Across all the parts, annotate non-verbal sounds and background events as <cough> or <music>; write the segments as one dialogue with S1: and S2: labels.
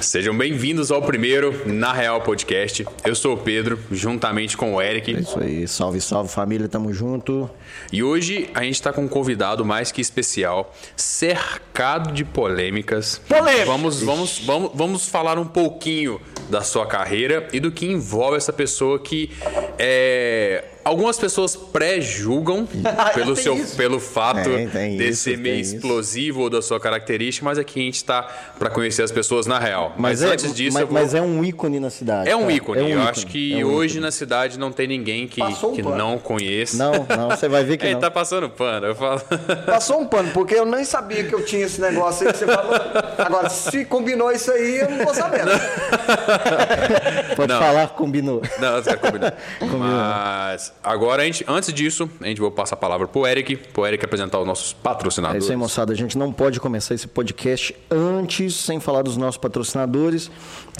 S1: Sejam bem-vindos ao primeiro Na Real Podcast. Eu sou o Pedro, juntamente com o Eric.
S2: É isso aí. Salve, salve família, tamo junto.
S1: E hoje a gente tá com um convidado mais que especial, cercado de polêmicas.
S3: Polêmica!
S1: Vamos, vamos, vamos, vamos falar um pouquinho da sua carreira e do que envolve essa pessoa que é. Algumas pessoas
S2: <laughs>
S1: pré-julgam
S2: Ah,
S1: pelo,
S3: Tem
S1: seu-
S3: isso.
S1: pelo fato
S2: Tem, tem
S1: de
S2: isso,
S1: ser meio
S2: tem isso.
S1: explosivo ou da sua característica, mas aqui a gente tá pra conhecer as pessoas na real. Mas, antes disso,
S2: mas,
S1: eu vou...
S2: mas é um ícone na cidade.
S1: É um
S2: cara.
S1: ícone. eu acho que
S2: é um
S1: hoje na cidade não tem ninguém que,
S3: Passou um
S1: que
S3: pano.
S1: não conheça.
S2: ícone. Não, não, você
S1: <laughs>
S2: vai ver que
S1: Ele
S2: não.
S1: tá passando pano, eu falo. <laughs>
S3: Passou um pano, porque eu nem sabia que eu tinha esse negócio aí que você falou. Agora, se combinou isso aí, eu não né? tô sabendo.
S2: Pode
S1: Não.
S2: falar, combinou.
S1: Não, os caras combinam.
S2: <laughs> Combinou.
S1: Mas agora, a gente, antes disso, a gente vai passar a palavra pro Eric, pro Eric apresentar os nossos
S2: É
S1: patrocinadores.
S2: isso aí, moçada. A gente não pode começar esse podcast antes sem falar dos nossos patrocinadores,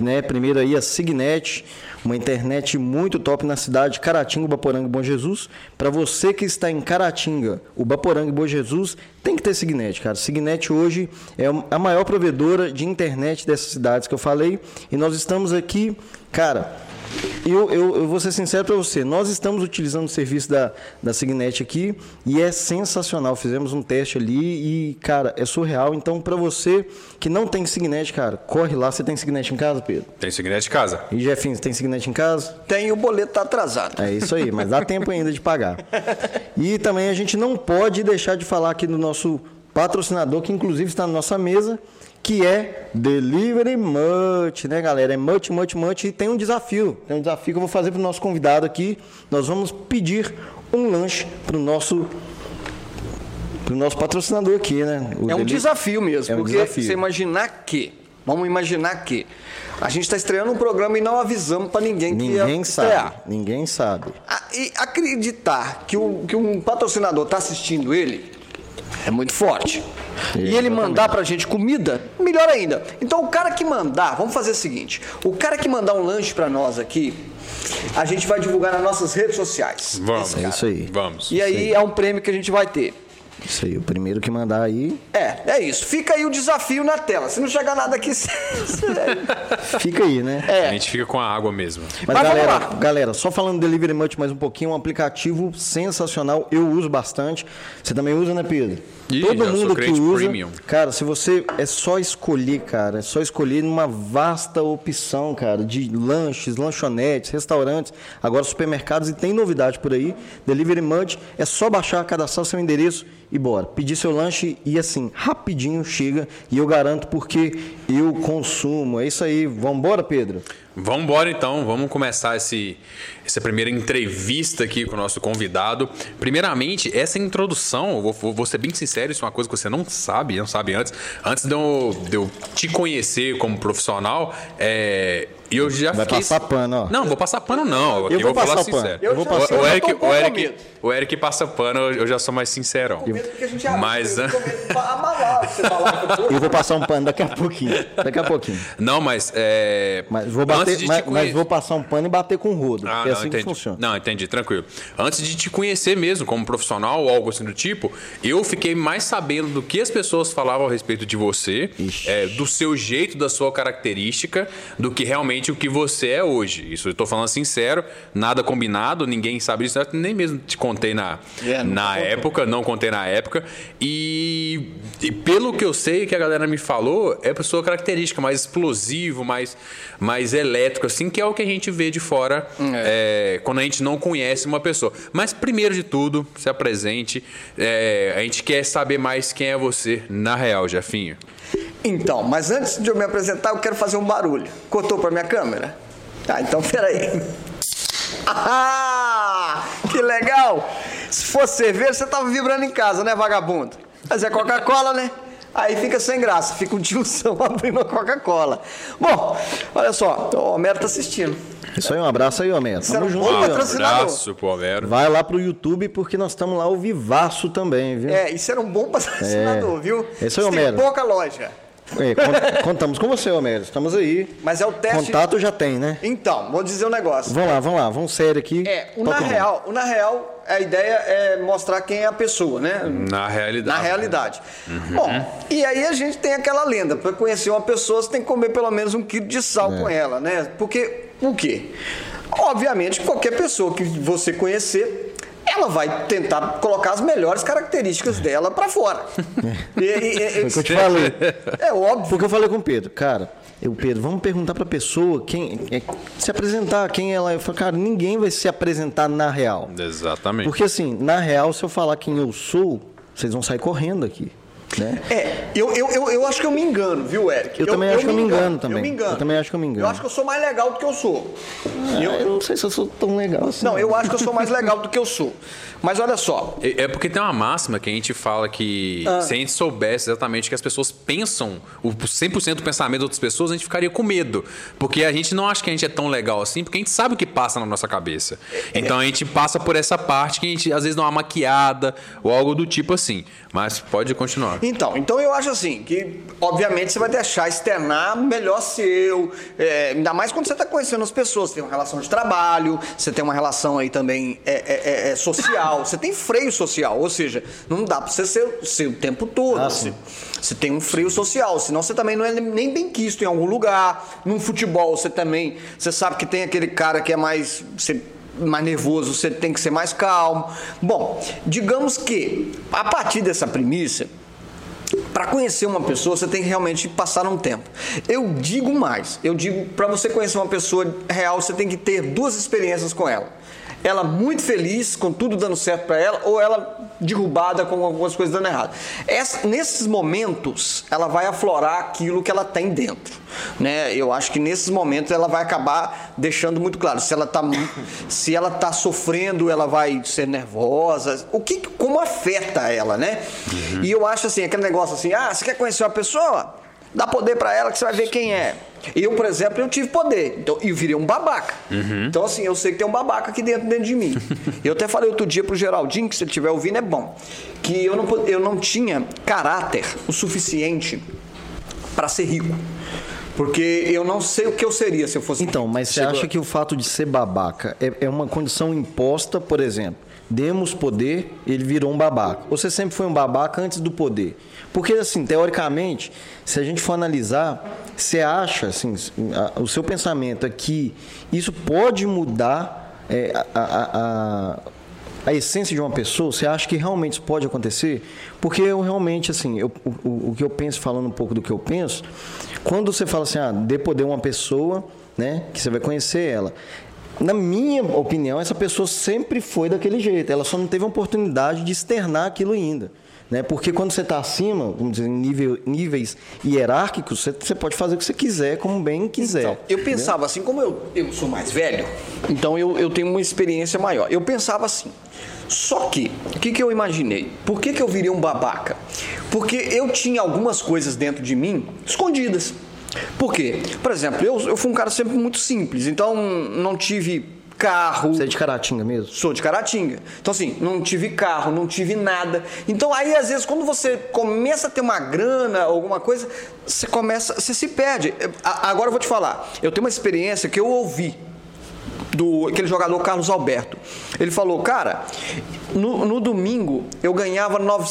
S2: né? Primeiro aí a Signet, uma internet muito top na cidade, Caratinga, Baporanga, e Bom Jesus. Para você que está em Caratinga, o Baporanga e Bom Jesus tem que ter Signet, cara. Signet hoje é a maior provedora de internet dessas cidades que eu falei e nós estamos aqui, cara, eu, eu, eu vou ser sincero para você. Nós estamos utilizando o serviço da, da Signet aqui e é sensacional. Fizemos um teste ali e, cara, é surreal. Então, para você que não tem Signet, cara, corre lá. Você tem Signet em casa, Pedro?
S1: Tem seguinte de casa.
S2: E, Jefinho, você tem Signet em casa?
S3: Tem o boleto tá atrasado.
S2: É isso aí, mas dá tempo ainda de pagar. E também a gente não pode deixar de falar aqui do nosso patrocinador, que inclusive está na nossa mesa, que é Delivery Much, né, galera? É Much, Much, Much. E tem um desafio. Tem um desafio que eu vou fazer para o nosso convidado aqui. Nós vamos pedir um lanche para o nosso. Pro nosso patrocinador aqui, né? O
S3: É um
S2: Deli-
S3: desafio mesmo,
S2: É um
S3: porque
S2: desafio.
S3: você imaginar que. Vamos imaginar que. A gente tá estreando um programa e não avisamos pra ninguém que
S2: Ninguém
S3: ia
S2: sabe.
S3: estrear.
S2: Ninguém sabe.
S3: Ah, E acreditar que, o, que um patrocinador tá assistindo ele é muito forte. E ele
S2: Exatamente.
S3: mandar pra gente comida, melhor ainda. Então o cara que mandar, vamos fazer o seguinte: o cara que mandar um lanche pra nós aqui, a gente vai divulgar nas nossas redes sociais.
S1: Vamos.
S2: É isso aí.
S1: Vamos.
S3: E aí é um prêmio que a gente vai ter.
S2: Isso aí. O primeiro que mandar aí
S3: É, é isso. Fica aí o desafio na tela. Se não chegar nada aqui, <laughs> você-
S2: fica aí, né?
S1: A gente fica com a água mesmo.
S2: Mas,
S3: Mas vamos
S2: galera,
S3: lá.
S2: galera, só falando do Delivery Much mais um pouquinho, um aplicativo sensacional, eu uso bastante. Você também usa, né, Pedro?
S1: Ih,
S2: Todo
S1: eu sou
S2: mundo que
S1: cliente
S2: usa.
S1: premium.
S2: Cara, se você é só escolher, cara, é só escolher uma vasta opção, cara, de lanches, lanchonetes, restaurantes, agora supermercados e tem novidade por aí. Delivery Much é só baixar, cadastrar o seu endereço e bora. Pedir seu lanche e assim, rapidinho chega e eu garanto porque eu consumo. É isso aí. Vambora, Pedro?
S1: Vamos embora então, vamos começar esse, essa primeira entrevista aqui com o nosso convidado. Primeiramente, essa introdução, eu vou, vou- vou ser bem sincero, isso é uma coisa que você não sabe, não sabe antes. Antes de eu, de eu te conhecer como profissional, é, eu já
S2: Vai
S1: fiquei...
S2: passar pano, ó.
S1: Não, vou passar pano não, eu,
S2: vou
S1: vou falar
S2: passar pano.
S1: sincero.
S2: Eu vou
S1: O-
S2: passar-
S1: o,
S3: eu já
S1: Eric,
S3: tô com
S1: o, Eric,
S3: medo.
S1: o Eric passa pano, eu eu já sou mais sincerão.
S3: Porque a gente abre
S1: Mas... né?
S3: com medo pra amalar você falar que eu tô-
S2: Eu vou passar um pano daqui a pouquinho. Daqui a pouquinho.
S1: <laughs> Não, mas... É,
S2: Mas vou, bater,
S1: antes de te
S2: mas, mas
S1: conhecer-
S2: vou passar um pano e bater com o rodo.
S1: Ah,
S2: é
S1: não,
S2: assim
S1: entendi.
S2: que funciona.
S1: Não, entendi, tranquilo. Antes de te conhecer mesmo como profissional ou algo assim do tipo, eu fiquei mais sabendo do que as pessoas falavam a respeito de você,
S2: Ixi.
S1: é, do seu jeito, da sua característica, do que realmente o que você é hoje. Isso eu tô falando sincero, nada combinado, ninguém sabe disso, nem mesmo te contei na,
S3: É, nunca
S1: na
S3: contou.
S1: época, não contei na época. E, e pelo que eu sei que a galera me falou, é a sua característica, mais explosivo, mais, mais elétrico, assim, que é o que a gente vê de fora é, quando a gente não conhece uma pessoa. Mas primeiro de tudo, se apresente. é, a gente quer saber mais quem é você, na real, Jefinho.
S3: Então, mas antes de eu me apresentar, eu quero fazer um barulho. Cortou pra minha câmera? Tá, então <laughs> peraí. Ah, que legal! Se fosse cerveja, você tava vibrando em casa, né, vagabundo? Mas é Coca-Cola, né? Aí fica sem graça, fica um tiozão <laughs> abrindo a Coca-Cola. Bom, olha só, o Homero tá assistindo.
S2: Isso aí, um abraço aí, Homem.
S1: é
S2: Tamo
S3: Será
S2: junto,
S3: bom?
S2: Homero.
S3: Outra- Patrocinador.
S1: Um abraço pro Homero.
S2: Vai lá pro YouTube porque nós estamos lá ao vivaço também, viu?
S3: É, isso era É, um bom patrocinador,
S2: É.
S3: viu?
S2: Esse é o
S3: Isso tem
S2: Homero.
S3: pouca loja.
S2: É, cont- contamos com você, Homero. Estamos aí.
S3: Mas é o teste.
S2: Contato já tem, né?
S3: Então, vou dizer um negócio.
S2: Vamos lá, vamos lá, vamos sério aqui.
S3: É, o na
S2: Toca o nome.
S3: real, o na real, a ideia é mostrar quem é a pessoa, né?
S1: Na realidade.
S3: Na realidade.
S2: Uhum.
S3: Bom, e aí a gente tem aquela lenda. Para conhecer uma pessoa, você tem que comer pelo menos um quilo de sal
S2: É.
S3: com ela, né? Porque o quê? Obviamente, qualquer pessoa que você conhecer, ela vai tentar colocar as melhores características dela
S2: <laughs>
S3: para fora. E- e-
S2: Foi É.
S3: e-
S2: o que eu te falei.
S3: é óbvio.
S2: Foi o que eu falei com o Pedro. Cara, eu, Pedro, vamos perguntar pra pessoa quem. é, se apresentar, quem ela é. Eu falei, cara, ninguém vai se apresentar na real.
S1: Exatamente.
S2: Porque assim, na real, se eu falar quem eu sou, vocês vão sair correndo aqui. Né?
S3: É, eu, eu, eu, eu acho que eu me engano, viu, Eric?
S2: Eu também acho que eu me engano também.
S3: Eu me engano.
S2: Eu também acho que eu me engano.
S3: Eu acho que eu sou mais legal do que eu sou.
S2: Ah, Eu, não sei se eu sou tão legal assim.
S3: Não, eu acho que eu sou mais legal do que eu sou. Mas olha só,
S1: É é porque tem uma máxima que a gente fala que se a gente soubesse exatamente que as pessoas pensam o 100% do pensamento das outras pessoas, a gente ficaria com medo. Porque a gente não acha que a gente é tão legal assim, porque a gente sabe o que passa na nossa cabeça. Então a gente passa por essa parte que a gente às vezes dá uma maquiada ou algo do tipo assim. Mas pode continuar.
S3: Então, então eu acho assim, que obviamente você vai deixar externar melhor seu, é, ainda mais quando você está conhecendo as pessoas, você tem uma relação de trabalho, você tem uma relação aí também é, é, é, é, social, você tem freio social, ou seja, não dá para você ser, ser o tempo todo.
S2: Ah,
S3: você,
S2: sim.
S3: você tem um freio social, senão você também não é nem bem quisto em algum lugar. Num futebol você também, você sabe que tem aquele cara que é mais... você- mais nervoso, você tem que ser mais calmo. Bom, digamos que a partir dessa premissa, para conhecer uma pessoa, você tem que realmente passar um tempo. Eu digo mais, eu digo para você conhecer uma pessoa real, você tem que ter duas experiências com ela. Ela muito feliz, com tudo dando certo para ela, ou ela derrubada com algumas coisas dando errado. Essa- nesses momentos, ela vai aflorar aquilo que ela tem dentro. Né? Eu acho que nesses momentos ela vai acabar deixando muito claro se ela tá está se ela tá sofrendo, ela vai ser nervosa, o que como afeta ela, né? E eu acho assim, aquele negócio assim, ah, você quer conhecer uma pessoa? Dá poder pra ela que você vai ver quem é. Eu, por exemplo, eu tive poder. Então, eu virei um babaca. Então, assim, eu sei que tem um babaca aqui dentro, dentro de mim. eu até falei outro dia pro Geraldinho, que se ele estiver ouvindo, é bom. Que eu não, po- eu não tinha caráter o suficiente pra ser rico. Porque eu não sei o que eu seria se eu fosse
S2: Então, mas você acha que o fato de ser babaca é, é uma condição imposta, por exemplo? Demos poder, ele virou um babaca. Ou Você sempre foi um babaca antes do poder. Porque, assim, teoricamente, se a gente for analisar, você acha, assim, a- o seu pensamento é que isso pode mudar é, a- a- a, a essência de uma pessoa, você acha que realmente isso pode acontecer? Porque eu realmente, assim, eu- o, o- o que eu penso, falando um pouco do que eu penso, quando você fala assim, ah, dê poder a uma pessoa, né, que você vai conhecer ela. Na minha opinião, essa pessoa sempre foi daquele jeito, ela só não teve a oportunidade de externar aquilo ainda. Né? Porque quando você está acima, vamos dizer, em nível, níveis hierárquicos, você, você pode fazer o que você quiser, como bem quiser.
S3: Então, eu pensava assim, como eu, eu sou mais velho, então eu, eu tenho uma experiência maior. Eu pensava assim. Só que, o que, que eu imaginei? Por que, que eu viria um babaca? Porque eu tinha algumas coisas dentro de mim escondidas. Por quê? Por exemplo, eu, eu fui um cara sempre muito simples, então não tive carro.
S2: Você é de Caratinga mesmo?
S3: Sou de Caratinga. Então, assim, não tive carro, não tive nada. Então, aí, às vezes, quando você começa a ter uma grana, alguma coisa, você começa, você se perde. É, A- Agora eu vou te falar. Eu tenho uma experiência que eu ouvi do aquele jogador Carlos Alberto. Ele falou, cara, no, no domingo eu ganhava 9,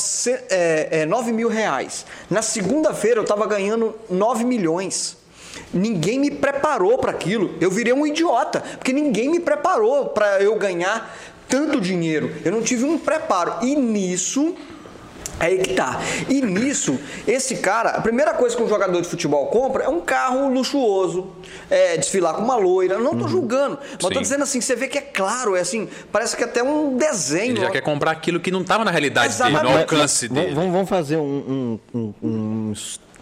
S3: mil reais. Na segunda-feira eu estava ganhando 9 milhões. Ninguém me preparou para aquilo. Eu virei um idiota, porque ninguém me preparou para eu ganhar tanto dinheiro. Eu não tive um preparo. E nisso Aí que tá. E nisso, esse cara, a primeira coisa que um jogador de futebol compra é um carro luxuoso, é, desfilar com uma loira. Eu Não tô julgando, mas
S1: Uhum. Sim.
S3: tô dizendo assim, você vê que é claro, é assim, parece que é até um desenho.
S1: Ele já
S3: ó.
S1: quer comprar aquilo que não estava na realidade dele,
S3: Exatamente.
S1: no alcance
S2: Vamos-
S1: dele.
S2: Vamos, vamos fazer um- um- um- um-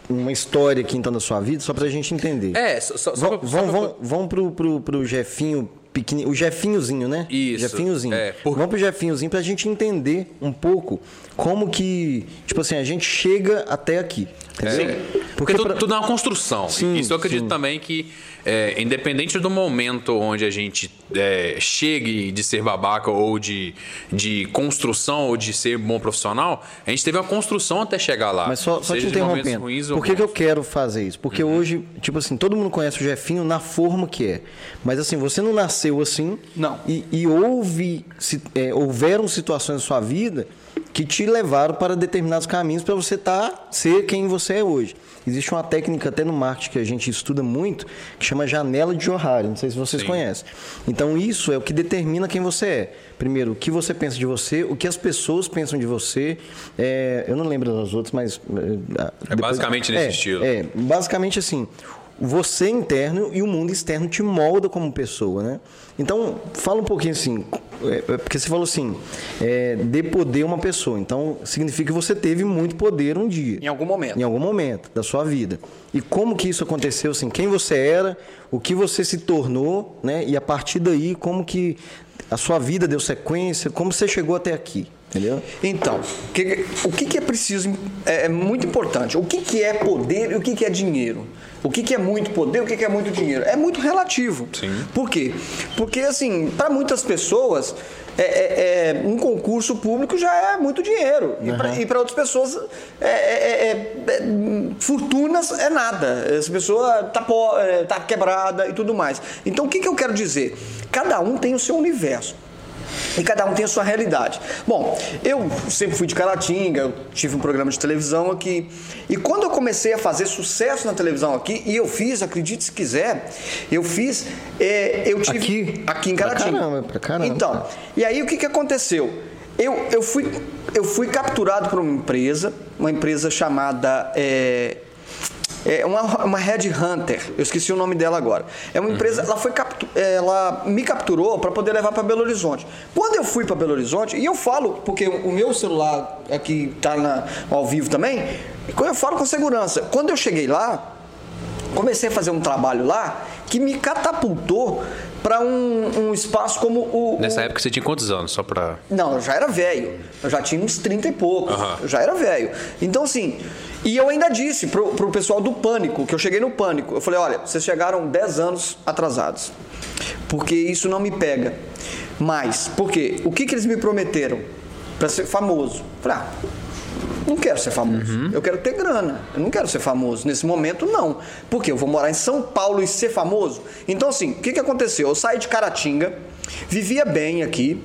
S2: uma história aqui então da sua vida, só pra gente entender.
S1: É, só, só, só
S2: vamos,
S1: pra-
S2: vamos, vamos, vamos pro, pro, pro Jefinho pequenininho, o Jefinhozinho, né?
S1: Isso,
S2: Jefinhozinho.
S1: é, por-
S2: Vamos pro Jefinhozinho pra gente entender um pouco como que, tipo assim, a gente chega até aqui.
S1: Entendeu? Porque,
S2: Porque
S1: tudo,
S2: pra-
S1: tudo é uma construção.
S2: Sim,
S1: Isso eu acredito
S2: sim.
S1: também que, é, independente do momento onde a gente é, chegue de ser babaca ou de, de construção ou de ser bom profissional, a gente teve uma construção até chegar lá.
S2: Mas só, só te
S1: Seja de momentos
S2: interrompendo.
S1: ruins ou
S2: Por que, que eu
S1: bons.
S2: quero fazer isso? Porque hoje, tipo assim, todo mundo conhece o Jefinho na forma que é. Mas assim, você não nasceu assim.
S3: Não.
S2: E, e houve, si- é, houveram situações na sua vida que te levaram para determinados caminhos para você tá, ser quem você é hoje. Existe uma técnica até no marketing que a gente estuda muito, que chama janela de horário. Não sei se vocês
S1: Sim.
S2: conhecem. Então isso é o que determina quem você é. Primeiro, o que você pensa de você, o que as pessoas pensam de você. É, eu não lembro das outras, mas é, a-
S1: É basicamente nesse
S2: é,
S1: estilo.
S2: É, basicamente assim. Você interno e o mundo externo te molda como pessoa, né? Então, fala um pouquinho assim. é, é, Porque você falou assim, é, dê poder a uma pessoa. Então, significa que você teve muito poder um dia.
S3: Em algum momento.
S2: Em algum momento da sua vida. E como que isso aconteceu, assim? Quem você era, o que você se tornou, né? E a partir daí, como que a sua vida deu sequência, como você chegou até aqui, entendeu?
S3: Então, o que- o que, que é preciso, é, é muito importante. O que, que é poder e o que, que é dinheiro? O que, que é muito poder e o que, que é muito dinheiro? É muito relativo.
S1: Sim.
S3: Por quê? Porque, assim, para muitas pessoas, é- é- é, um concurso público já é muito dinheiro. E para outras pessoas, é- é- é- é- fortunas é nada. Essa pessoa tá, po- é, tá quebrada e tudo mais. Então, o que, que eu quero dizer? Cada um tem o seu universo. E cada um tem a sua realidade. Bom, eu sempre fui de Caratinga, eu tive um programa de televisão aqui. E quando eu comecei a fazer sucesso na televisão aqui, e eu fiz, acredite se quiser, eu fiz. é, eu tive.
S2: Aqui?
S3: em
S2: Pra
S3: Caratinga.
S2: caramba, pra caramba.
S3: Então, e aí o que, que aconteceu? Eu, eu, fui, eu fui capturado por uma empresa, uma empresa chamada. é, é uma, uma Red Hunter, eu esqueci o nome dela agora. É uma empresa, ela, foi captu- é, ela me capturou para poder levar para Belo Horizonte. Quando eu fui para Belo Horizonte, e eu falo, porque o meu celular aqui tá na- ao vivo também, eu falo com segurança. Quando eu cheguei lá, comecei a fazer um trabalho lá que me catapultou para um, um espaço como o. o-
S1: Nessa época você tinha quantos anos? Só pra.
S3: não, eu já era velho. Eu já tinha uns 30 e poucos.
S1: Aham.
S3: Eu já era velho. Então, assim, e eu ainda disse pro, pro pessoal do Pânico, que eu cheguei no Pânico, eu falei: olha, vocês chegaram 10 anos atrasados. Porque isso não me pega. Mas, por quê? O que, que eles me prometeram? Pra ser famoso. Eu Falei, ah, não quero ser famoso. Eu quero ter grana. Eu não quero ser famoso. Nesse momento, não. Porque eu vou morar em São Paulo e ser famoso? Então, assim, o que, que aconteceu? Eu saí de Caratinga, vivia bem aqui,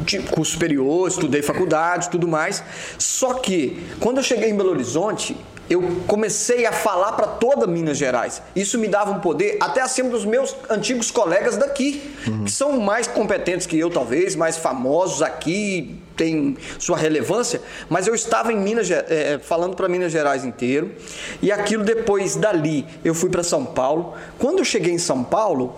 S3: de curso superior, estudei faculdade tudo mais. Só que, quando eu cheguei em Belo Horizonte, eu comecei a falar para toda Minas Gerais. Isso me dava um poder até acima dos meus antigos colegas daqui, que são mais competentes que eu, talvez, mais famosos aqui, têm sua relevância. Mas eu estava em Minas, Ge- eh, falando para Minas Gerais inteiro. E aquilo depois dali, eu fui para São Paulo. Quando eu cheguei em São Paulo,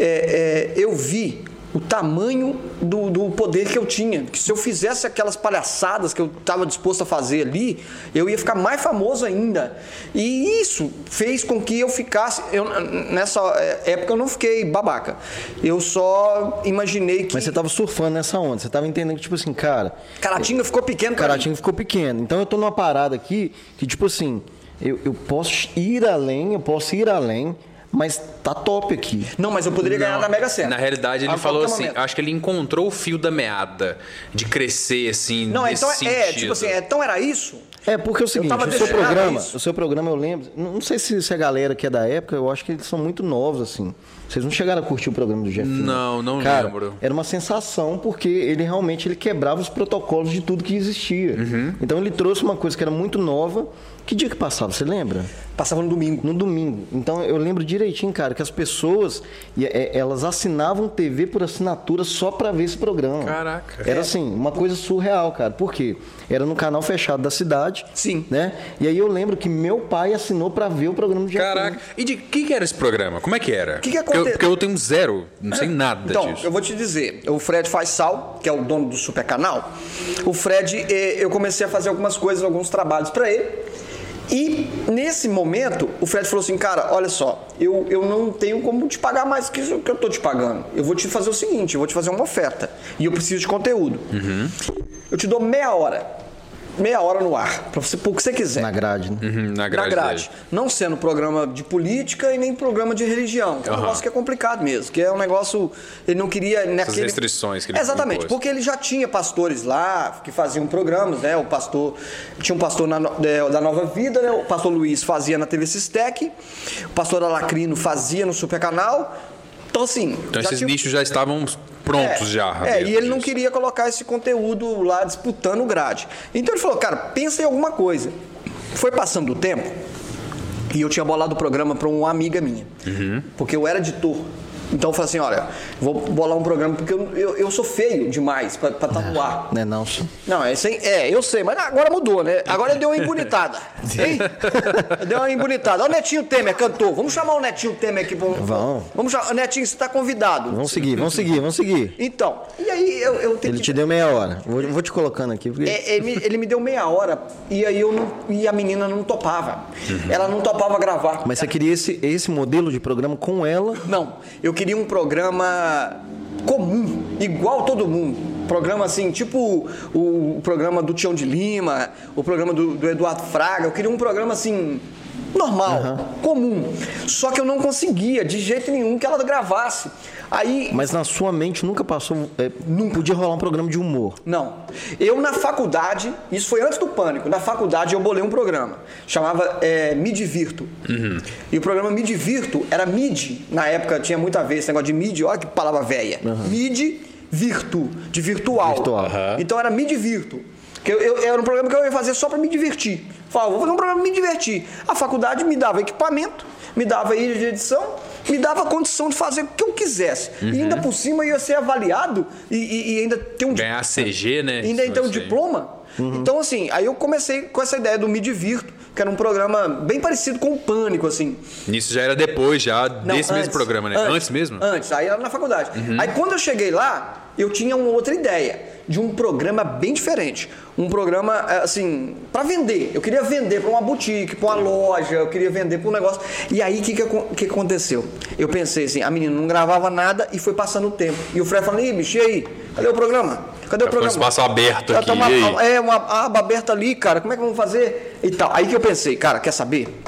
S3: eh, eh, eu vi o tamanho do, do poder que eu tinha. Que se eu fizesse aquelas palhaçadas que eu estava disposto a fazer ali, eu ia ficar mais famoso ainda. E isso fez com que eu ficasse. Eu, nessa é, época eu não fiquei babaca. Eu só imaginei que.
S2: Mas você tava surfando nessa onda, você tava entendendo que, tipo assim, cara,
S3: Caratinga ficou pequeno pra mim.
S2: Caratinga ficou pequeno. Então eu tô numa parada aqui que, tipo assim, eu, eu posso ir além, eu posso ir além, mas tá top aqui.
S3: Não, mas eu poderia ganhar na Mega Sena.
S1: Na realidade, ele
S3: A
S1: falou
S3: qualquer
S1: assim:
S3: momento.
S1: acho que ele encontrou o fio da meada de crescer, assim.
S3: Não,
S1: nesse
S3: então é,
S1: sentido.
S3: tipo assim, é, então era isso?
S2: É, porque é o seguinte,
S3: tava
S2: o seu
S3: deixando
S2: programa,
S3: isso.
S2: o seu programa eu lembro, não não sei se, se a galera que é da época, eu acho que eles são muito novos, assim. Vocês não chegaram a curtir o programa do Jeff?
S1: Não, não
S2: Cara,
S1: lembro.
S2: Era uma sensação, porque ele realmente ele quebrava os protocolos de tudo que existia.
S1: Uhum.
S2: Então ele trouxe uma coisa que era muito nova. Que dia que passava, você lembra?
S3: Passava no domingo.
S2: No domingo. Então eu lembro direitinho, cara, que as pessoas e- é, elas assinavam TV por assinatura só pra ver esse programa.
S1: Caraca.
S2: Era assim, uma coisa surreal, cara. Por quê? Era no canal fechado da cidade.
S3: Sim.
S2: Né? E aí eu lembro que meu pai assinou pra ver o programa de
S1: Caraca. E de que, que era esse programa? Como é que era?
S3: Que que
S1: Porque eu-
S3: aconte-
S1: Porque eu tenho zero, não sei nada
S3: Então,
S1: disso.
S3: eu vou te dizer, o Fred faz sal, que é o dono do super canal. O Fred, eh, eu comecei a fazer algumas coisas, alguns trabalhos pra ele. E nesse momento, o Fred falou assim: Cara, olha só, eu, eu não tenho como te pagar mais que isso que eu tô te pagando. Eu vou te fazer o seguinte: eu vou te fazer uma oferta. E eu preciso de conteúdo. Eu te dou meia hora. meia hora no ar, pra você pôr o que você quiser.
S2: na grade, né?
S1: Uhum, na grade.
S3: Na grade. Não sendo programa de política e nem programa de religião. Que é um
S1: Aham.
S3: negócio que é complicado mesmo. Que é um negócio. Ele não queria. naquele-
S1: restrições que ele
S3: Exatamente,
S1: impôs.
S3: porque ele já tinha pastores lá que faziam programas, né? O pastor. Tinha um pastor na no- é, da Nova Vida, né? O pastor Luiz fazia na TV Sistec. O pastor Alacrino fazia no Supercanal. Então, assim.
S1: Então
S3: já
S1: esses
S3: tinha-
S1: nichos já estavam
S3: é,
S1: prontos já.
S3: É,
S1: dentro
S3: e ele não
S1: disso.
S3: queria colocar esse conteúdo lá disputando o grade. Então ele falou, cara, pensa em alguma coisa. Foi passando o tempo e eu tinha bolado o programa para uma amiga minha,
S1: Uhum.
S3: porque eu era editor. Então eu falei assim, olha, vou bolar um programa porque eu, eu, eu sou feio demais para tatuar.
S2: Né, não, só.
S3: Não, é, sem, é, eu sei, mas agora mudou, né? Agora deu uma
S1: <laughs>
S3: embonitada. Hein? <laughs> deu uma embonitada. Ó, o Netinho Temer cantou. Vamos chamar o Netinho Temer aqui. Vamos,
S2: Vamos.
S3: vamos chamar. Netinho, você está convidado.
S2: Vamos seguir, vamos seguir, vamos seguir.
S3: Então, e aí eu, eu
S2: Ele
S3: tentei.
S2: te deu meia hora. Vou, vou te colocando aqui, porque
S3: É, ele, me- ele me deu meia hora e aí eu não, e a menina não topava. Ela não topava gravar.
S2: Uhum. Mas você queria esse, esse modelo de programa com ela?
S3: Não, eu queria um programa comum, igual todo mundo. Programa assim, tipo o, o programa do Tião de Lima, o programa do, do Eduardo Fraga. Eu queria um programa assim, normal, comum. Só que eu não conseguia de jeito nenhum que ela gravasse. Aí.
S2: Mas na sua mente nunca passou. É, não podia rolar um programa de humor.
S3: Não. Eu, na faculdade, isso foi antes do pânico, na faculdade eu bolei um programa. Chamava é, Me Divirto. E o programa Me Divirto era MID. Na época tinha muito a ver esse negócio de MID, olha que palavra velha. MID Virtu, de virtual.
S2: Virtual.
S3: Então era Me Divirto. Que eu, eu- era um programa que eu ia fazer só pra me divertir. Falava, vou fazer um programa pra me divertir. A faculdade me dava equipamento, me dava ilha de edição, me dava condição de fazer o que eu quisesse. E ainda por cima eu ia ser avaliado e, e- e ainda ter um
S1: Ganhar CG, né?
S3: e ainda
S1: Isso
S3: então um
S1: vai ser.
S3: diploma. Então, assim, aí eu comecei com essa ideia do Me Divirto, que era um programa bem parecido com o Pânico, assim.
S1: Isso já era depois, já
S3: Não,
S1: desse mesmo
S3: antes.
S1: programa, né? Antes, mesmo? Uhum.
S3: Antes, aí era na faculdade. Aí quando eu cheguei lá, eu tinha uma outra ideia de um programa bem diferente. Um programa, eh, assim, pra vender. Eu queria vender pra uma boutique, pra uma loja, eu queria vender pra um negócio. E aí, o que, que, acon- que aconteceu? Eu pensei assim, a menina não gravava nada e foi passando o tempo. E o Fred falando, ih, bicho, e aí? Cadê o programa? Cadê
S1: Tá
S3: o
S1: com
S3: programa?
S1: espaço aberto
S3: Já
S1: aqui,
S3: tá uma-
S1: e aí?
S3: é uma aba aberta ali, cara, como é que vamos fazer? E tal. Aí que eu pensei, cara, quer saber?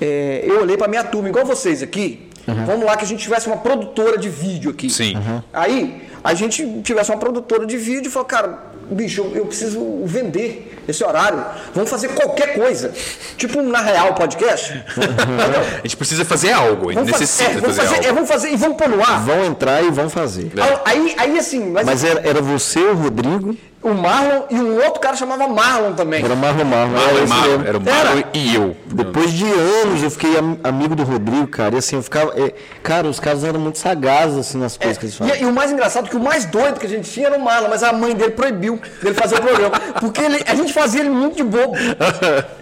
S3: É, eu olhei pra minha turma, igual vocês aqui. Vamos lá que a gente tivesse uma produtora de vídeo aqui.
S1: Sim. Uhum.
S3: Aí a gente tivesse uma produtora de vídeo e falou, cara, bicho, eu, eu preciso vender esse horário. Vamos fazer qualquer coisa. Tipo um Na Real podcast.
S1: A gente precisa fazer algo, a gente
S3: Vamos
S1: necessita
S3: fazer, é,
S1: fazer,
S3: vamos fazer, é,
S1: algo. é.
S3: vamos fazer e vamos pôr no ar.
S2: Vão entrar e vão fazer.
S3: Aí, aí assim, mas,
S2: Mas era, era você, o Rodrigo,
S3: o Marlon e um outro cara chamava Marlon também.
S2: era o Marlon Marlon.
S1: Marlon
S2: era
S1: e
S2: esse
S1: Marlon,
S2: mesmo.
S1: era o Marlon
S3: é, Era.
S1: e eu.
S2: Depois de anos eu fiquei am- amigo do Rodrigo, cara. E assim, eu ficava. é, cara, os caras eram muito sagazes assim, nas coisas que eles falam.
S3: É, E, e o mais engraçado, que o mais doido que a gente tinha era o Marlon, mas a mãe dele proibiu dele fazer o programa. Porque ele- a gente fazia ele muito
S1: <laughs>
S3: de bobo.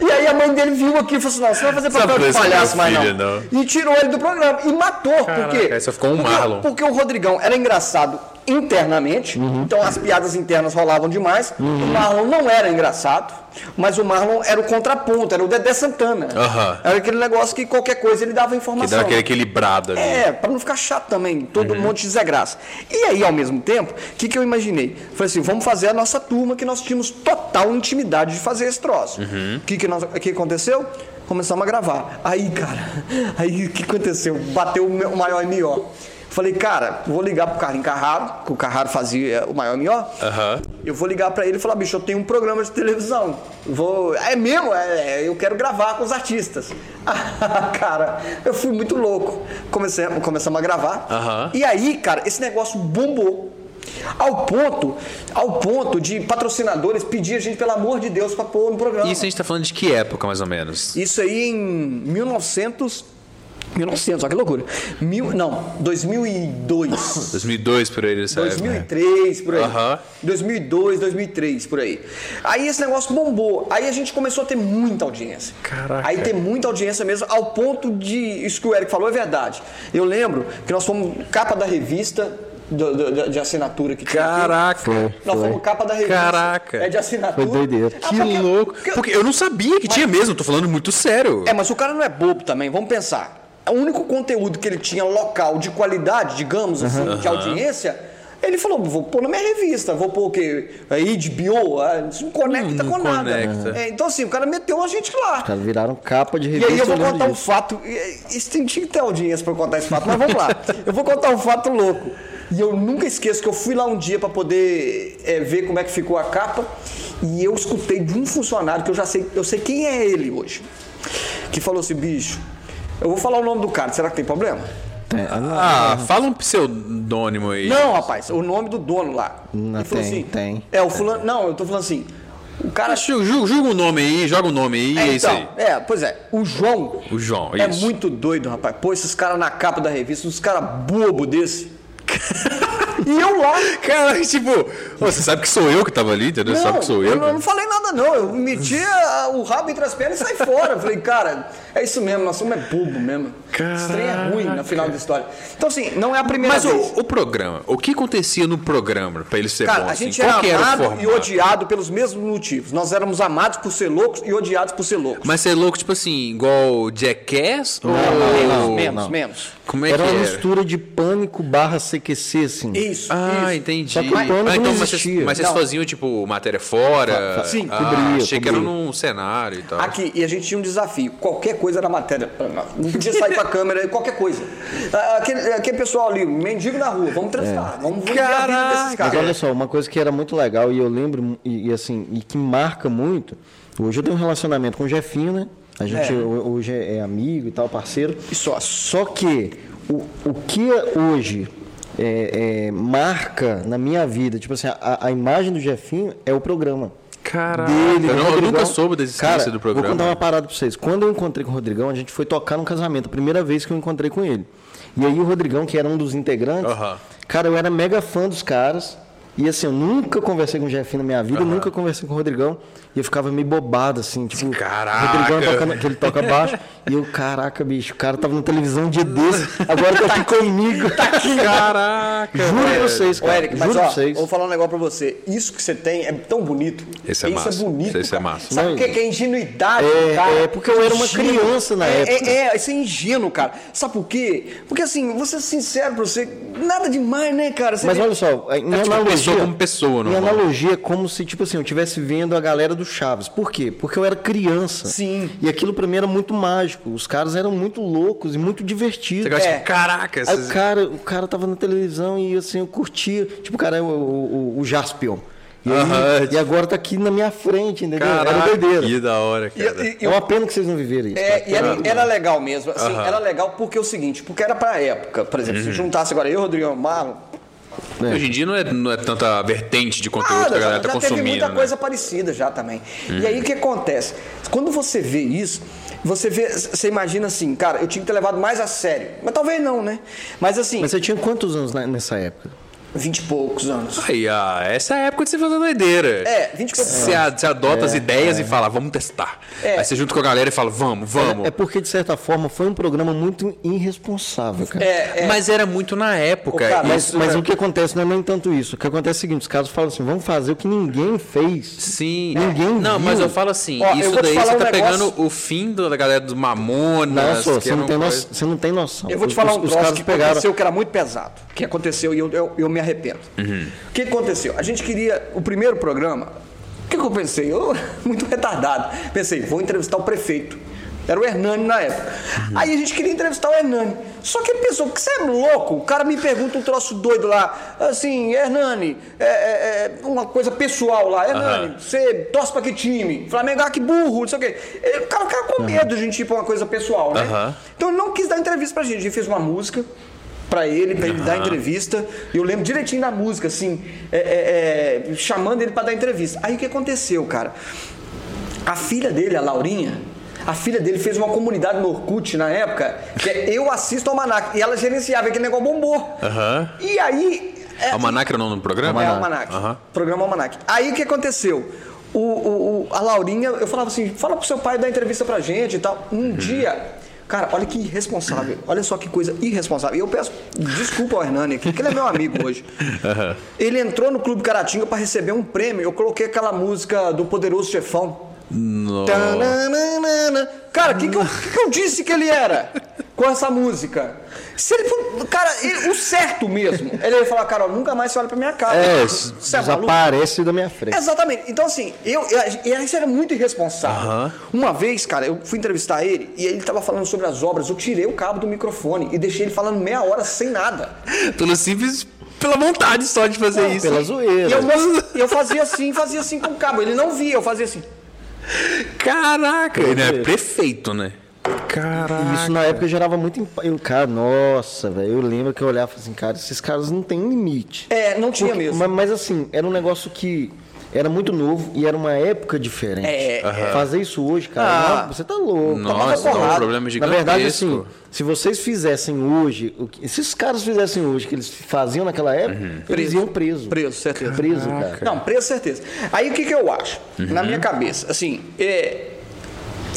S3: E aí a mãe dele viu aqui e falou assim: não, você vai fazer
S1: Sabe
S3: programa de
S1: fazer isso
S3: palhaço
S1: com meu
S3: mais não.
S1: filho, não.
S3: E tirou ele do programa. E matou.
S1: Caraca,
S3: por quê?
S1: aí só ficou um
S3: porque,
S1: Marlon.
S3: Porque o Rodrigão era engraçado internamente,
S1: Uhum.
S3: então as piadas internas rolavam demais. O Marlon não era engraçado, mas o Marlon era o contraponto, era o Dedé Santana.
S1: Aham.
S3: Era aquele negócio que qualquer coisa ele dava informação.
S1: Que dá aquela equilibrada ali.
S3: É, pra não ficar chato também, todo monte de Zé Graça. E aí, ao mesmo tempo, o que, que eu imaginei? Falei assim, vamos fazer a nossa turma que nós tínhamos total intimidade de fazer esse troço. O que, que, nós- que aconteceu? Começamos a gravar. Aí, cara, <laughs> aí o que aconteceu? Bateu o meu- o maior M.O. Falei, cara, vou ligar pro Carlinho Carraro, que o Carraro fazia o maior M.O.
S1: Aham.
S3: Eu vou ligar pra ele e falar, bicho, eu tenho um programa de televisão. Vou. É mesmo? É, é, eu quero gravar com os artistas. <laughs> Ah, cara, eu fui muito louco. Comecei, começamos a gravar.
S1: Aham.
S3: E aí, cara, esse negócio bombou. Ao ponto, ao ponto de patrocinadores pedir a gente, pelo amor de Deus, pra pôr no programa.
S1: Isso a gente tá falando de que época, mais ou menos?
S3: Isso aí em 1900. 1900, olha que loucura. Mil, não,
S1: <laughs>
S3: 2002.
S1: 2002 por aí, nessa época.
S3: 2003, por aí.
S1: É, né? Aham.
S3: 2002, 2003, por aí. Aí esse negócio bombou. Aí a gente começou a ter muita audiência.
S1: Caraca.
S3: Aí ter muita audiência mesmo, ao ponto de. Isso que o Eric falou é verdade. Eu lembro que nós fomos capa da revista. do- do- do- de assinatura que tinha. aqui.
S1: Caraca.
S3: Nós
S2: Foi.
S3: fomos capa da revista.
S1: Caraca.
S3: É de assinatura.
S2: Foi doideira.
S3: Ah,
S1: Que
S3: porque-
S1: louco.
S3: porque-
S1: Porque eu não sabia que tinha mesmo, tô falando muito sério.
S3: é, mas o cara não é bobo também, vamos pensar. O único conteúdo que ele tinha local de qualidade, digamos assim, de audiência, Ele falou, vou pôr na minha revista, vou pôr o quê? A HBO? Ah, Isso não conecta
S1: Hum, Não
S3: com
S1: conecta.
S3: nada. É, então assim, o cara meteu a gente lá.
S2: Os caras viraram capa de
S3: E
S2: revista.
S3: aí eu vou
S2: olhando
S3: contar um
S2: isso.
S3: fato. Isso tem tinha que ter audiência pra eu contar esse fato, mas vamos lá. Eu vou contar um fato louco. E eu nunca esqueço que eu fui lá um dia pra poder é, ver como é que ficou a capa. E eu escutei de um funcionário que eu já sei, eu sei quem é ele hoje. Que falou assim, bicho, eu vou falar o nome do cara, será que tem problema?
S2: Tem- ah, não.
S1: Ah, fala um pseudônimo aí.
S3: Não, rapaz, o nome do dono lá.
S2: Não,
S3: Ele falou
S2: Hum, tem, tem.
S3: É, o fulano. Não, eu tô falando assim. O cara.
S1: Ju- ju- Julga, um nome aí, joga um nome aí, é, isso aí.
S3: é, pois é, o João.
S1: O João,
S3: É
S1: isso.
S3: muito doido, rapaz. Pô, esses caras na capa da revista, uns caras
S1: <laughs>
S3: bobo desse. e eu lá.
S1: Cara, <laughs> tipo, você sabe que sou eu que tava ali, entendeu? Você sabe que sou eu. né?
S3: não falei nada, não. Eu meti a- o rabo entre as pernas e saí fora. Eu falei, cara, é isso mesmo, nós somos é bobo mesmo. Esse trem é ruim na final da história. Então, assim, não é a primeira
S1: Mas
S3: vez.
S1: o, o programa, o que acontecia no programa pra ele ser
S3: Cara,
S1: bom?
S3: a
S1: assim?
S3: gente
S1: Qual
S3: era
S1: que o
S3: amado e
S1: formato?
S3: odiado pelos mesmos motivos. Nós éramos amados por ser loucos e odiados por ser loucos.
S1: Mas você é louco, tipo assim, igual Jackass? ou...
S3: menos, menos,
S2: não.
S3: menos.
S1: Como é
S2: Era um
S1: que
S2: uma
S1: era?
S2: mistura de pânico barra CQC, assim.
S3: Isso,
S1: Ah,
S3: isso.
S1: entendi.
S2: Só que o plano
S1: então,
S2: não
S1: mas vocês,
S2: existia.
S1: mas vocês
S3: Não.
S1: faziam, tipo, matéria fora?
S2: Fa- fa- sim,
S1: Ah,
S2: cobria,
S1: Achei que era
S2: cobria.
S1: num cenário e tal.
S3: Aqui, e a gente tinha um desafio. Qualquer coisa era matéria. Não podia sair com a câmera, qualquer coisa. Ah, Aquele, aquele pessoal ali, mendigo na rua, vamos testar. Vamos ver a vida desses
S1: Caraca.
S2: É. Mas olha
S3: caras.
S2: só, uma coisa que era muito legal e eu lembro, e, e assim, e que marca muito. Hoje eu tenho um relacionamento com o Jefinho, né? A gente
S3: É.
S2: ho- hoje é é amigo e tal, parceiro.
S3: E sócio.
S2: Só que o, o que hoje é, é, marca na minha vida, tipo assim, a, a imagem do Jefinho é o programa.
S1: Caraca, eu,
S2: Dele, do
S1: não- eu
S2: Rodrigão.
S1: nunca soube da existência
S2: Cara,
S1: do
S2: Vou contar uma
S1: programa.
S2: parada pra vocês. Quando eu encontrei com o Rodrigão, a gente foi tocar num casamento, a primeira vez que eu encontrei com ele. E aí o Rodrigão, que era um dos integrantes,
S1: Aham.
S2: cara, eu era mega fã dos caras. E assim, eu nunca conversei com o Jefinho na minha vida, eu nunca conversei com o Rodrigão. E eu ficava meio bobado, assim, tipo,
S1: Caraca!
S2: o Rodrigão tocando, que ele toca baixo. e eu, caraca, bicho, o cara tava na televisão um dia desse, agora tá aqui comigo.
S1: né? Caraca,
S2: Juro pra
S1: velho.
S2: vocês,
S3: Ô,
S2: cara.
S3: Eric, mas
S2: juro
S3: ó,
S2: pra vocês.
S3: vou falar um negócio pra você. Isso que você tem é tão bonito.
S1: Esse é
S3: isso
S1: massa.
S3: é bonito.
S1: Esse é
S3: cara.
S1: massa.
S3: Sabe
S2: Não,
S3: o que que é ingenuidade,
S2: é-
S3: cara?
S2: é porque eu era uma
S3: Ingênuo.
S2: criança na
S3: É-
S2: época.
S3: É, é, isso é ingênuo, cara. Sabe por quê? Porque assim, você ser sincero pra você, nada demais, né, cara? Você
S2: Mas
S3: vê-
S2: olha só, em
S1: tipo,
S2: analogia.
S1: pessoa como pessoa,
S2: Em
S1: normal.
S2: analogia, é como se, tipo assim, eu estivesse vendo a galera do Chaves. Por quê? Porque eu era criança.
S3: Sim.
S2: E aquilo pra mim era muito mágico. Os caras eram muito loucos e muito divertidos.
S1: Você gosta
S3: É.
S1: de tipo, caraca,
S2: Aí
S1: esses-
S2: o cara, o cara tava na televisão e assim, eu curtia. Tipo, o cara é o, o, o- o Jaspion. E, aí-
S1: Aham.
S2: e agora tá aqui na minha frente, entendeu?
S1: caraca,
S2: era doideira.
S1: que da hora,
S3: E-
S1: cara.
S3: e- e
S2: É uma pena que vocês não viveram
S1: Tá
S2: isso. cara.
S3: É, e era,
S1: né?
S3: era legal mesmo. assim, Era legal porque é o seguinte, porque era pra época. Por exemplo,
S1: Uhum.
S3: se juntasse agora eu, Rodrigo e o Marlon,
S2: Né?
S1: Hoje em dia não é, não é tanta vertente de conteúdo que
S3: nada,
S1: a
S3: já,
S1: galera tá
S3: já
S1: consumindo,
S3: teve muita
S1: né?
S3: coisa parecida já também. E aí o que acontece? Quando você vê isso, você vê, você imagina assim, cara, eu tinha que ter levado mais a sério. Mas talvez não, né? Mas assim,
S2: Mas você tinha quantos anos na- nessa época?
S3: vinte e poucos anos.
S1: Aí, ah, essa é a época de você fazer doideira.
S3: É, 20 e poucos
S1: Você a- você adota
S2: É.
S1: as ideias e fala, vamos testar.
S3: É.
S1: Aí você junta com a galera e fala, vamos, vamos.
S2: É porque, de certa forma, foi um programa muito irresponsável, cara.
S3: É, é.
S1: Mas era muito na época.
S3: Ô, cara,
S2: Mas,
S1: isso-
S2: mas o que acontece não é nem tanto isso. O que acontece é o seguinte: os caras falam assim, vamos fazer o que ninguém fez.
S1: Sim.
S2: Ninguém
S1: Não,
S2: viu.
S1: mas eu falo assim,
S3: Ó, eu
S1: isso
S3: vou te
S1: daí
S3: falar
S1: você
S3: um
S1: tá
S3: negócio-
S1: pegando o fim do- da galera dos Mamonas.
S2: Nossa,
S1: que
S2: você
S1: era
S2: não,
S1: uma
S2: tem
S1: coisa-
S2: noção, você não tem noção.
S3: Eu vou te
S2: Os-
S3: falar um
S2: os, os
S3: troço
S2: caras
S3: que
S2: pegaram.
S3: aconteceu que era muito pesado. Que aconteceu e eu, eu, eu me arrependo.
S2: Uhum.
S3: O que aconteceu? A gente queria o primeiro programa. O que, que eu pensei? Eu, <laughs> muito retardado. Pensei, vou entrevistar o prefeito. Era o Hernani na época.
S2: Uhum.
S3: Aí a gente queria entrevistar o Hernani. Só que ele pensou, que você é louco? O cara me pergunta um troço doido lá. Assim, Hernani, é, é, é, uma coisa pessoal lá. Hernani, você torce pra que time? Flamengo, ah, que burro, não sei o quê. Ele- O cara, o cara com medo de a gente ir pra uma coisa pessoal, né?
S1: Aham.
S3: Então ele não quis dar entrevista pra gente. A gente fez uma música pra ele, pra ele dar entrevista. E eu lembro direitinho da música, assim, é, é, é, chamando ele pra dar entrevista. Aí o que aconteceu, cara? A filha dele, a Laurinha, a filha dele fez uma comunidade no Orkut na época, que é Eu Assisto ao Manac. E ela gerenciava aquele negócio bombou.
S1: Aham.
S3: E aí. é-
S1: Almanac era o nome do programa?
S3: é, Almanac.
S1: Aham.
S3: Programa Almanac. Aí o que aconteceu? O, o- o- a Laurinha, eu falava assim, fala pro seu pai dar entrevista pra gente e tal. Um dia... Cara, olha que irresponsável. Olha só que coisa irresponsável. E eu peço desculpa ao Hernani aqui, que ele é meu amigo <laughs> hoje. Ele entrou no Clube Caratinga pra receber um prêmio. Eu coloquei aquela música do Poderoso Chefão.
S1: No-
S3: Tananana. Cara, o que, que, eu- que que eu disse que ele era? com essa música. Se ele for, cara, ele- o certo mesmo, ele ia falar, cara, ó, nunca mais você olha pra minha cara.
S2: É,
S3: Você maluco?
S2: desaparece da minha frente.
S3: Exatamente. Então, assim, eu, eu, eu- isso era muito irresponsável. Uma vez, cara, eu fui entrevistar ele e ele tava falando sobre as obras. Eu tirei o cabo do microfone e deixei ele falando meia hora sem nada.
S1: Pelo simples. Pela vontade só de fazer isso.
S2: Pela zoeira.
S3: assim, E eu, mos- eu fazia assim, fazia assim com o cabo. Ele não via, eu fazia assim.
S1: Caraca, ele é prefeito, né?
S3: Tá
S1: Caraca.
S2: Isso na época gerava muito impacto. Cara, nossa, velho. Eu lembro que eu olhava e falava assim, cara, esses caras não têm limite.
S3: É, não tinha
S2: Porque-
S3: mesmo.
S2: ma- Mas, assim, era um negócio que era muito novo e era uma época diferente.
S3: É,
S2: Fazer isso hoje, cara,
S3: Ah.
S2: não, você tá louco.
S1: Nossa,
S3: tomava
S1: dá um
S3: porrada.
S1: problema
S2: Na
S1: gigantesco.
S2: verdade, assim, se vocês fizessem hoje, o que, se os caras fizessem hoje o que eles faziam naquela época,
S1: Uhum.
S2: eles
S3: Preso.
S2: iam preso.
S3: Preso, certeza.
S2: Preso, cara.
S3: Não, preço certeza. Aí o que, que eu acho? Na
S1: Uhum.
S3: minha cabeça, assim, é,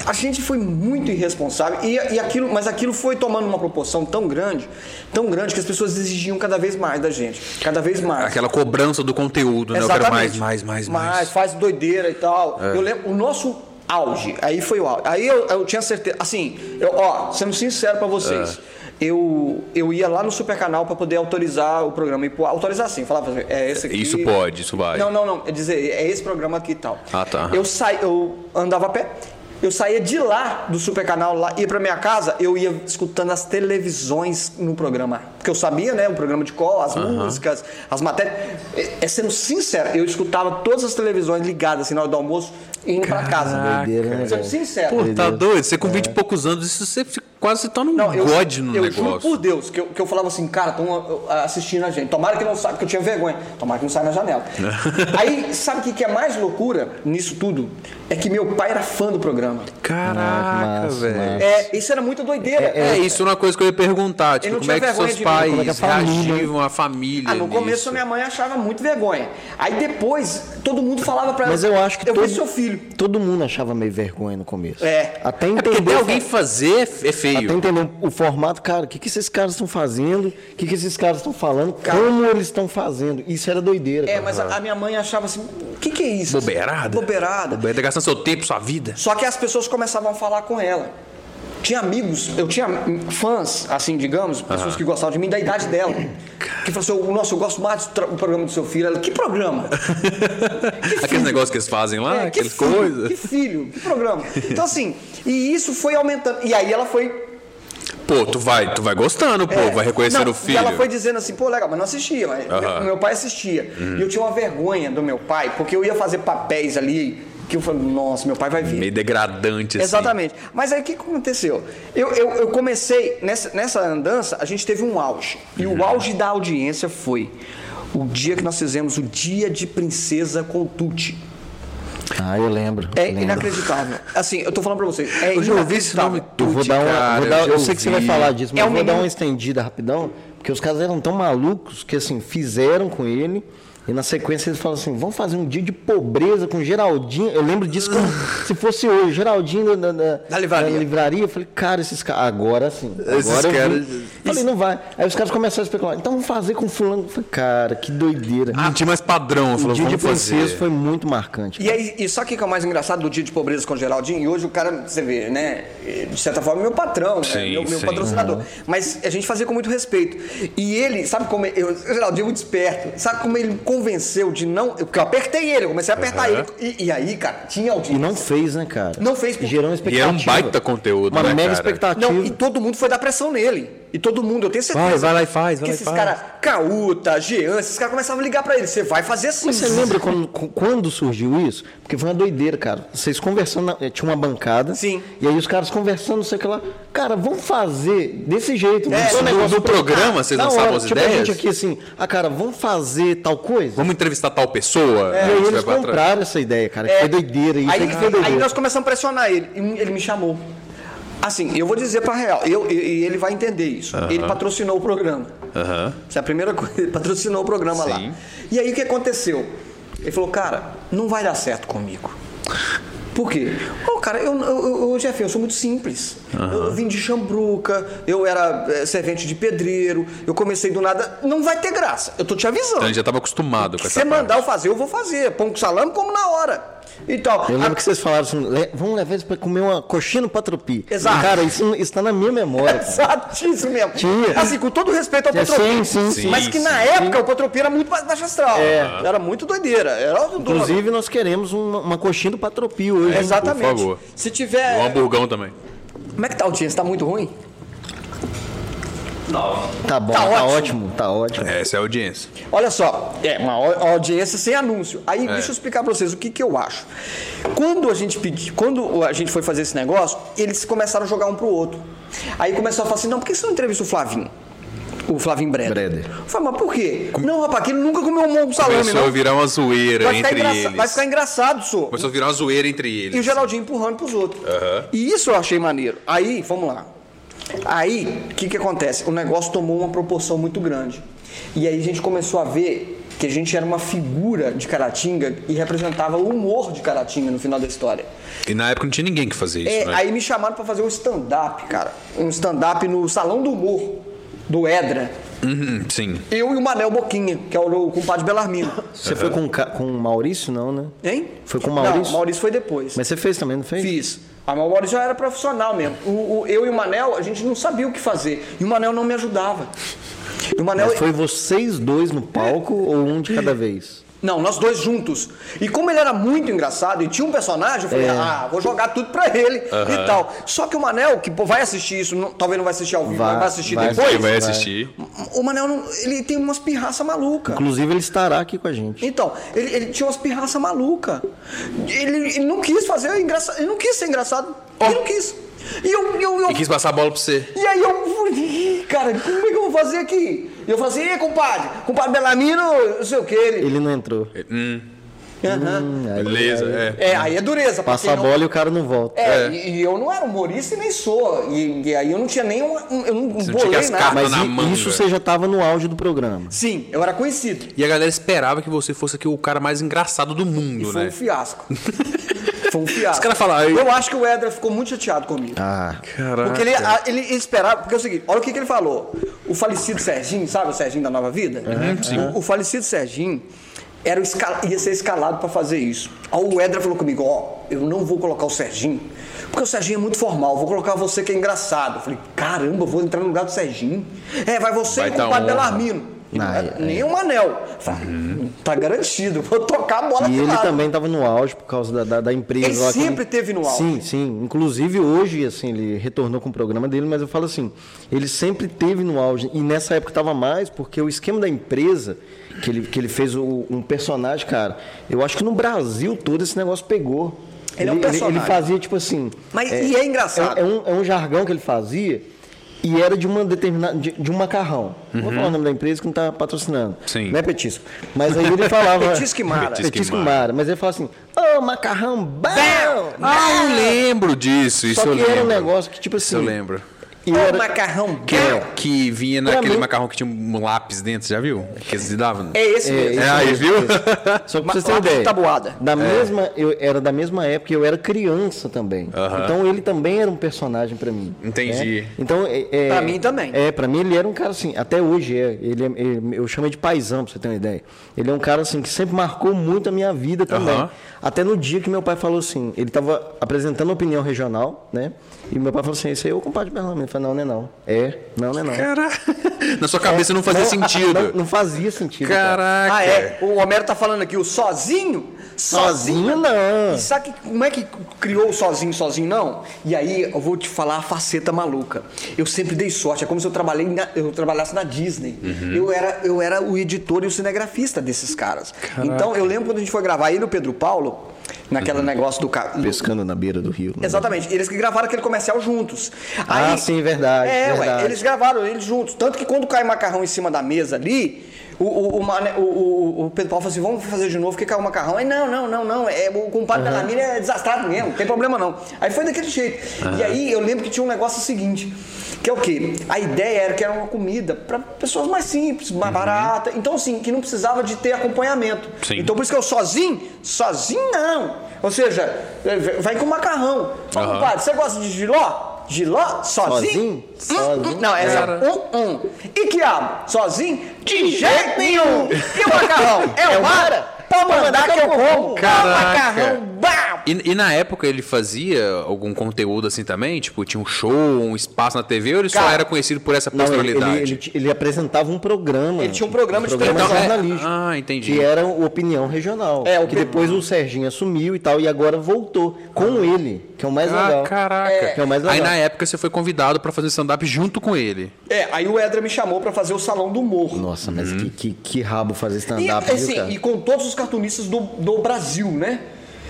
S3: a gente foi muito irresponsável e, e aquilo, mas aquilo foi tomando uma proporção tão grande, tão grande que as pessoas exigiam cada vez mais da gente, cada vez mais.
S1: Aquela cobrança do conteúdo, né? Eu quero mais, mais, mais, mais. É.
S3: faz doideira e tal. Eu lembro, o nosso auge, aí foi o auge. Aí eu, eu tinha certeza, assim, eu, ó, sendo sincero pra vocês,
S1: É.
S3: eu, eu ia lá no Supercanal pra poder autorizar o programa. E, pô, autorizar assim, falava, assim, é esse aqui.
S1: Isso pode, isso vai.
S3: Não, não, não, é dizer, é esse programa aqui e tal.
S1: Ah, tá.
S3: Eu, saí, eu andava a pé. Eu saía de lá, do supercanal, lá, ia pra minha casa, eu ia escutando as televisões no programa. Porque eu sabia, né? O programa de cola, as músicas, as matérias. É, é sendo sincero, eu escutava todas as televisões ligadas, assim, na hora do almoço, e indo pra casa.
S2: Doideira, né,
S3: Sendo
S2: velho?
S3: sincero.
S1: Pô, tá doido? Você com 20 e poucos anos, isso você fica- quase se torna um
S3: É. Não, eu,
S1: god no
S3: eu juro por
S1: negócio.
S3: Deus que eu, que eu falava assim, cara, estão assistindo a gente. Tomara que não saia, porque eu tinha vergonha. Tomara que não saia
S1: <laughs>
S3: na janela. Aí, sabe o que, que é mais loucura nisso tudo? É que meu pai era fã do programa.
S1: Caraca,
S2: massa,
S1: velho.
S2: massa.
S3: É, isso era muita doideira. Ah,
S1: É, isso é uma coisa que eu ia perguntar.
S3: Ele
S1: Tipo,
S3: não
S1: como é que
S3: tinha vergonha
S1: seus
S3: de mim,
S1: pais
S3: como é
S2: que a família-
S1: reagiam à família?
S3: Ah, no começo
S1: nisso?
S3: minha mãe achava muito vergonha. Aí depois todo mundo falava pra ela.
S2: É, Mas eu acho que
S3: eu vi
S2: todo,
S3: seu filho.
S2: todo mundo achava meio vergonha no começo.
S3: É.
S2: Até
S1: É porque
S2: entender,
S1: até alguém fazer é
S2: até
S1: feio.
S2: entender o formato, cara, o que, que esses caras estão fazendo, o que, que esses caras estão falando, como eles estão fazendo. Isso era doideira.
S3: É,
S2: cara.
S3: mas a, a minha mãe achava assim, o que, que é isso?
S1: Bobeirada?
S3: Bobeirada.
S1: Tá gastando seu tempo, sua vida.
S3: Só que as pessoas começavam a falar com ela. Tinha amigos, eu tinha fãs, assim, digamos, pessoas que gostavam de mim, da idade dela. Que falaram assim, nossa, eu gosto mais do tra- do programa do seu filho. Ela, que programa?
S1: Aqueles negócios que eles fazem lá,
S3: É, que
S1: Ah, aquelas
S3: filho,
S1: coisas.
S3: Que filho, que programa. Então, assim, e isso foi aumentando. E aí ela foi
S1: Pô, tu vai, tu vai gostando, pô,
S3: É.
S1: vai reconhecendo
S3: Não,
S1: o filho.
S3: E ela foi dizendo assim, pô, legal, mas não assistia. Mas
S1: Aham. Uhum.
S3: meu, meu pai assistia. E eu tinha uma vergonha do meu pai, porque eu ia fazer papéis ali, que eu falei, nossa, meu pai vai vir.
S1: Meio degradante, assim.
S3: Exatamente. Mas aí o que que aconteceu? Eu, eu, eu comecei, nessa, nessa andança, a gente teve um auge. E
S1: Uhum.
S3: o auge da audiência foi o dia que nós fizemos o Dia de Princesa com o Tuti.
S2: Ah, eu lembro.
S3: É
S2: lembro.
S3: inacreditável. Assim, eu tô falando pra vocês. É
S1: Eu já ouvi esse
S3: inacreditável.
S1: nome.
S2: Eu vou
S1: Putz,
S2: dar uma,
S1: cara,
S2: vou dar-
S1: eu
S2: eu,
S1: já
S2: sei que você vai
S1: ouvi.
S2: falar disso, mas
S3: É
S2: eu
S3: um
S2: vou dar
S3: menino-
S2: uma estendida rapidão, porque os caras eram tão malucos que assim, fizeram com ele. E na sequência eles falam assim: vamos fazer um dia de pobreza com Geraldinho. Eu lembro
S1: <laughs>
S2: disso como se fosse hoje, Geraldinho da, da,
S3: Da livraria.
S2: livraria. Eu falei, cara, esses caras. Agora sim.
S1: Esses
S2: agora eu vi.
S1: caras-
S2: Falei, não vai. Aí os caras começaram a especular: então vamos fazer com Fulano. Eu falei, cara, que doideira.
S1: Ah, não tinha mais padrão.
S2: o
S1: Falou,
S2: dia de
S1: vamos
S2: princesa
S1: fazer.
S2: foi muito marcante.
S3: E aí, e só que o que é o mais engraçado do dia de pobreza com o Geraldinho, e hoje o cara, você vê, né? De certa forma, meu patrão, né,
S1: Sim,
S3: meu, meu
S1: sim. Uhum.
S3: patrocinador. Mas a gente fazia com muito respeito. E ele, sabe como. Eu, o Geraldinho é muito esperto. Sabe como ele me convenceu de não. Porque eu apertei ele, eu comecei a apertar
S1: Aham.
S3: ele. E, e aí, cara, tinha
S2: E
S3: audiência.
S2: não fez, né, cara?
S3: Não fez, porque-
S2: Gerou uma
S1: E
S2: expectativa.
S1: era um baita conteúdo,
S2: Uma
S1: né,
S2: mega
S1: cara?
S2: expectativa.
S3: Não, e todo mundo foi dar pressão nele. E todo mundo, eu tenho certeza.
S1: Vai, vai lá e faz, vai lá
S3: que
S1: e
S3: esses
S1: faz.
S3: caras, Cauta, Jean, esses caras começavam a ligar pra ele. Você vai fazer sim.
S2: Mas você lembra quando, cu- quando surgiu isso? Porque foi uma doideira, cara. Vocês conversando, na- eh, tinha uma bancada.
S3: Sim.
S2: E aí os caras conversando, não sei o que lá. Cara, vamos fazer desse jeito.
S3: É,
S2: vamos fazer um
S3: no-
S2: negócio
S1: no programa, vocês
S2: Na
S1: lançavam
S2: hora,
S1: as
S2: tipo,
S1: ideias?
S2: a gente aqui assim, ah, cara, vamos fazer tal coisa?
S1: Vamos entrevistar tal pessoa?
S2: e
S1: a
S2: aí
S1: gente
S2: eles
S1: vai pra trás.
S2: compraram essa ideia, cara.
S3: É.
S2: Que foi doideira. Isso aí,
S3: Aí,
S2: que foi
S3: aí
S2: doideira.
S3: nós começamos a pressionar ele. E ele me chamou. Assim, eu vou dizer pra real, eu, eu- e ele vai entender isso. Ele patrocinou o programa.
S1: Aham.
S3: Isso é a primeira coisa, <laughs> ele patrocinou o programa
S1: Sim.
S3: lá. E aí o que aconteceu? Ele falou, cara, não vai dar certo comigo. Por quê? Ô, cara, eu, eu, eu- eu, Jeff, eu sou muito simples. Eu, eu vim de Chambruca, eu era eh, servente de pedreiro, eu comecei do nada. Não vai ter graça, eu tô te avisando.
S2: Então,
S1: Então ele já tava acostumado com
S3: Se
S1: essa
S3: você
S1: parte.
S3: mandar eu fazer, eu vou fazer. Pão com salame, um como na hora. Então,
S2: Eu lembro
S3: a-
S2: que vocês falaram assim, "Le- vamos levar eles pra comer uma coxinha no Patropi.
S3: Exato.
S2: Cara, isso, isso tá na minha memória. cara.
S3: Exato, isso mesmo.
S2: Tinha.
S3: Assim, com todo respeito ao
S2: É, sim,
S3: Potropina.
S2: sim,
S1: sim.
S3: Mas que
S1: Sim,
S3: na
S1: sim. É.
S3: época o Potropina era muito mais baixo astral. Era muito doideira. Era o do-
S2: Inclusive, nós queremos um, uma, uma coxinha do Patropi hoje. hein?
S3: Exatamente.
S1: Por favor.
S3: Se
S1: O
S3: tiver.
S1: hamburgão também.
S3: Como é que tá a audiência? Tá muito ruim?
S2: Tá bom,
S3: Tá
S2: tá,
S3: ótimo.
S2: ótimo. tá ótimo.
S1: Essa é a audiência.
S3: Olha só, é uma au- audiência sem anúncio. Aí
S1: É.
S3: deixa eu explicar pra vocês o que, que eu acho. Quando a gente pedi, quando a gente foi fazer esse negócio, eles começaram a jogar um pro outro. Aí começaram a falar assim: "Não, por que você não entrevista o Flavinho?" O Flavinho Breder.
S2: Breder.
S3: Eu falei, mas por quê? Não, rapaz, que ele nunca comeu um monte de salame,
S1: Começou
S3: não.
S1: a virar uma zoeira
S3: Vai ficar,
S1: entre
S3: engraça-
S1: eles.
S3: vai ficar engraçado, senhor.
S1: Começou a virar uma zoeira entre eles.
S3: E o Geraldinho empurrando pros outros. E isso eu achei maneiro. Aí, vamos lá. Aí, o que, que acontece? O negócio tomou uma proporção muito grande. E aí a gente começou a ver que a gente era uma figura de Caratinga e representava o humor de Caratinga no final da história.
S1: E na época não tinha ninguém que fazia isso,
S3: É,
S1: né?
S3: aí me chamaram pra fazer um stand-up, cara. Um stand-up no Salão do Humor, do Edra.
S1: Uhum, sim.
S3: Eu e o Manel Boquinha, que é o, o compadre Belarmino.
S2: Você foi com, o Ca- com o Maurício, não, né?
S3: Hein?
S2: Foi com o
S3: Não,
S2: Maurício?
S3: Maurício foi depois.
S2: Mas você fez também, não fez?
S3: Fiz. A Mauri já era profissional mesmo. O, o- eu e o Manel, a gente não sabia o que fazer. E o Manel não me ajudava. E o Manel.
S2: Mas foi vocês dois no palco ou um de cada vez?
S3: Não, nós dois juntos. E como ele era muito engraçado e tinha um personagem, eu falei,
S2: É.
S3: ah, vou jogar tudo pra ele e tal. Só que o Manel, que pô, vai assistir isso, não- talvez não vai assistir ao vivo,
S2: Vai,
S3: mas vai assistir
S2: vai
S3: depois.
S1: Quem vai
S2: vai.
S1: assistir?
S3: O Manel, não- ele tem umas pirraças malucas.
S2: Inclusive, ele estará aqui com a gente.
S3: Então, ele, ele tinha umas pirraças malucas. Ele, ele não quis fazer engraçado. Ele não quis ser engraçado. Ele não quis. E eu, eu,
S2: É.
S3: eu
S1: E quis passar a bola pra você.
S3: E aí eu falei, cara, como é que eu vou fazer aqui? E eu falei assim, ei, compadre, compadre Belamino, não sei o que, ele...
S2: Ele não entrou.
S3: Aham.
S2: Aí-
S1: Beleza, é.
S3: É, aí é dureza. pra
S2: Passa
S3: quem
S2: a
S3: não-
S2: bola e o cara não volta.
S3: É,
S1: É.
S3: E, e eu não era humorista e nem sou. E, e aí eu não tinha nem um, um- eu não
S1: tinha
S3: bolei
S1: as
S3: nada.
S1: capas.
S2: Mas
S1: na
S2: i-
S1: manga.
S2: isso você já tava no auge do programa.
S3: Sim, eu era conhecido.
S1: E a galera esperava que você fosse aqui o cara mais engraçado do
S3: E
S1: mundo,
S3: foi
S1: né? <laughs>
S3: um fiasco. foi um fiasco.
S1: Os caras falaram, "Ai."
S3: Eu acho que o Edra ficou muito chateado comigo.
S2: Ah,
S1: Caraca.
S3: Porque ele, a- ele esperava. Porque é o seguinte, olha o que, que ele falou. O falecido Serginho, sabe o Serginho da Nova Vida? Uhum. O, o falecido Serginho era o esca- ia ser escalado pra fazer isso. Aí o Edra falou comigo: Ó, eu não vou colocar o Serginho, porque o Serginho é muito formal, vou colocar você que é engraçado. Eu falei: caramba, eu vou entrar no lugar do Serginho. É, vai você
S1: Vai
S3: e o
S1: dar
S3: compadre
S1: honra. Uhum.
S3: Belarmino. E não
S2: Ah,
S3: era
S2: é,
S3: Nem um anel. Eu falei, Tá garantido, vou tocar a bola
S2: E
S3: pro
S2: ele
S3: lado.
S2: também tava no auge por causa da, da, da empresa.
S3: Ele
S2: lá que
S3: sempre teve no auge.
S2: Sim, sim. Inclusive hoje, assim, ele retornou com o programa dele, mas eu falo assim, ele sempre teve no auge. E nessa época tava mais, porque o esquema da empresa, que ele, que ele fez o- um personagem, cara, eu acho que no Brasil todo esse negócio pegou.
S3: Ele é um personagem.
S2: ele fazia, tipo assim...
S3: Mas- e é engraçado.
S2: É, é um, é um jargão que ele fazia e era de uma determinada de, de um macarrão. Não Vou falar o nome da empresa que não tá patrocinando.
S1: Sim.
S2: Não é petisco. Mas aí ele falava...
S3: Petisco e Mara.
S2: Petisco e Mara. Mas ele fala assim, ô, macarrão bom!
S1: Ah, eu lembro disso. Isso
S2: É. Só
S1: eu
S2: que
S1: lembro.
S2: era um negócio que, tipo assim...
S1: Isso eu lembro.
S2: e
S3: Ô,
S2: era- É.
S3: macarrão.
S1: Que, que vinha
S2: Pra
S1: naquele
S2: mim-
S1: macarrão que tinha um lápis dentro, você já viu? Que eles davam.
S3: É esse
S2: É,
S3: mesmo.
S2: esse
S1: aí,
S2: mesmo,
S1: viu? É.
S2: esse. Só pra vocês terem
S3: Lápis de
S2: ideia.
S3: tabuada.
S2: Da mesma, eu, era da mesma época e eu era criança também.
S1: Aham.
S2: Então ele também era um personagem pra mim.
S1: Entendi.
S2: né? Então, é, é-
S3: Pra mim também.
S2: É, pra mim ele era um cara assim, até hoje é. Ele, é- ele- eu chamo ele de paizão, pra você ter uma ideia. Ele é um cara assim que sempre marcou muito a minha vida também.
S1: Aham.
S2: Até no dia que meu pai falou assim, ele tava apresentando opinião regional, né? E meu pai falou assim, esse aí é o compadre Berlamino. Eu falei, não, não é não. É, não, não é não.
S1: Cara, na sua cabeça não fazia
S2: Não,
S1: sentido.
S2: É. Não, não fazia sentido. cara.
S1: Caraca.
S3: Ah, é. O Homero tá falando aqui, o sozinho?
S2: Sozinho não.
S3: E sabe que- como é que criou o sozinho, sozinho não? E aí eu vou te falar a faceta maluca. Eu sempre dei sorte, é como se eu, trabalhei na- eu trabalhasse na Disney.
S2: Uhum.
S3: Eu, era, eu era o editor e o cinegrafista desses caras. Então eu lembro quando a gente foi gravar ele e o Pedro Paulo,
S2: Uhum.
S3: naquele negócio do, ca- do,
S2: Pescando na beira do rio. né?
S3: Exatamente. Eles que gravaram aquele comercial juntos.
S2: Ah, sim, verdade,
S3: É, ué,
S2: verdade.
S3: eles gravaram eles juntos. Tanto que quando cai macarrão em cima da mesa ali, o, o, o, Mané- o- o- o Pedro Paulo falou assim: vamos fazer de novo, que caiu o macarrão. Aí, não, não, não, não. É, o compadre da Lamina é desastrado mesmo, não tem problema não. Aí foi daquele jeito. E aí eu lembro que tinha um negócio seguinte. Que é o quê? A ideia era que era uma comida para pessoas mais simples, mais
S2: Uhum.
S3: barata. Então, assim, que não precisava de ter acompanhamento.
S1: Sim.
S3: Então, por isso que eu sozinho, sozinho não. Ou seja, eh, vai com macarrão. Fala,
S1: Aham.
S3: compadre, você gosta de giló? Giló? Sozinho? Hum,
S2: Sozinho? Sozinho.
S3: Não, é só
S1: Cara.
S3: um,
S1: <laughs>
S3: um. E quiabo? Sozinho? De jeito nenhum. E o macarrão? É o Mara? Pra mandar que eu como.
S1: Caraca.
S3: Ah, macarrão. Bah!
S1: E, e na época ele fazia algum conteúdo assim também? Tipo, tinha um show, um espaço na TV ou ele só
S3: Cara,
S1: era conhecido por essa
S2: Não, ele,
S1: personalidade?
S2: ele- ele- ele apresentava um programa.
S3: Ele tinha um programa de
S1: Então,
S3: televisão.
S1: é-
S2: jornalístico.
S1: Ah, entendi.
S2: Que era o Opinião Regional.
S3: É, o
S2: que
S3: Pe-
S2: depois o Serginho assumiu e tal, e agora voltou com ele, que é o mais
S1: Ah,
S2: legal.
S1: caraca.
S2: Que é o mais
S1: Aí
S2: legal.
S1: na época você foi convidado pra fazer stand-up junto com ele.
S3: É, aí o Edra me chamou pra fazer o Salão do Humor.
S2: Nossa,
S1: Uhum.
S2: mas que, que, que rabo fazer
S3: E,
S2: stand-up, viu,
S3: assim,
S2: cara?
S3: e com todos os cartunistas do, do Brasil, né?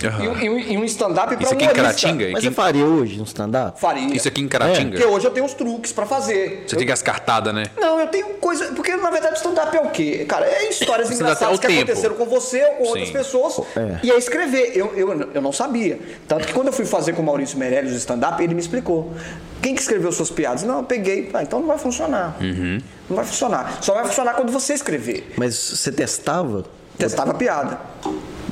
S1: Aham.
S3: E um- E, um, e um stand-up pra
S1: Isso aqui em
S3: humorista.
S1: Caratinga?
S2: Mas
S1: Quem-
S2: você faria hoje um stand-up?
S3: Faria.
S1: Isso aqui em
S3: Porque
S1: Caratinga?
S3: hoje É. eu tenho os truques pra fazer.
S1: Você tem que as cartadas, né?
S3: Não, eu tenho coisa. Porque na verdade stand-up é o quê? Cara, é histórias
S1: Stand-up é
S3: engraçadas
S1: o
S3: que
S1: tempo.
S3: aconteceram com você ou com outras
S1: Sim.
S3: pessoas.
S2: É.
S3: E é escrever. Eu, eu, eu não sabia. Tanto que quando eu fui fazer com o Maurício Meirelles o stand-up, ele me explicou. Quem que escreveu suas piadas? Não, eu peguei. Ah, então não vai funcionar.
S1: Uhum.
S3: Não vai funcionar. Só vai funcionar quando você escrever.
S2: Mas você testava?
S3: Testava a piada.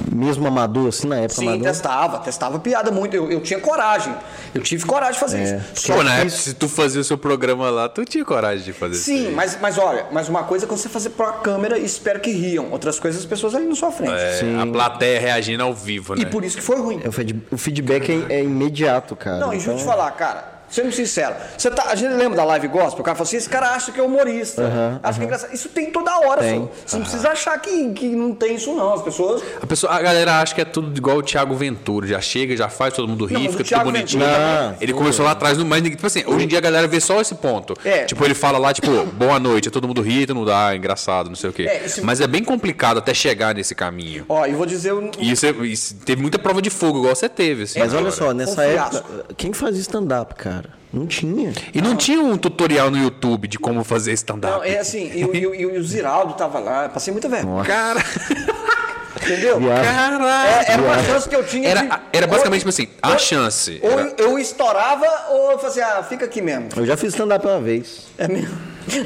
S2: Mesmo amador, assim, na época
S3: Sim,
S2: amador?
S3: testava, testava piada muito. Eu, eu tinha coragem. Eu tive coragem de fazer isso. Só
S1: Pô, né?
S3: que-
S1: na época, se tu fazia o seu programa lá, tu tinha coragem de fazer isso.
S3: Sim,
S1: aí.
S3: mas, mas olha, mas uma coisa é quando você fazer pra câmera e espero que riam. Outras coisas as pessoas ali na sua frente.
S1: É, A plateia reagindo ao vivo, né?
S3: E por isso que foi ruim.
S2: É, o feed- O feedback é, é imediato, cara.
S3: Não, e deixa eu te
S2: Então-
S3: falar, cara. Sendo sincero, você tá, a gente lembra da live gospel? O cara falou assim: esse cara acha que é humorista. acha que é engraçado. Isso tem toda hora,
S2: Tem.
S3: senhor. Você não precisa achar que, que não tem isso, não. As pessoas.
S1: A, pessoa, a galera acha que é tudo igual o Thiago Ventura. Já chega, já faz, todo mundo ri,
S3: Não, mas o
S1: fica tudo
S3: Thiago
S1: bonitinho.
S3: Ventura
S2: também- Não,
S1: ele começou lá atrás, mas ninguém- tipo assim, hoje em dia a galera vê só esse ponto.
S3: É.
S1: Tipo, ele fala lá, tipo, boa noite, aí todo mundo ri, todo mundo, ah, engraçado, não sei o quê.
S3: É, isso-
S1: Mas é bem complicado até chegar nesse caminho.
S3: Ó, eu vou dizer. um-
S1: E isso, é- isso- teve muita prova de fogo, igual você teve. assim,
S2: Mas olha
S1: agora.
S2: só, nessa
S3: Foi um
S2: época, quem fazia stand-up, cara? Não tinha.
S1: E não tinha um tutorial no YouTube de como fazer stand-up.
S3: Não, é assim, e, o- e o- e o Ziraldo tava lá, passei muita vergonha.
S1: Cara,
S3: Entendeu?
S1: caralho.
S3: É, era uma chance que eu tinha. de-
S1: Era, era basicamente tipo assim, a
S3: ou-
S1: chance.
S3: Ou
S1: Era-
S3: eu estourava ou eu fazia, ah, fica aqui mesmo.
S2: Eu já fiz stand-up uma vez.
S3: É mesmo.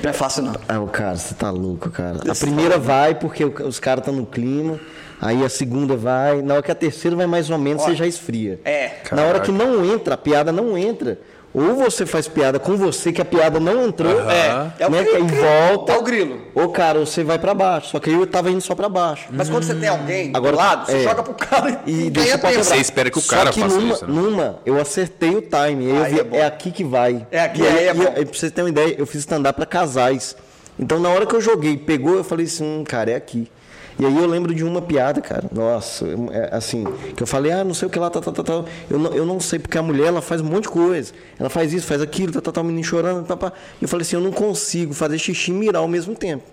S3: Não é fácil, não.
S2: Ah, o cara, você tá louco, cara. A primeira vai porque o- os caras estão no clima. Aí a segunda vai. Na hora que a terceira vai mais ou menos, você já esfria.
S3: É.
S2: Na hora que não entra, a piada não entra. Ou você faz piada com você que a piada não entrou.
S1: Aham.
S3: É, é o
S2: né?
S3: cri-
S2: Aí
S3: cri-
S2: volta.
S3: é o grilo.
S2: Ou, cara, você vai pra baixo. Só que eu tava indo só pra baixo.
S3: Mas quando você tem alguém
S2: Agora-
S3: do lado, você
S2: é.
S3: joga pro cara e,
S2: E deixa pra
S1: Você
S2: quebrar.
S1: espera que o
S2: Só
S1: cara
S2: que
S1: faça
S2: numa,
S1: isso, né?
S2: Numa, eu acertei o time. Aí eu
S3: Aí
S2: vi,
S3: é bom.
S2: é, aqui que vai.
S3: É aqui,
S2: e
S3: aí é
S2: e-
S3: bom.
S2: e pra vocês terem uma ideia, eu fiz stand-up pra casais. Então na hora que eu joguei, pegou, eu falei assim, hum, cara, é aqui. E aí eu lembro de uma piada, cara. Nossa, é assim, que eu falei, ah, não sei o que lá, tá, tá, tá, tá. Eu não, eu não sei, porque a mulher, ela faz um monte de coisa. Ela faz isso, faz aquilo, tá, tá, tá, o menino chorando, tá, pá. Eu falei assim, eu não consigo fazer xixi e mirar ao mesmo tempo.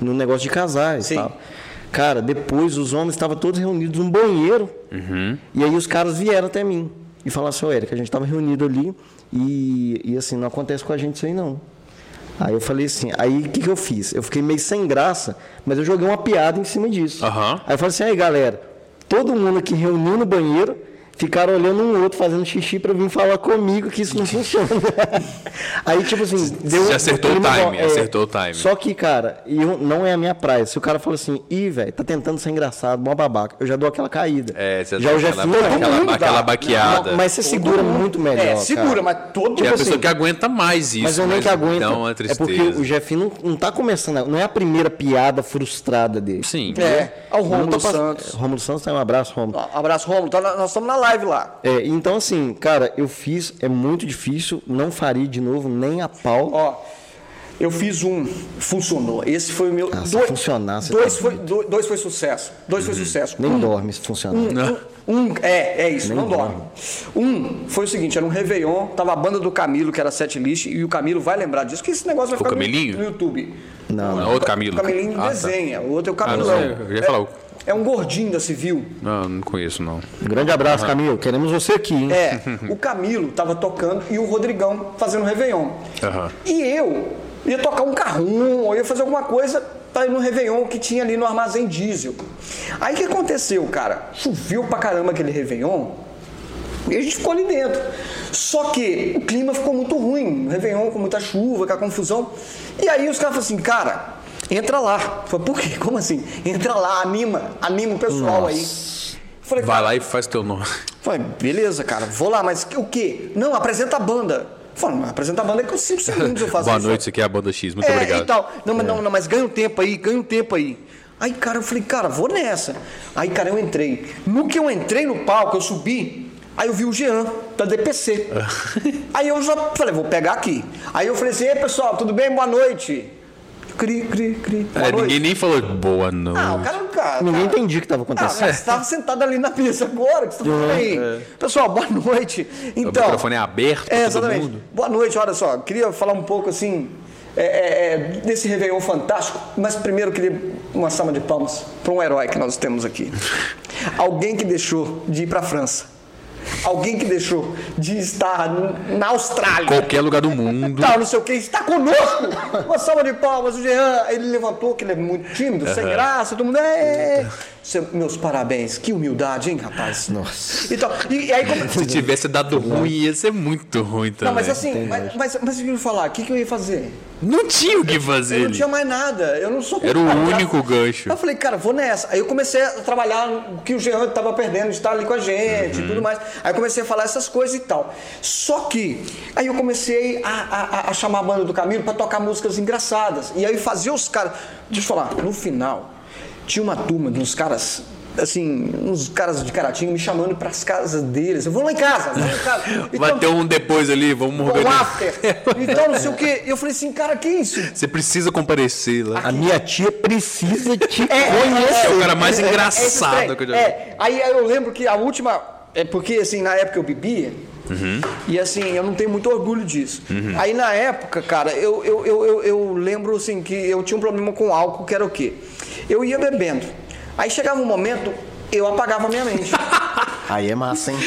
S2: No negócio de casais e
S3: Sim.
S2: tal. Cara, depois os homens estavam todos reunidos num banheiro.
S1: Uhum.
S2: E aí os caras vieram até mim e falaram assim, ô Érica, a gente estava reunido ali e, e assim, não acontece com a gente isso aí não. Aí eu falei assim, aí o que, que eu fiz? Eu fiquei meio sem graça, mas eu joguei uma piada em cima disso.
S1: Aham.
S2: Aí eu falei assim, aí galera, todo mundo aqui reuniu no banheiro, ficaram olhando um outro, fazendo xixi pra vir falar comigo
S1: <laughs>
S2: que isso não funciona. aí tipo assim, deu
S1: Você acertou o
S2: deu uma-
S1: time, acertou o time.
S2: É. Só que, cara, eu, não é a minha praia. Se o cara fala assim, ih, velho, tá tentando ser engraçado, mó babaca, eu já dou aquela caída.
S1: É, você
S2: já
S1: dá
S2: eu já
S1: aquela-
S2: fiz,
S1: aquela-
S2: todo mundo dá.
S1: aquela baqueada.
S2: Não, mas você segura muito melhor.
S3: É, segura,
S2: cara.
S3: mas todo
S1: É a
S3: tipo
S1: pessoa
S3: assim,
S1: que aguenta mais isso.
S2: Mas eu nem que aguento.
S1: Dá uma
S2: é
S1: tristeza.
S2: porque o Jeff não, não tá começando, a- não é a primeira piada frustrada dele.
S1: Sim.
S3: É, ao
S2: Não
S3: Rômulo
S2: tá pass-
S3: Santos.
S2: Rômulo Santos, tem um abraço, Rômulo.
S3: Ó, Abraço, Romulo. Tá na- nós estamos na live lá.
S2: É, então, assim, cara, eu fiz, é muito difícil, não faria de novo nem a pau.
S3: Ó, eu fiz um, funcionou. Esse foi o meu.
S2: Ah, se
S3: dois,
S2: funcionar, você
S3: dois,
S2: tá
S3: foi, do- dois foi sucesso. Dois foi sucesso.
S2: Nem dorme se funcionar.
S3: Um, um- é, é isso, não
S2: dorme.
S3: dorme. Um foi o seguinte, era um Réveillon, tava a banda do Camilo, que era sete list, e o Camilo vai lembrar disso, que esse negócio vai
S1: O
S3: ficar no-
S1: Camilinho?
S3: no YouTube.
S2: Não,
S1: Não, outro Camilo.
S3: O Camilinho
S1: Ah, tá.
S3: desenha, o outro é o
S1: Ah, não
S3: Camilão.
S1: sei. Eu ia falar o-
S3: é, é um gordinho da Civil.
S1: Não, não conheço, não.
S2: Um grande abraço, Camilo. Queremos você aqui, hein?
S3: É, o Camilo tava tocando e o Rodrigão fazendo Réveillon.
S1: Aham.
S3: E eu ia tocar um carrum, ou ia fazer alguma coisa pra ir no Réveillon que tinha ali no armazém diesel. Aí o que aconteceu, cara? Choveu pra caramba aquele Réveillon. E a gente ficou ali dentro. Só que o clima ficou muito ruim. Réveillon com muita chuva, com a confusão. E aí os caras falaram assim, cara, entra lá. Eu falei, por quê? Como assim? Entra lá, anima, anima o pessoal aí. Eu Falei,
S1: Vai lá e faz teu nome.
S3: Falei, beleza, cara, vou lá, mas o quê? Não, apresenta a banda. Falei, mas apresenta a banda é com 5
S1: <laughs>
S3: segundos eu faço
S1: Boa
S3: isso.
S1: noite, isso aqui é a Banda X. Muito
S3: É,
S1: obrigado.
S3: e tal. Não, mas, não, não, mas ganha um tempo aí, ganha um tempo aí. Aí, cara, eu falei, cara, vou nessa. Aí, cara, eu entrei. No que eu entrei no palco, eu subi, aí eu vi o Jean, da
S1: <laughs>
S3: DPC. aí eu já falei, vou pegar aqui. Aí eu falei assim, ei, pessoal, tudo bem? Boa noite. Cri, cri, cri. Boa
S1: É,
S3: noite.
S1: ninguém nem falou boa noite.
S3: Ah, o cara, cara
S2: Ninguém
S3: cara,
S2: entendia o que estava
S3: ah,
S2: acontecendo.
S3: mas você tava sentado ali na mesa agora, que você tá falando aí. Pessoal, boa noite. Então,
S1: É. o microfone é aberto pra
S3: é,
S1: todo
S3: exatamente.
S1: mundo.
S3: Boa noite, olha só. Queria falar um pouco assim é, é, é, desse Réveillon fantástico, mas primeiro eu queria uma salva de palmas para um herói que nós temos aqui. Alguém que deixou de ir para a França. Alguém que deixou de estar na Austrália.
S1: Qualquer lugar do mundo.
S3: Tal, não sei o que,
S1: <laughs>
S3: está conosco! Uma salva de palmas, o Jean, ele levantou, que ele é muito tímido, sem graça, todo mundo. "É". Seu- meus parabéns, que humildade, hein, rapaz?
S2: Nossa.
S3: Então, e, e
S1: <laughs>
S3: aí como.
S1: Se tivesse dado ruim, ia ser muito ruim também.
S3: Não, mas assim, mas, mas, mas eu ia falar, o que, que eu ia fazer?
S1: Não tinha o que fazer.
S3: Eu não
S1: ali.
S3: tinha mais nada. Eu não sou
S1: Era o
S3: contratado.
S1: único gancho.
S3: Eu falei, cara, vou nessa. Aí eu comecei a trabalhar o que o Jean tava perdendo, de estar ali com a gente
S1: Uhum.
S3: e tudo mais. Aí eu comecei a falar essas coisas e tal. Só que aí eu comecei a, a- a- a chamar a banda do Camilo pra tocar músicas engraçadas. E aí fazer os caras. Deixa eu falar, no final, tinha uma turma de uns caras. Assim, uns caras de caratinho me chamando pras casas deles. Eu vou lá em casa, vou lá em casa. Então,
S1: Vai ter um depois ali, vamos
S3: um
S1: organizar.
S3: after.
S1: <laughs>
S3: Então, não sei o quê. E eu falei assim, cara, que isso?
S1: Você precisa comparecer lá.
S2: A minha tia precisa te
S1: é o
S2: conhecer.
S1: cara mais
S3: É esse
S1: engraçado
S3: trem.
S1: que eu já vi.
S3: É, aí eu lembro que a última. É porque, assim, na época eu bebia. E assim, eu não tenho muito orgulho disso. Aí na época, cara, eu, eu, eu, eu, eu lembro assim que eu tinha um problema com álcool, que era o quê? Eu ia bebendo. Aí chegava um momento, eu apagava a minha mente.
S2: Aí é massa, hein?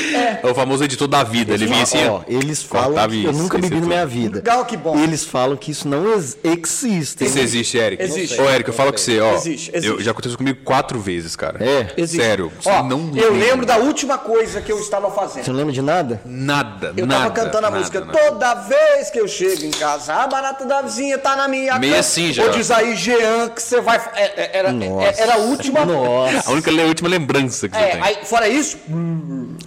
S1: É o famoso editor da vida. Ele vinha assim,
S2: Ó, eles falam
S1: cortava
S2: que eu
S1: isso,
S2: nunca
S1: esse
S2: bebi na
S1: tudo.
S2: minha vida.
S3: Legal, que bom.
S2: Eles falam que isso não ex- existe.
S1: Isso existe, Eric.
S3: Existe.
S1: Ô, Eric, eu falo com você, ó.
S3: Existe, existe.
S1: Eu, já aconteceu comigo quatro vezes, cara.
S2: É?
S3: Existe.
S1: Sério.
S3: Ó,
S1: não
S3: eu lembro da última coisa que eu estava fazendo.
S2: Você não lembra de nada?
S1: Nada,
S3: Eu
S1: nada.
S3: tava cantando a
S1: nada,
S3: música.
S1: nada.
S3: Toda vez que eu chego em casa, a barata da vizinha tá na minha
S1: Meio
S3: cama.
S1: assim já.
S3: Ou diz aí, Jean, que você vai. é, é, Era, é, era a última.
S1: A única a última lembrança que você
S3: É,
S1: tem.
S3: aí, fora isso,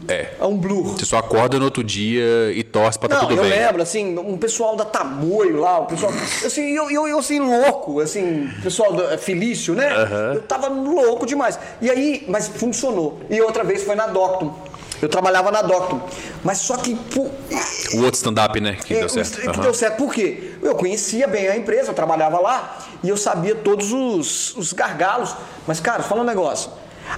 S1: É.
S3: é um blur.
S1: Você só acorda no outro dia e torce pra tá
S3: Não,
S1: tudo
S3: eu
S1: bem.
S3: lembro, assim, um pessoal da Tamoio lá, o pessoal. Assim, eu, eu, eu, assim, louco, assim, pessoal da Felício, né? Eu tava louco demais. E aí, mas funcionou. E outra vez foi na Doctum. Eu trabalhava na Doctum. Mas só que. pô,
S1: O outro stand-up, né? Que
S3: É,
S1: deu
S3: o
S1: certo.
S3: est- que
S1: Aham.
S3: deu certo. Por quê? Eu conhecia bem a empresa, eu trabalhava lá e eu sabia todos os, os gargalos. Mas, cara, fala um negócio.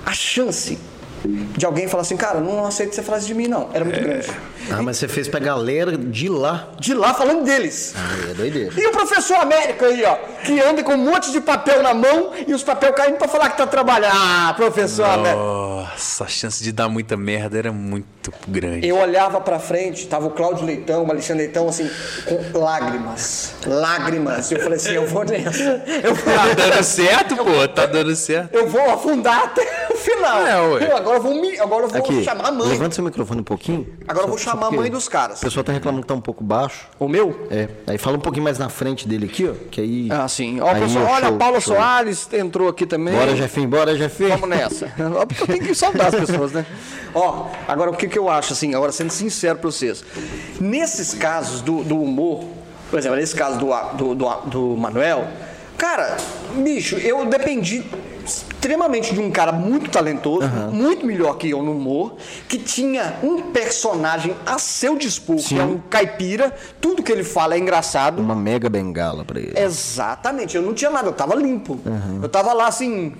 S3: A chance de alguém falar assim, cara, não aceito você falar isso de mim, não. Era muito
S1: É.
S3: grande.
S2: Ah, mas você fez pra galera de lá.
S3: De lá falando deles.
S2: Aí é doideira.
S3: E o professor América aí, ó, que anda com um monte de papel na mão e os papel caindo pra falar que tá trabalhando. Ah, professor América.
S1: Nossa, a chance de dar muita merda era muito grande.
S3: Eu olhava pra frente, tava o Cláudio Leitão, o Alexandre Leitão, assim, com lágrimas. Lágrimas. Eu falei assim, eu vou nessa. Eu vou
S1: Tá dando certo, pô. Tá dando certo.
S3: Eu vou afundar até o final.
S1: É, ué.
S3: Eu agora vou me, agora eu vou
S2: Aqui,
S3: chamar a mãe.
S2: levanta seu microfone um pouquinho.
S3: Agora eu vou chamar a
S2: porque
S3: mãe dos caras.
S2: O pessoal tá reclamando que tá um pouco baixo.
S3: O meu?
S2: É, aí fala um pouquinho mais na frente dele aqui, ó, que aí...
S3: Ah, sim. Ó,
S2: aí
S3: pessoal,
S2: é
S3: olha,
S2: show,
S3: a Paula
S2: show.
S3: Soares entrou aqui também.
S2: Bora, Jefim, bora, Jefim.
S3: Vamos <laughs> nessa. Ó, porque Eu tenho que saudar as pessoas, né? <laughs> Ó, agora o que, que eu acho, assim, agora sendo sincero pra vocês. Nesses casos do, do humor, por exemplo, nesse caso do, a- do, do, a- do Manuel, cara, bicho, eu dependi extremamente de um cara muito talentoso, muito melhor que eu no humor, que tinha um personagem a seu dispor, que é um caipira, tudo que ele fala é engraçado.
S2: Uma mega bengala pra ele.
S3: Exatamente, eu não tinha nada, eu tava limpo. Eu tava lá assim,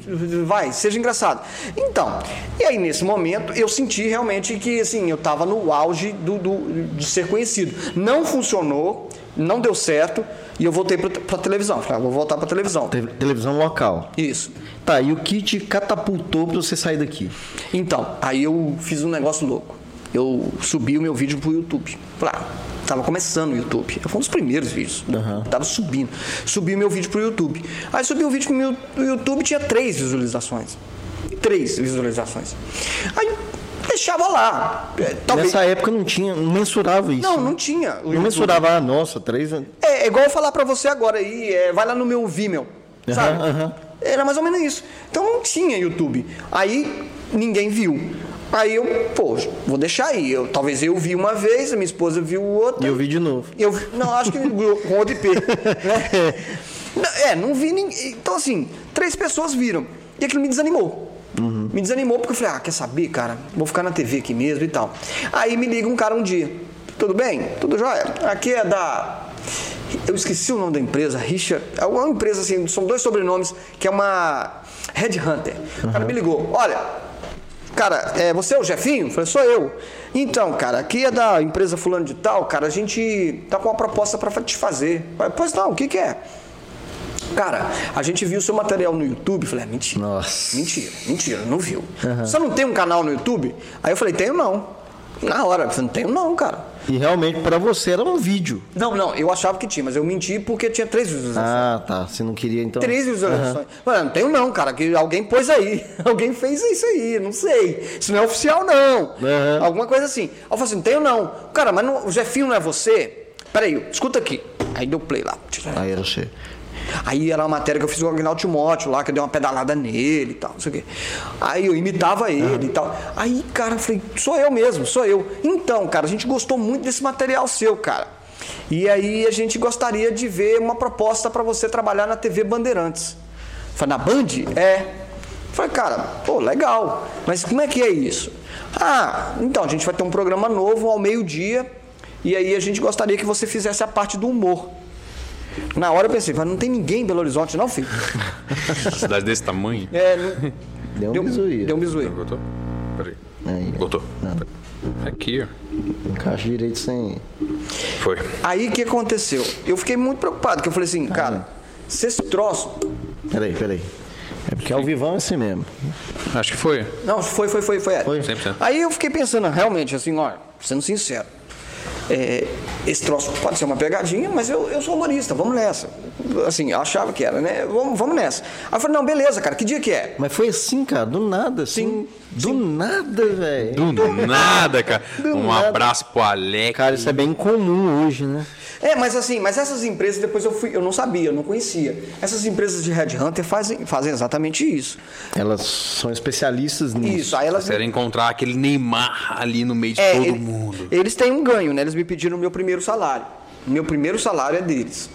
S3: vai, seja engraçado. Então, e aí nesse momento eu senti realmente que assim, eu tava no auge do, do- de ser conhecido. Não funcionou, não deu certo, e eu voltei pra, pra televisão. Falei, ah, vou voltar pra televisão.
S2: Te- televisão local.
S3: Isso.
S2: Tá, e o que te catapultou pra você sair daqui?
S3: Então, aí eu fiz um negócio louco. Eu subi o meu vídeo pro YouTube. Falei, ah, tava começando o YouTube. Foi um dos primeiros vídeos. Tava subindo. Subi o meu vídeo pro YouTube. Aí subi o vídeo pro meu pro YouTube tinha três visualizações. Três visualizações. Aí deixava lá. É, Talvez.
S2: Nessa época não tinha, não mensurava isso.
S3: Não,
S2: né?
S3: não tinha. o
S2: Não
S3: YouTube.
S2: mensurava, ah, nossa, três... anos.
S3: É, é igual eu falar pra você agora aí, é, vai lá no meu Vimeo, sabe?
S2: aham.
S3: Era mais ou menos isso. Então não tinha YouTube. Aí ninguém viu. Aí eu, pô, vou deixar aí. Eu, talvez eu vi uma vez, a minha esposa viu outra.
S2: E eu vi de novo. <laughs>
S3: Eu, não, acho que com o ODP. né? Não, É, não vi ninguém. Então, assim, três pessoas viram. E aquilo me desanimou. Me desanimou porque eu falei, ah, quer saber, cara? Vou ficar na TV aqui mesmo e tal. Aí me liga um cara um dia. Tudo bem? Tudo jóia? Aqui é da. Eu esqueci o nome da empresa, Richard. É uma empresa assim, são dois sobrenomes, que é uma Headhunter. O cara me ligou, olha, Cara, é, você é o Jefinho? Eu falei, sou eu. Então, cara, aqui é da empresa fulano de tal, cara, a gente tá com uma proposta pra te fazer. Eu falei, pois não, o que que é? Cara, a gente viu seu material no YouTube. Eu Falei, é mentira.
S2: Nossa.
S3: Mentira, mentira, não viu. Você não tem um canal no YouTube? Aí eu falei, tenho não. Na hora, eu falei, não tenho não, cara.
S2: E realmente, pra você era um vídeo.
S3: Não, não, eu achava que tinha, mas eu menti porque tinha três visualizações.
S2: Ah, tá. Você não queria, então.
S3: Três visualizações. Mano, "Ah, não tenho não, cara. Que alguém pôs aí. <laughs> Alguém fez isso aí, não sei. Isso não é oficial, não.
S2: Aham.
S3: Alguma coisa assim. Aí eu falei assim, não tenho não. Cara, mas não- o Jefinho não é você? Peraí, escuta aqui. Aí deu play lá.
S2: Aí era você.
S3: Aí era uma matéria que eu fiz com o Agnaldo Timóteo lá, que eu dei uma pedalada nele e tal, não sei o quê. Aí eu imitava ele e tal. Aí, cara, eu falei, sou eu mesmo, sou eu. Então, cara, a gente gostou muito desse material seu, cara. E aí a gente gostaria de ver uma proposta pra você trabalhar na TV Bandeirantes. Eu Falei, na Band? É. Eu Falei, cara, pô, legal. Mas como é que é isso? Ah, então, a gente vai ter um programa novo ao meio-dia. E aí a gente gostaria que você fizesse a parte do humor. Na hora eu pensei, mas não tem ninguém em Belo Horizonte, não, filho.
S1: Cidade desse tamanho.
S3: <laughs> É, não-
S2: Deu um
S3: deu,
S2: bizuí.
S3: deu um bizuí.
S1: Botou? Peraí.
S3: É,
S2: Aí, ó.
S1: Botou.
S2: Não.
S1: Aqui, ó.
S2: Encaixa direito sem.
S1: Foi.
S3: Aí o que aconteceu? Eu fiquei muito preocupado, porque eu falei assim, cara, se esse troço.
S2: Peraí, peraí. É porque ao vivão é assim mesmo.
S1: Acho que foi.
S3: Não, foi, foi, foi, foi. é.
S2: Foi?
S1: 100%.
S3: Aí eu fiquei pensando, realmente, assim, olha, sendo sincero, é, esse troço pode ser uma pegadinha, mas eu, eu sou humorista, vamos nessa. Assim, eu achava que era, né? Vamos, vamos nessa. Aí eu falei, não, beleza, cara, que dia que é?
S2: Mas foi assim, cara, do nada, assim. do nada, velho.
S1: Do nada,
S3: <laughs>
S1: cara. um
S2: nada.
S1: abraço pro Alex.
S2: Cara, isso é bem comum hoje, né?
S3: É, mas assim, mas essas empresas depois eu fui, eu não sabia, eu não conhecia. Essas empresas de headhunter fazem, fazem exatamente isso.
S2: Elas são especialistas nisso.
S3: Isso, tá aí elas
S1: Você era encontrar aquele Neymar ali no meio de
S3: É,
S1: todo
S3: ele-
S1: mundo.
S3: Eles têm um ganho, né? Eles me pediram o meu primeiro salário. Meu primeiro salário é deles.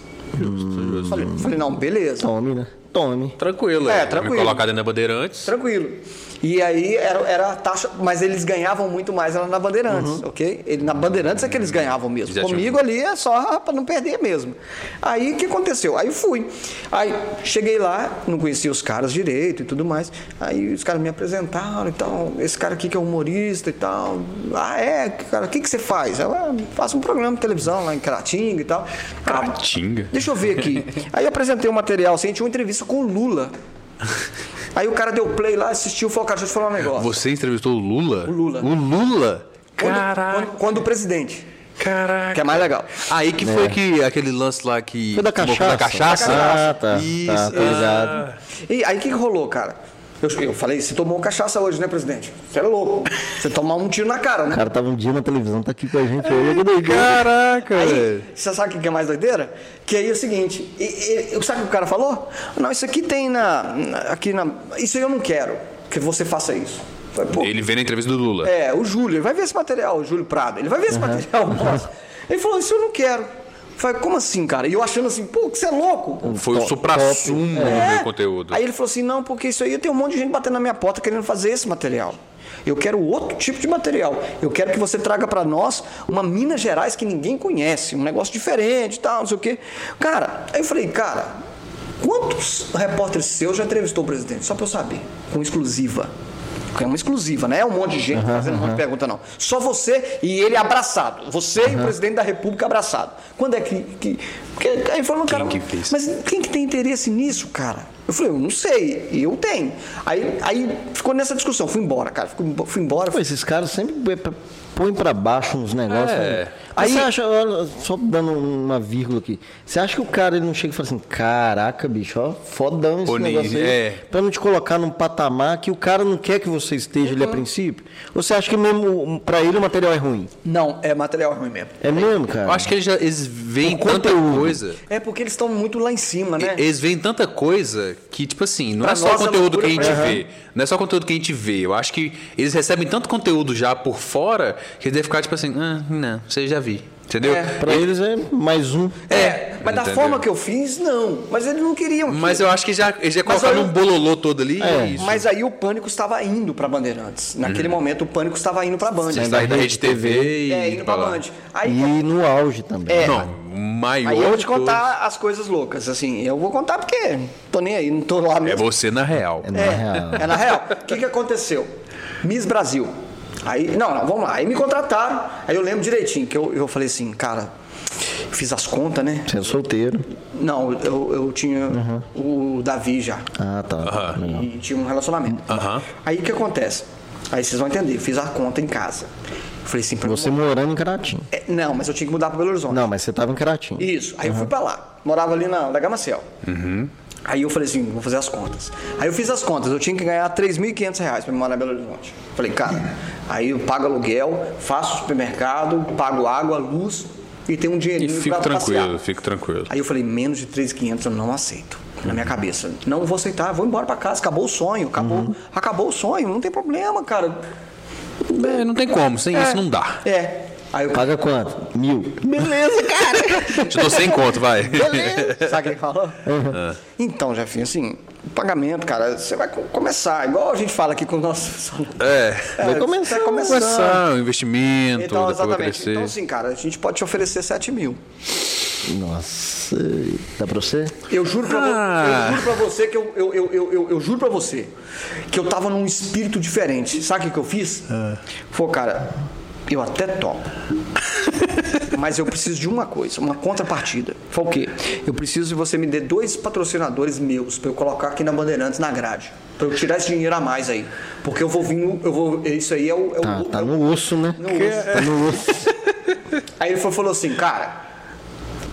S3: Falei, falei, não, beleza.
S2: Tome, né? Tome.
S1: Hum. Tranquilo,
S3: É,
S1: Vai
S3: tranquilo.
S1: Me colocar dentro da Bandeirantes.
S3: Tranquilo. E aí era, era a taxa, mas eles ganhavam muito mais ela na Bandeirantes, ok? Ele- na Bandeirantes é que eles ganhavam mesmo.
S1: Uhum. Já tinha-
S3: Comigo ali é só pra não perder mesmo. Aí o que aconteceu? Aí fui. Aí cheguei lá, não conhecia os caras direito e tudo mais. Aí os caras me apresentaram e tal. Esse cara aqui que é humorista e tal. Ah, é, cara, o que, que você faz? Eu ah, faço um programa de televisão lá em Caratinga e tal. Cara,
S1: Caratinga?
S3: Deixa eu ver
S1: <laughs>
S3: aqui. Aí eu apresentei um material, assim, tinha uma entrevista com o Lula. Aí o cara deu play lá, assistiu, falou, cara, deixa eu te falar um negócio.
S1: Você entrevistou o Lula? O
S3: Lula.
S1: O Lula?
S3: Quando-
S1: Caraca.
S3: Quando, quando o presidente,
S1: Caraca.
S3: que é mais legal.
S1: Aí que foi que aquele lance lá que.
S2: É. Foi da
S1: que morreu Da
S2: cachaça.
S1: cachaça?
S2: Ah, tá.
S1: Isso. Ah.
S2: Tá, tá ligado.
S3: E aí o que, que rolou, cara? Eu, eu falei, você tomou cachaça hoje, né, presidente? Você é louco. Você tomar um tiro na cara,
S2: O
S3: né?
S2: cara tava um dia na televisão, tá aqui com a gente hoje. que doideira.
S1: Caraca,
S3: Aí,
S1: velho.
S3: você sabe o que que é mais doideira? Que aí é o seguinte, e, e- sabe o que o cara falou? Não, isso aqui tem na, na- aqui na, isso aí eu não quero que você faça isso. Eu Falei,
S2: tá.
S3: pô,
S1: Ele vendo a entrevista do Lula.
S3: É, o Júlio, ele vai ver esse material, o Júlio Prado, ele vai ver esse material. nossa. Ele falou, isso eu não quero. Eu falei, como assim, cara? E eu achando assim, pô, que você é louco.
S1: Foi o
S2: Top,
S1: supra-sumo do
S3: É.
S1: meu conteúdo.
S3: Aí ele falou assim, não, porque isso aí tem um monte de gente batendo na minha porta querendo fazer esse material. Eu quero outro tipo de material. Eu quero que você traga pra nós uma Minas Gerais que ninguém conhece, um negócio diferente e tal, não sei o quê. Cara, aí eu falei, cara, quantos repórteres seus já entrevistou o presidente? Só pra eu saber, com exclusiva. Porque é uma exclusiva, né? É um monte de gente fazendo um monte de pergunta, não. Só você e ele abraçado. Você e o presidente da República abraçado. Quando é que. que... Porque aí falou, cara.
S1: que fez?
S3: Mas quem que tem interesse nisso, cara? Eu falei, eu não sei, eu tenho. Aí, aí ficou nessa discussão, fui embora, cara. Fui, embo- fui embora.
S2: Pô, esses caras sempre é pra- põem pra baixo uns negócios.
S1: É.
S2: né? Aí você acha, olha, só dando um, uma vírgula aqui. Você acha que o cara ele não chega e fala assim, caraca, bicho, ó, fodão esse
S1: Ô,
S2: negócio
S1: Ney,
S2: aí.
S1: é.
S2: Pra não te colocar num patamar que o cara não quer que você esteja
S1: Uhum.
S2: ali a princípio? Ou você acha que mesmo pra ele o material é ruim?
S3: Não, é material ruim mesmo.
S2: É mesmo, cara?
S1: Eu acho que eles, já- eles veem
S2: O
S1: tanta
S2: conteúdo.
S1: coisa.
S3: É porque eles estão muito lá em cima, né?
S1: Eles veem tanta coisa que, tipo assim, não
S3: Pra
S1: é só
S3: nós é
S1: conteúdo que a
S3: loucura
S1: gente
S3: pra
S1: vê. Não é só conteúdo que a gente vê. Eu acho que eles recebem tanto conteúdo já por fora que eles devem ficar, tipo assim, ah, não, você já vi. Entendeu?
S2: Pra eles é mais um.
S3: É, mas da
S1: Entendeu?
S3: forma que eu fiz, não. Mas eles não queriam.
S1: Mas eu acho que já, eles já
S3: Mas
S1: colocaram
S3: eu-
S1: um bololô todo ali e é
S2: É,
S1: isso.
S3: Mas aí o pânico estava indo para Bandeirantes. Naquele momento o pânico estava indo para Band.
S1: Você sai da Rede TV e
S3: É,
S1: indo
S3: indo
S1: pra
S3: para
S1: lá.
S3: Band. Aí,
S2: E no auge também.
S3: É.
S1: Não, o maior.
S3: aí é eu tá. vou te
S1: de todos
S3: contar as coisas loucas, assim. Eu vou contar porque tô nem aí, não tô lá
S1: É
S3: mesmo.
S1: você na real.
S2: É, na real.
S3: É, é na real. O que, que aconteceu? Miss Brasil. Aí, não, não, vamos lá. Aí me contrataram. Aí eu lembro direitinho que eu, eu falei assim, cara, eu fiz as contas, né?
S2: Sendo é solteiro.
S3: Não, eu, eu tinha o Davi já.
S2: Ah, tá. Legal.
S3: E tinha um relacionamento.
S1: Aham.
S3: Aí o que acontece? Aí vocês vão entender. Eu fiz a conta em casa. Eu falei assim, pra
S2: Você
S3: mim,
S2: morando em Caratim.
S3: é, Não, mas eu tinha que mudar pra Belo Horizonte.
S2: Não, mas você tava em Caratim.
S3: Isso. Aí eu fui pra lá. Morava ali na, na Gamacel.
S1: Uhum.
S3: Aí eu falei assim, vou fazer as contas. Aí eu fiz as contas, eu tinha que ganhar 3.500 reais pra me morar em Belo Horizonte. Falei, cara, aí eu pago aluguel, faço supermercado, pago água, luz e tenho um
S1: E
S3: dinheirinho
S1: fico
S3: pra passear.
S1: tranquilo, fico tranquilo.
S3: Aí eu falei, menos de 3,500 eu não aceito. Na
S1: Uhum.
S3: minha cabeça. Não vou aceitar, vou embora pra casa. Acabou o sonho, acabou,
S1: Uhum.
S3: acabou o sonho, não tem problema, cara.
S1: É, não tem como, sem isso não dá.
S3: É. Aí eu
S2: Paga quanto? Mil.
S3: beleza, cara.
S1: Te dou sem conto, vai.
S3: <laughs> Sabe o que ele falou?
S2: Uhum.
S1: É.
S3: Então, Jefinho, assim, o pagamento, cara, você vai co- começar, igual a gente fala aqui com os nossos.
S1: É.
S3: É,
S2: Vai começar.
S3: Vai começar.
S1: Começar, um investimento,
S3: Então,
S1: depois vai
S3: exatamente.
S1: crescer.
S3: Então, assim, cara, a gente pode te oferecer 7 mil.
S2: Nossa. Dá pra você?
S3: Eu juro pra, vo-
S1: Ah.
S3: eu juro pra você que eu, eu, eu, eu, eu- eu juro pra você que eu tava num espírito diferente. Sabe o que, que eu fiz? Foi, cara, eu até topo. Mas eu preciso de uma coisa, uma contrapartida. Foi o quê? Eu preciso que você me dê dois patrocinadores meus pra eu colocar aqui na Bandeirantes na grade. Pra eu tirar esse dinheiro a mais aí. Porque eu vou vir no. Eu vou, isso aí é o. é o-
S2: Tá, tá
S3: é o-
S2: no osso, né?
S3: No osso.
S2: Tá no osso.
S3: Aí ele foi- falou assim, cara,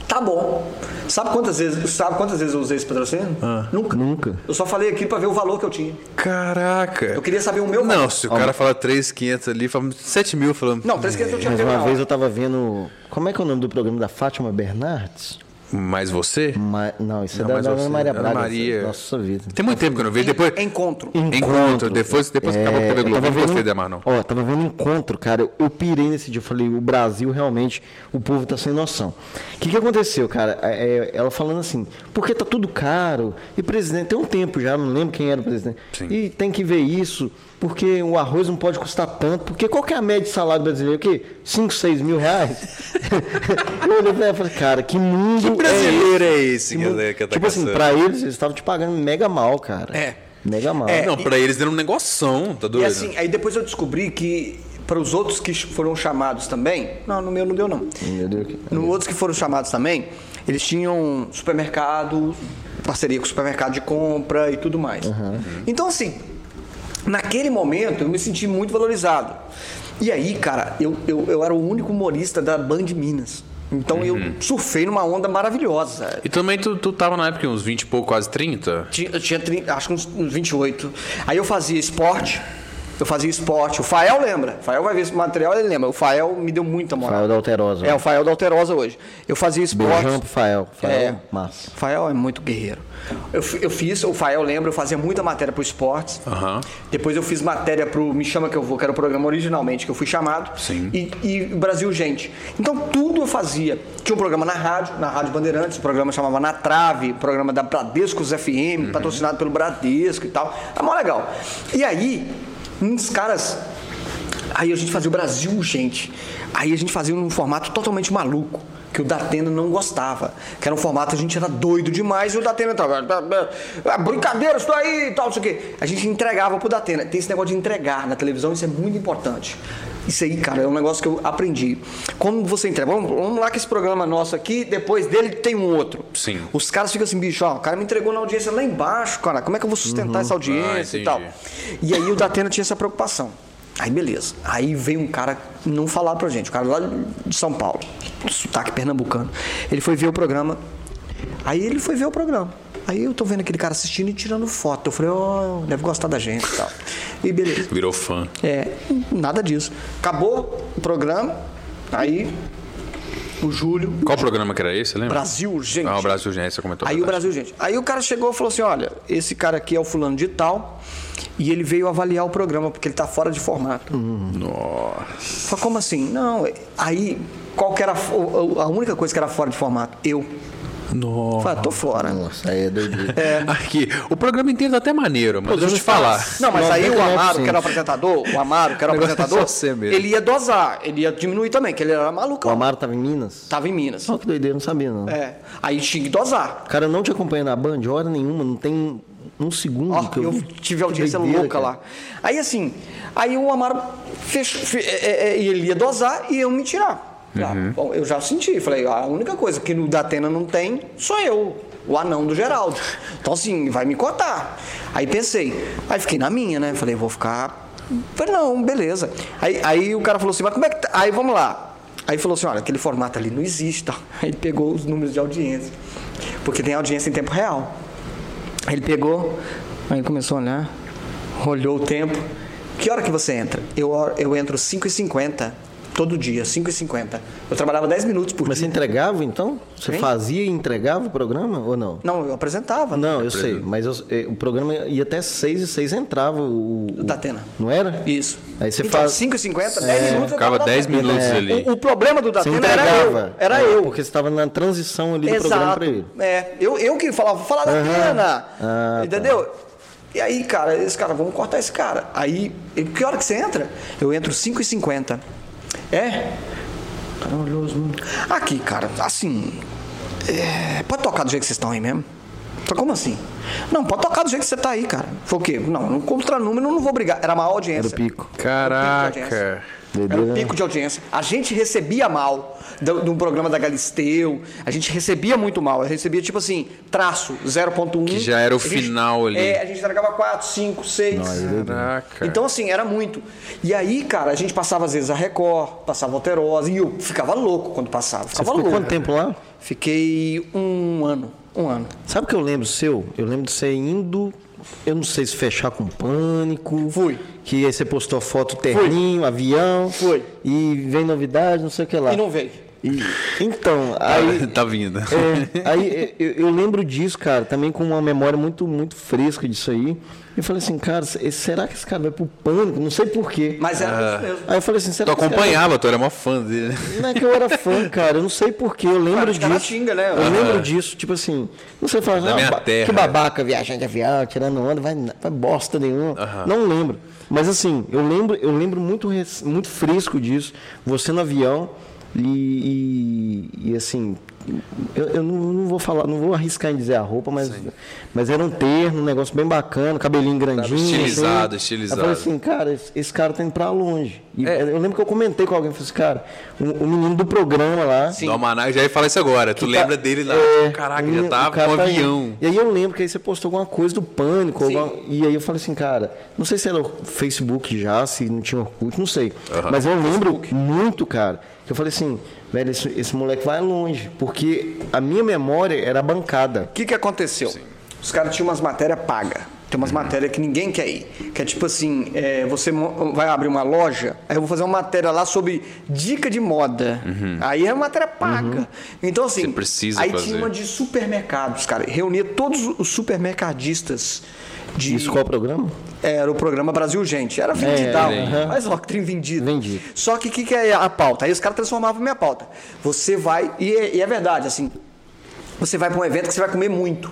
S3: tá bom. Sabe quantas vezes, sabe quantas vezes eu usei esse patrocínio? Nunca.
S2: Nunca.
S3: Eu só falei aqui pra ver o valor que eu tinha.
S1: Caraca.
S3: Eu queria saber o meu
S1: Não,
S3: valor.
S1: se o cara fala 3,500 ali, fala 7 mil falando.
S3: Não, três que eu tinha
S2: Mas
S3: que
S2: uma
S3: não.
S2: vez eu tava vendo. Como é que é o nome do programa da Fátima Bernardes?
S1: "Hum, Mas você?
S2: Ma- Não, isso é
S1: Não,
S2: da,
S1: mas
S2: da
S1: você-
S2: Ana Maria
S1: Ana
S2: Braga.
S1: Maria.
S2: Nossa vida.
S1: Tem muito tempo que eu não vejo. Depois.
S3: É
S1: É,
S3: Encontro.
S1: Encontro. Depois, depois que acabou a
S2: É,
S1: TV
S2: eu
S1: Globo,
S2: tava
S1: eu não gostei
S2: vendo-
S1: da Marnon.
S2: Ó, tava vendo um encontro, cara. Eu pirei nesse dia. Eu falei, o Brasil realmente, o povo tá sem noção. O que, que aconteceu, cara? É, ela falando assim, porque tá tudo caro. E presidente, tem um tempo já, não lembro quem era o presidente.
S1: Sim.
S2: E tem que ver isso, porque o arroz não pode custar tanto. Porque qual que é a média de salário brasileiro? O quê? 5, 6 mil reais? <laughs> eu olhei pra ela e falei, cara, que mundo. Que
S1: brasileiro é esse,
S2: mundo-
S1: galera, que tá
S2: Tipo assim,
S1: caçando?
S2: pra eles, eles estavam te pagando mega mal, cara.
S3: É.
S2: Mega mal.
S3: É,
S1: Não, pra eles era um negoção, tá
S3: E
S1: doido?
S3: assim, aí depois eu descobri que para os outros que ch- foram chamados também, não, no meu não deu não.
S2: Meu Deus, que-
S3: No outros que foram chamados também, eles tinham supermercado, parceria com supermercado de compra e tudo mais. Então assim, naquele momento eu me senti muito valorizado. E aí, cara, eu, eu, eu era o único humorista da Band Minas. Então eu surfei numa onda maravilhosa.
S1: E também tu, tu tava na época uns 20 e pouco, quase 30?
S3: Tinha- Eu tinha, trin- acho que uns, uns 28. Aí eu fazia esporte. Eu fazia esporte. O Fael lembra. O Fael vai ver esse material, ele lembra. O Fael me deu muita moral.
S2: Fael da Alterosa.
S3: É, o Fael da Alterosa hoje. Eu fazia esporte.
S2: Beijão pro Fael. Fael,
S3: É.
S2: massa.
S3: O Fael é muito guerreiro. Eu, fi- eu fiz, o Fael lembra, eu fazia muita matéria pro esportes.
S1: Aham.
S3: Depois eu fiz matéria pro Me Chama Que Eu Vou, que era o programa originalmente que eu fui chamado.
S1: Sim.
S3: E, e Brasil Gente. Então tudo eu fazia. Tinha um programa na rádio, na Rádio Bandeirantes, o programa chamava Na Trave, programa da Bradescos
S1: Uhum.
S3: FM, patrocinado pelo Bradesco e tal. Era mó legal. E aí, uns caras. Aí a gente fazia o Brasil Gente. Aí a gente fazia num formato totalmente maluco. Que o Datena não gostava. Que era um formato, a gente era doido demais e o Datena tava. "Ah, ah, ah, Brincadeira, isso aí e tal, não sei o quê. A gente entregava pro Datena. Tem esse negócio de entregar na televisão, isso é muito importante. Isso aí, cara, é um negócio que eu aprendi. Quando você entrega, vamos, vamos lá que esse programa nosso aqui, depois dele tem um outro.
S1: Sim.
S3: Os caras ficam assim, bicho, ó, o cara me entregou na audiência lá embaixo, cara, como é que eu vou sustentar essa audiência e
S1: Uhum. Ah, entendi.
S3: tal? E aí o Datena tinha essa preocupação. Aí beleza. Aí veio um cara não falar pra gente, um cara lá de São Paulo, sotaque pernambucano. Ele foi ver o programa. Aí ele foi ver o programa. Aí eu tô vendo aquele cara assistindo e tirando foto. Eu falei, ó, deve gostar da gente e tal. E beleza.
S1: Virou fã.
S3: É, nada disso. Acabou o programa, aí o Júlio.
S1: Qual programa que era esse, você lembra?
S3: Brasil Urgente.
S1: Ah, o Brasil Urgente, você comentou.
S3: Aí o Brasil, gente. Aí o cara chegou e falou assim: olha, esse cara aqui é o fulano de tal. E ele veio avaliar o programa, porque ele tá fora de formato.
S1: Nossa.
S3: Falei, como assim? Não, aí qual que era a- o- a única coisa que era fora de formato? Eu.
S1: Nossa.
S3: Falei, ah, tô fora.
S2: Nossa, aí é doideira.
S1: Aqui, o programa inteiro tá até maneiro, mas deixa eu te falar.
S3: Não, mas aí o Amaro,
S2: 99%.
S3: que era o apresentador, o Amaro, que era o
S1: Negócio é
S3: apresentador,
S1: só você mesmo.
S3: ele ia dosar, ele ia diminuir também, que ele era maluco.
S2: O Amaro tava em Minas?
S3: Tava em
S1: Hum.
S3: Minas.
S2: Só que doideira, não sabia não.
S3: É. Aí tinha que dosar.
S2: O cara não te acompanha na Band, hora nenhuma, não tem um segundo.
S3: Ó,
S2: que
S3: eu
S2: vi.
S3: tive
S2: Que
S3: audiência
S2: doideira,
S3: louca
S2: cara.
S3: lá. Aí assim, aí o Amaro fechou, fe- é, é, é, ele ia dosar e eu me tirar. Já.
S2: Uhum.
S3: Bom, eu já senti, falei, ah, a única coisa que no Datena não tem sou eu, o anão do Geraldo. Então assim, vai me cotar. Aí pensei, aí fiquei na minha, né? Falei, vou ficar. Falei, não, beleza. Aí, aí o cara falou assim, mas como é que tá? Aí vamos lá. Aí falou assim, olha, aquele formato ali não existe. Tá? Aí ele pegou os números de audiência. Porque tem audiência em tempo real. Aí Ele pegou, aí ele começou a olhar, olhou o tempo. Que hora que você entra? Eu, eu entro 5h50, todo dia, 5h50. Eu trabalhava 10 minutos por
S2: Mas você
S3: dia.
S2: entregava então? Você
S3: Hein?
S2: fazia e entregava o programa ou não?
S3: Não, eu apresentava.
S2: Não, eu sei, mas eu- eh, o programa ia até 6 e 6 entrava o, o-
S3: Da Atena.
S2: Não era?
S3: Isso.
S2: Aí você
S3: então,
S2: faz- É.
S3: 5h50, 10 minutos. eu
S1: Ficava
S3: tava
S1: 10
S3: Datena.
S1: minutos ali.
S3: O, o problema do
S2: Você
S3: Datena era eu.
S2: entregava.
S3: Era
S2: É,
S3: eu.
S2: Porque você estava na transição ali do programa
S3: Exato.
S2: para ele.
S3: É, eu, eu que falava, fala da
S2: Aham.
S3: pena.
S2: Ah, tá.
S3: entendeu? E aí, cara, esse cara, vamos cortar esse cara. Aí, ele, que hora que você entra? Eu entro 5h50. É? O cara olhou os números. Aqui, cara, assim. é, pode tocar do jeito que vocês estão aí mesmo? Falei, Como assim? Não, pode tocar do jeito que você tá aí, cara. Foi o quê? Não, não contra número, não vou brigar. Era a maior audiência.
S2: Era o pico.
S3: um
S1: Caraca.
S3: Era
S2: Doideira,
S3: um
S2: né?
S3: pico de audiência. A gente recebia mal do- de um programa da Galisteu. A gente recebia muito mal. Eu recebia, tipo assim, traço 0.1.
S1: Que já era o
S3: A gente-
S1: final ali.
S3: É, a gente entregava 4, 5, 6.
S2: é
S1: Caraca.
S3: Então, assim, era muito. E aí, cara, a gente passava às vezes a Record, passava Alterosa. E eu ficava louco quando passava.
S2: Você
S3: Ficava
S2: ficou
S3: louco.
S2: quanto tempo lá?
S3: Fiquei um ano. Um ano.
S2: Sabe o que eu lembro seu? Eu lembro de você indo, eu não sei se fechar com pânico.
S3: Fui.
S2: Que aí você postou foto terninho, avião.
S3: Fui.
S2: E vem novidade, não sei o que lá.
S3: E não veio.
S2: E- então, aí.
S1: <laughs> tá vindo.
S2: É, aí é, eu, eu lembro disso, cara, também com uma memória muito, muito fresca disso aí. E eu falei assim, cara, se- será que esse cara vai pro pânico? Não sei porquê.
S3: Mas
S1: Ah.
S3: era isso mesmo.
S2: Aí eu falei assim, será
S1: Tu
S2: que esse cara-
S1: acompanhava, tu era mó fã dele. né?
S2: Não é que eu era fã, cara, eu não sei porquê, eu lembro
S3: Cara, os caras
S2: disso.
S3: xingam, né?
S2: Eu lembro disso, tipo assim, não sei falar, ah,
S1: minha
S2: ba-
S1: terra.
S2: que babaca viajando de avião, tirando onda, vai, vai bosta nenhuma. Não lembro. Mas assim, eu lembro, eu lembro muito, res- muito fresco disso, você no avião e, e- e, assim, eu, eu não, não vou falar, não vou arriscar em dizer a roupa, mas, mas era um terno, um negócio bem bacana, cabelinho grandinho. assim.
S1: estilizado,
S2: Aí eu
S1: estilizado.
S2: falei assim, cara, esse, esse cara tá indo pra longe. E
S1: É.
S2: Eu lembro que eu comentei com alguém, falei assim, cara, o, o menino do programa lá.
S1: Do Almanac, já ia falar isso agora. Tu
S2: tá-
S1: lembra dele lá?
S2: é,
S1: Caraca,
S2: o
S1: já
S2: menino- o
S1: tava
S2: cara
S1: com um
S2: tá indo.
S1: avião.
S2: E aí eu lembro que aí você postou alguma coisa do pânico. alguma- e aí eu falei assim, cara, não sei se era o Facebook já, se não tinha Orkut, não sei. Mas eu lembro muito, cara, que eu falei assim, velho, esse, esse moleque vai longe. Porque a minha memória era a bancada.
S3: O que, que aconteceu? Os caras tinham umas matérias pagas. Tem
S1: Uhum.
S3: umas matérias que ninguém quer ir. Que é tipo assim, é, você mo- vai abrir uma loja, aí eu vou fazer uma matéria lá sobre dica de moda. Aí é uma matéria paga. Então assim,
S1: Uhum. Você precisa
S3: aí
S1: fazer.
S3: tinha uma de supermercados, cara. Reunia todos os supermercadistas de...
S2: Isso qual é o programa?
S3: Era o programa Brasil Gente. Era vendidal.
S2: É, é, é.
S3: Mas ó, que trem vendido.
S2: Vendi.
S3: Só que o que, que é a pauta? Aí os caras transformavam minha pauta. Você vai, e é, e é verdade, assim, você vai para um evento que você vai comer muito.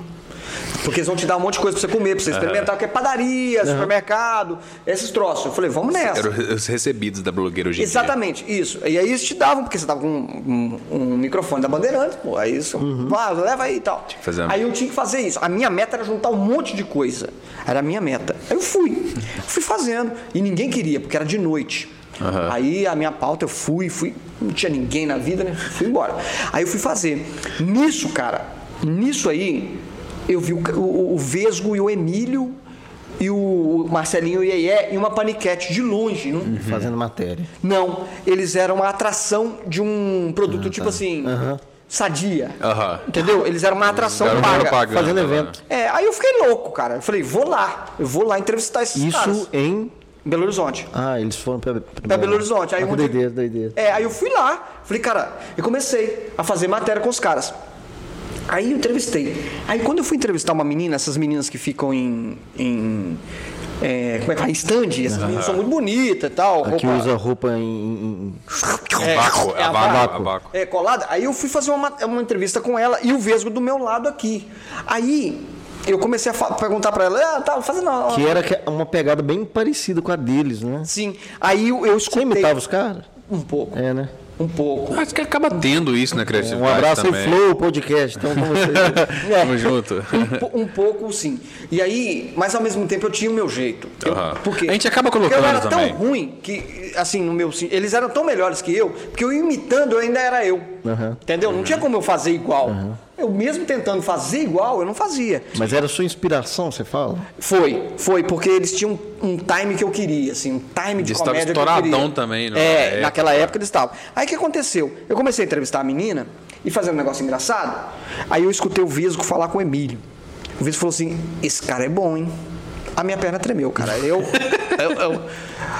S3: Porque eles vão te dar um monte de coisa pra você comer, pra você experimentar, que é padaria, supermercado, esses troços. Eu falei, vamos nessa.
S1: Eram os recebidos da blogueira hoje em dia.
S3: Exatamente, isso. E aí eles te davam, porque você tava com um, um- um microfone da Bandeirantes, pô, aí isso, "Ah, leva aí e tal.
S1: que fazer uma-
S3: Aí eu tinha que fazer isso. A minha meta era juntar um monte de coisa. Era a minha meta. Aí eu fui, fui fazendo. E ninguém queria, porque era de noite. Aí a minha pauta, eu fui, fui. Não tinha ninguém na vida, né? Fui embora. Aí eu fui fazer. Nisso, cara, nisso aí, eu vi o, o- o Vesgo e o Emílio e o Marcelinho e o Yeye e uma paniquete de longe, não
S1: Uhum.
S2: Fazendo matéria.
S3: não, eles eram a atração de um
S2: Ah,
S3: produto
S2: tá.
S3: tipo assim, sadia.
S1: Aham.
S3: Entendeu? Eles eram uma atração
S1: Era uma
S3: paga.
S1: propaganda,
S2: fazendo
S1: né?
S2: evento.
S3: É, aí eu fiquei louco, cara. Eu falei, vou lá, eu vou lá entrevistar esses
S2: Isso
S3: caras.
S2: em.
S3: Belo Horizonte.
S2: Ah, eles foram pra,
S3: Pra Belo Horizonte. Aí
S2: Ah, que
S3: um dia-
S2: doideira, doideira.
S3: É, aí eu fui lá, falei, cara, eu comecei a fazer matéria com os caras. Aí eu entrevistei. Aí quando eu fui entrevistar uma menina, essas meninas que ficam em. em é, como é que fala? Em stand. Essas meninas são muito bonitas e tal.
S2: Aqui
S3: roupa-
S2: usa roupa em- em-
S3: É,
S1: Abaco,
S3: é
S1: abaco,
S2: abaco.
S1: abaco.
S3: É, colada. Aí eu fui fazer uma, mat- uma entrevista com ela e o Vesgo do meu lado aqui. Aí eu comecei a fa- perguntar pra ela, ah, tá fazendo uma...
S2: em- que era que- é uma pegada bem parecida com a deles, né?
S3: Sim. assim." Aí eu, eu
S2: Você
S3: escutei...
S2: imitava os caras?
S3: Um pouco,
S2: É, né?
S3: um pouco.
S1: Acho que acaba tendo isso na
S2: Um
S1: criatividade
S2: abraço É. aí,
S1: também.
S2: Flow Podcast. Então, com vocês.
S1: <laughs> Tamo
S2: <laughs>
S1: junto.
S3: Um, po- um pouco, sim. E aí, mas ao mesmo tempo eu tinha o meu jeito. Eu,
S1: Aham.
S3: por quê?
S1: A gente acaba
S3: Porque
S1: colocando
S3: eu era
S1: também.
S3: tão ruim que, assim, no meu. sim- Eles eram tão melhores que eu, porque eu imitando eu ainda era eu.
S2: Aham.
S3: Entendeu? Não tinha como eu fazer igual. Eu mesmo tentando fazer igual, eu não fazia.
S2: Mas era sua inspiração, você fala?
S3: Foi, foi, porque eles tinham um time que eu queria, assim, um time de
S1: Eles estavam
S3: comédia que eu queria.
S1: estouradão também, né, na
S3: É,
S1: época.
S3: naquela época eles estavam. Aí o que aconteceu? Eu comecei a entrevistar a menina e fazer um negócio engraçado. Aí eu escutei o Vesgo falar com o Emílio. O Vesgo falou assim, esse cara é bom, hein? A minha perna tremeu, cara.
S1: <laughs>
S3: Eu...
S2: É,
S3: eu-
S2: um-
S3: eu-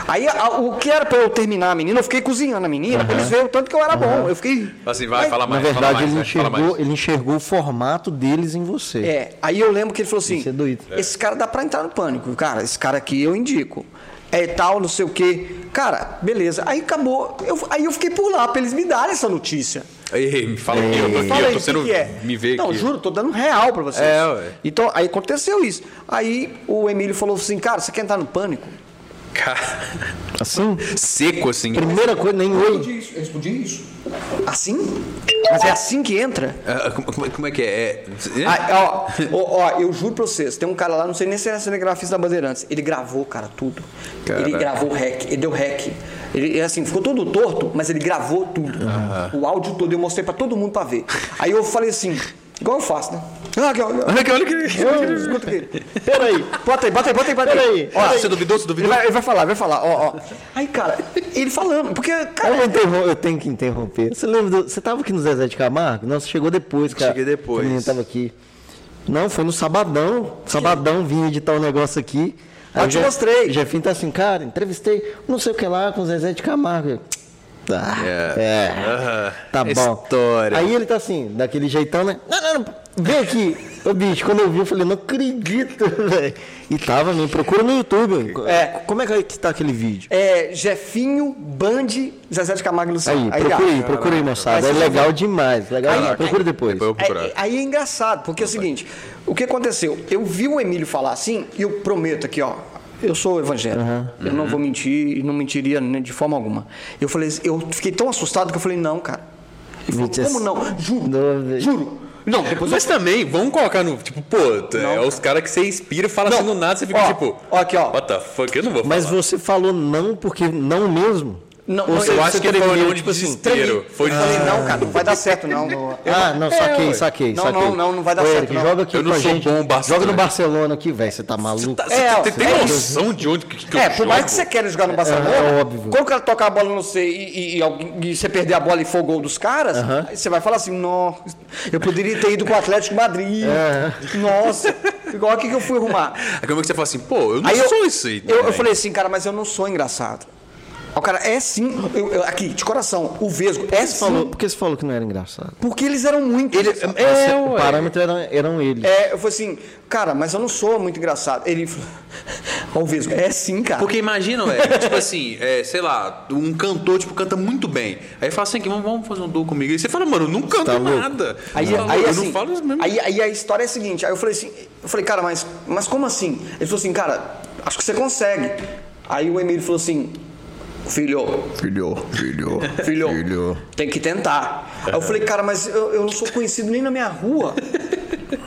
S3: Aí a- o que era pra eu terminar a menina, eu fiquei cozinhando a menina, pra eles verem o tanto que eu era bom. Eu fiquei...
S1: Assim, vai,
S3: Mas-
S1: fala mais,
S2: Na verdade,
S1: fala mais,
S2: ele,
S1: né? Fala mais.
S2: enxergou, ele enxergou o formato deles em você.
S3: É, aí eu lembro que ele falou assim:
S2: Isso é doido.
S3: esse cara dá pra entrar no pânico, cara, esse cara aqui eu indico. É tal, não sei o quê. Cara, beleza. Aí acabou. Eu- aí eu fiquei por lá pra eles me darem essa notícia.
S1: Ei, me fala aqui, eu tô
S3: Me
S1: aqui,
S3: fala
S1: eu
S3: aí,
S1: tô
S3: o
S1: sendo.
S3: que, que é?
S1: Me vê
S3: Não,
S1: aqui.
S3: juro, tô dando real pra vocês.
S1: É, ué.
S3: Então, aí aconteceu isso. Aí o Emílio falou assim: cara, você quer entrar no pânico?
S1: Cara,
S2: Assim?
S1: seco assim.
S2: Primeira coisa, nem oi.
S3: isso, eu respondi isso. Assim? Mas é assim que entra?
S1: Ah, como- Como, como é que é? É-
S3: Ah,
S2: <laughs>
S3: ó, ó, ó, eu juro pra vocês, tem um cara lá, não sei nem se é cinegrafista da Bandeirantes, ele gravou, cara, tudo. Ele
S1: Caraca.
S3: gravou o rec, ele deu rec. Ele, é assim, ficou todo torto, mas ele gravou tudo. O áudio todo, eu mostrei pra todo mundo pra ver. Aí eu falei assim, igual eu faço, né? Ah, aqui, ó,
S2: <laughs>
S3: ó,
S1: Olha que, olha que.
S3: ó, escuta aqui. Peraí, bota aí, bota aí, bota aí, bota aí.
S2: Peraí,
S3: Ó,
S1: Ah, você duvidou, você
S3: ele
S1: duvidou?
S3: vai, ele vai falar, vai falar, ó, ó. Aí, cara, ele falando, porque,
S2: Eu, vou
S3: cara,
S2: interrom- eu tenho que interromper. Você lembra do... Você tava aqui no Zezé de Camargo? Não, você chegou depois, cara.
S1: Cheguei depois.
S2: O menino tava aqui. Não, foi no sabadão. Sabadão vim editar um negócio aqui.
S3: Eu
S2: Aí
S3: te
S2: o Je-
S3: mostrei.
S2: O Jefinho tá assim, cara, entrevistei não sei o que lá com o Zezé de Camargo. Eu, Tá.
S1: É.
S2: É. Tá bom.
S1: História.
S2: Aí ele tá assim, daquele jeitão, né? Não, não, não. Vem aqui. Ô, bicho, quando eu vi, eu falei, não acredito, <laughs> velho. E tava, me procura no YouTube.
S3: É.
S2: Como é que é que tá aquele vídeo?
S3: é Jefinho, Bande, Zezé de Camargo e Luciano.
S2: Aí, procura
S3: cara.
S2: aí, procura aí, moçada.
S3: Mas
S2: É
S3: você
S2: legal demais. Legal.
S3: Aí-
S2: procura
S1: Depois
S2: depois.
S1: eu vou procurar.
S3: É, é, aí é engraçado, porque é o seguinte, o que aconteceu? Eu vi o Emílio falar assim, e eu prometo aqui, ó, eu sou evangélico. Eu não vou mentir e não mentiria né, de forma alguma. Eu falei, assim, eu fiquei tão assustado que eu falei, não, cara. Ele falou,
S2: Mentira.
S3: como não? Juro,
S2: assim- Não, velho.
S3: juro. Não, depois eu...
S1: Mas também, vamos colocar no. Tipo, pô, t- é os caras que você inspira e fala assim do nada, você fica
S3: Ó,
S1: tipo.
S3: ó aqui, ó.
S1: What the fuck? Eu não vou
S2: Mas
S1: falar.
S2: você falou não porque não mesmo?
S3: Não,
S2: Ou
S3: não,
S2: seja,
S1: Eu acho
S2: você
S1: que ele foi Ah.
S2: tremeu,
S1: um de desespero. Foi
S3: Eu
S1: de
S3: falei, não, cara, não vai dar certo, não.
S2: Ah, não, saquei, saquei,
S3: Não,
S2: saquei.
S3: não, não, não vai dar
S2: Ô,
S3: certo,
S2: Eric,
S3: não.
S2: Joga aqui
S1: Eu não
S2: com a
S1: sou
S2: gente.
S1: bom bastante.
S2: Joga no Barcelona aqui, velho. Você tá maluco?
S1: Tá,
S3: É,
S1: você
S3: ó,
S1: tem
S3: é
S1: noção de onde que, que
S3: É,
S1: eu
S3: por mais que você
S1: jogo?
S3: queira jogar no Barcelona,
S2: É, é óbvio.
S3: quando o cara tocar a bola no você e, e- e alguém- e você perder a bola e for gol dos caras, aí você vai falar assim, nossa, eu poderia ter ido com o Atlético de Madrid.
S1: É.
S3: Nossa, igual aqui que eu fui arrumar.
S1: Aí como é que você fala assim, pô, eu não
S3: Aí eu,
S1: sou isso aí.
S3: eu, eu
S1: também.
S3: falei assim, cara, mas eu não sou engraçado. Aí O cara, é sim, eu- eu- aqui, de coração, o Vesgo, é sim,
S2: Falou- por que você falou que não era engraçado?
S3: porque eles eram muito engraçados.
S1: é,
S2: Você- o parâmetro era- eram eles.
S3: É, eu falei assim, cara, mas eu não sou muito engraçado. Ele falou, ó, o Vesgo, é sim, cara.
S1: Porque imagina, velho, <laughs> tipo assim, é, sei lá, um cantor, tipo, canta muito bem. Aí fala assim, que vamos, vamos fazer um duo comigo. Aí você fala, mano, eu não canto
S2: tá louco?
S1: nada.
S3: Aí,
S1: Você fala,
S3: aí,
S1: eu
S3: assim,
S1: não falo isso mesmo.
S3: Aí, aí a história é a seguinte, aí eu falei assim, eu falei, cara, mas, mas como assim? Ele falou assim, cara, acho que você consegue. Aí o Emílio falou assim, filho,
S2: Filho, filho,
S3: <laughs> filho, tem que tentar. Aí eu falei, cara, mas eu, eu não sou conhecido nem na minha rua.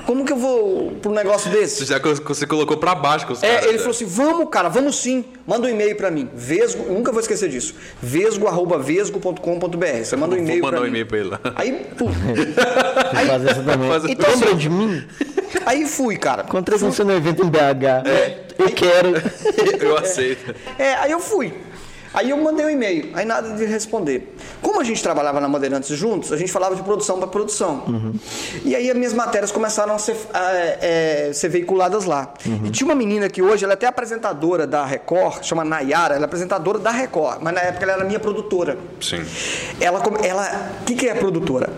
S3: Como que eu vou pra um negócio desse?
S1: Já que você colocou pra baixo com os
S3: É,
S1: caras,
S3: ele
S1: né?
S3: falou assim, vamos, cara, vamos sim. Manda um e-mail pra mim, vesgo, nunca vou esquecer disso, vesgo, arroba, vesgo.com.br. Você manda
S1: Vou
S3: um e-mail
S1: mandar
S3: pra
S1: um
S3: mim.
S1: e-mail pra ele lá. <laughs>
S3: Aí, pum.
S2: Aí, Fazer isso também.
S1: Faz-
S3: Então, assim,
S2: Lembra de mim?
S3: aí fui, cara.
S2: Encontrei com você no evento em BH. Eu quero.
S1: eu aceito.
S3: É, aí eu fui. Aí eu mandei um e-mail, aí nada de responder. Como a gente trabalhava na Bandeirantes juntos, a gente falava de produção para produção. E aí as minhas matérias começaram a ser, a- é, ser veiculadas lá. E tinha uma menina que hoje, ela é até apresentadora da Record, chama Nayara, ela é apresentadora da Record, mas na época ela era minha produtora.
S1: Sim.
S3: Ela, come- ela, o que, que é produtora?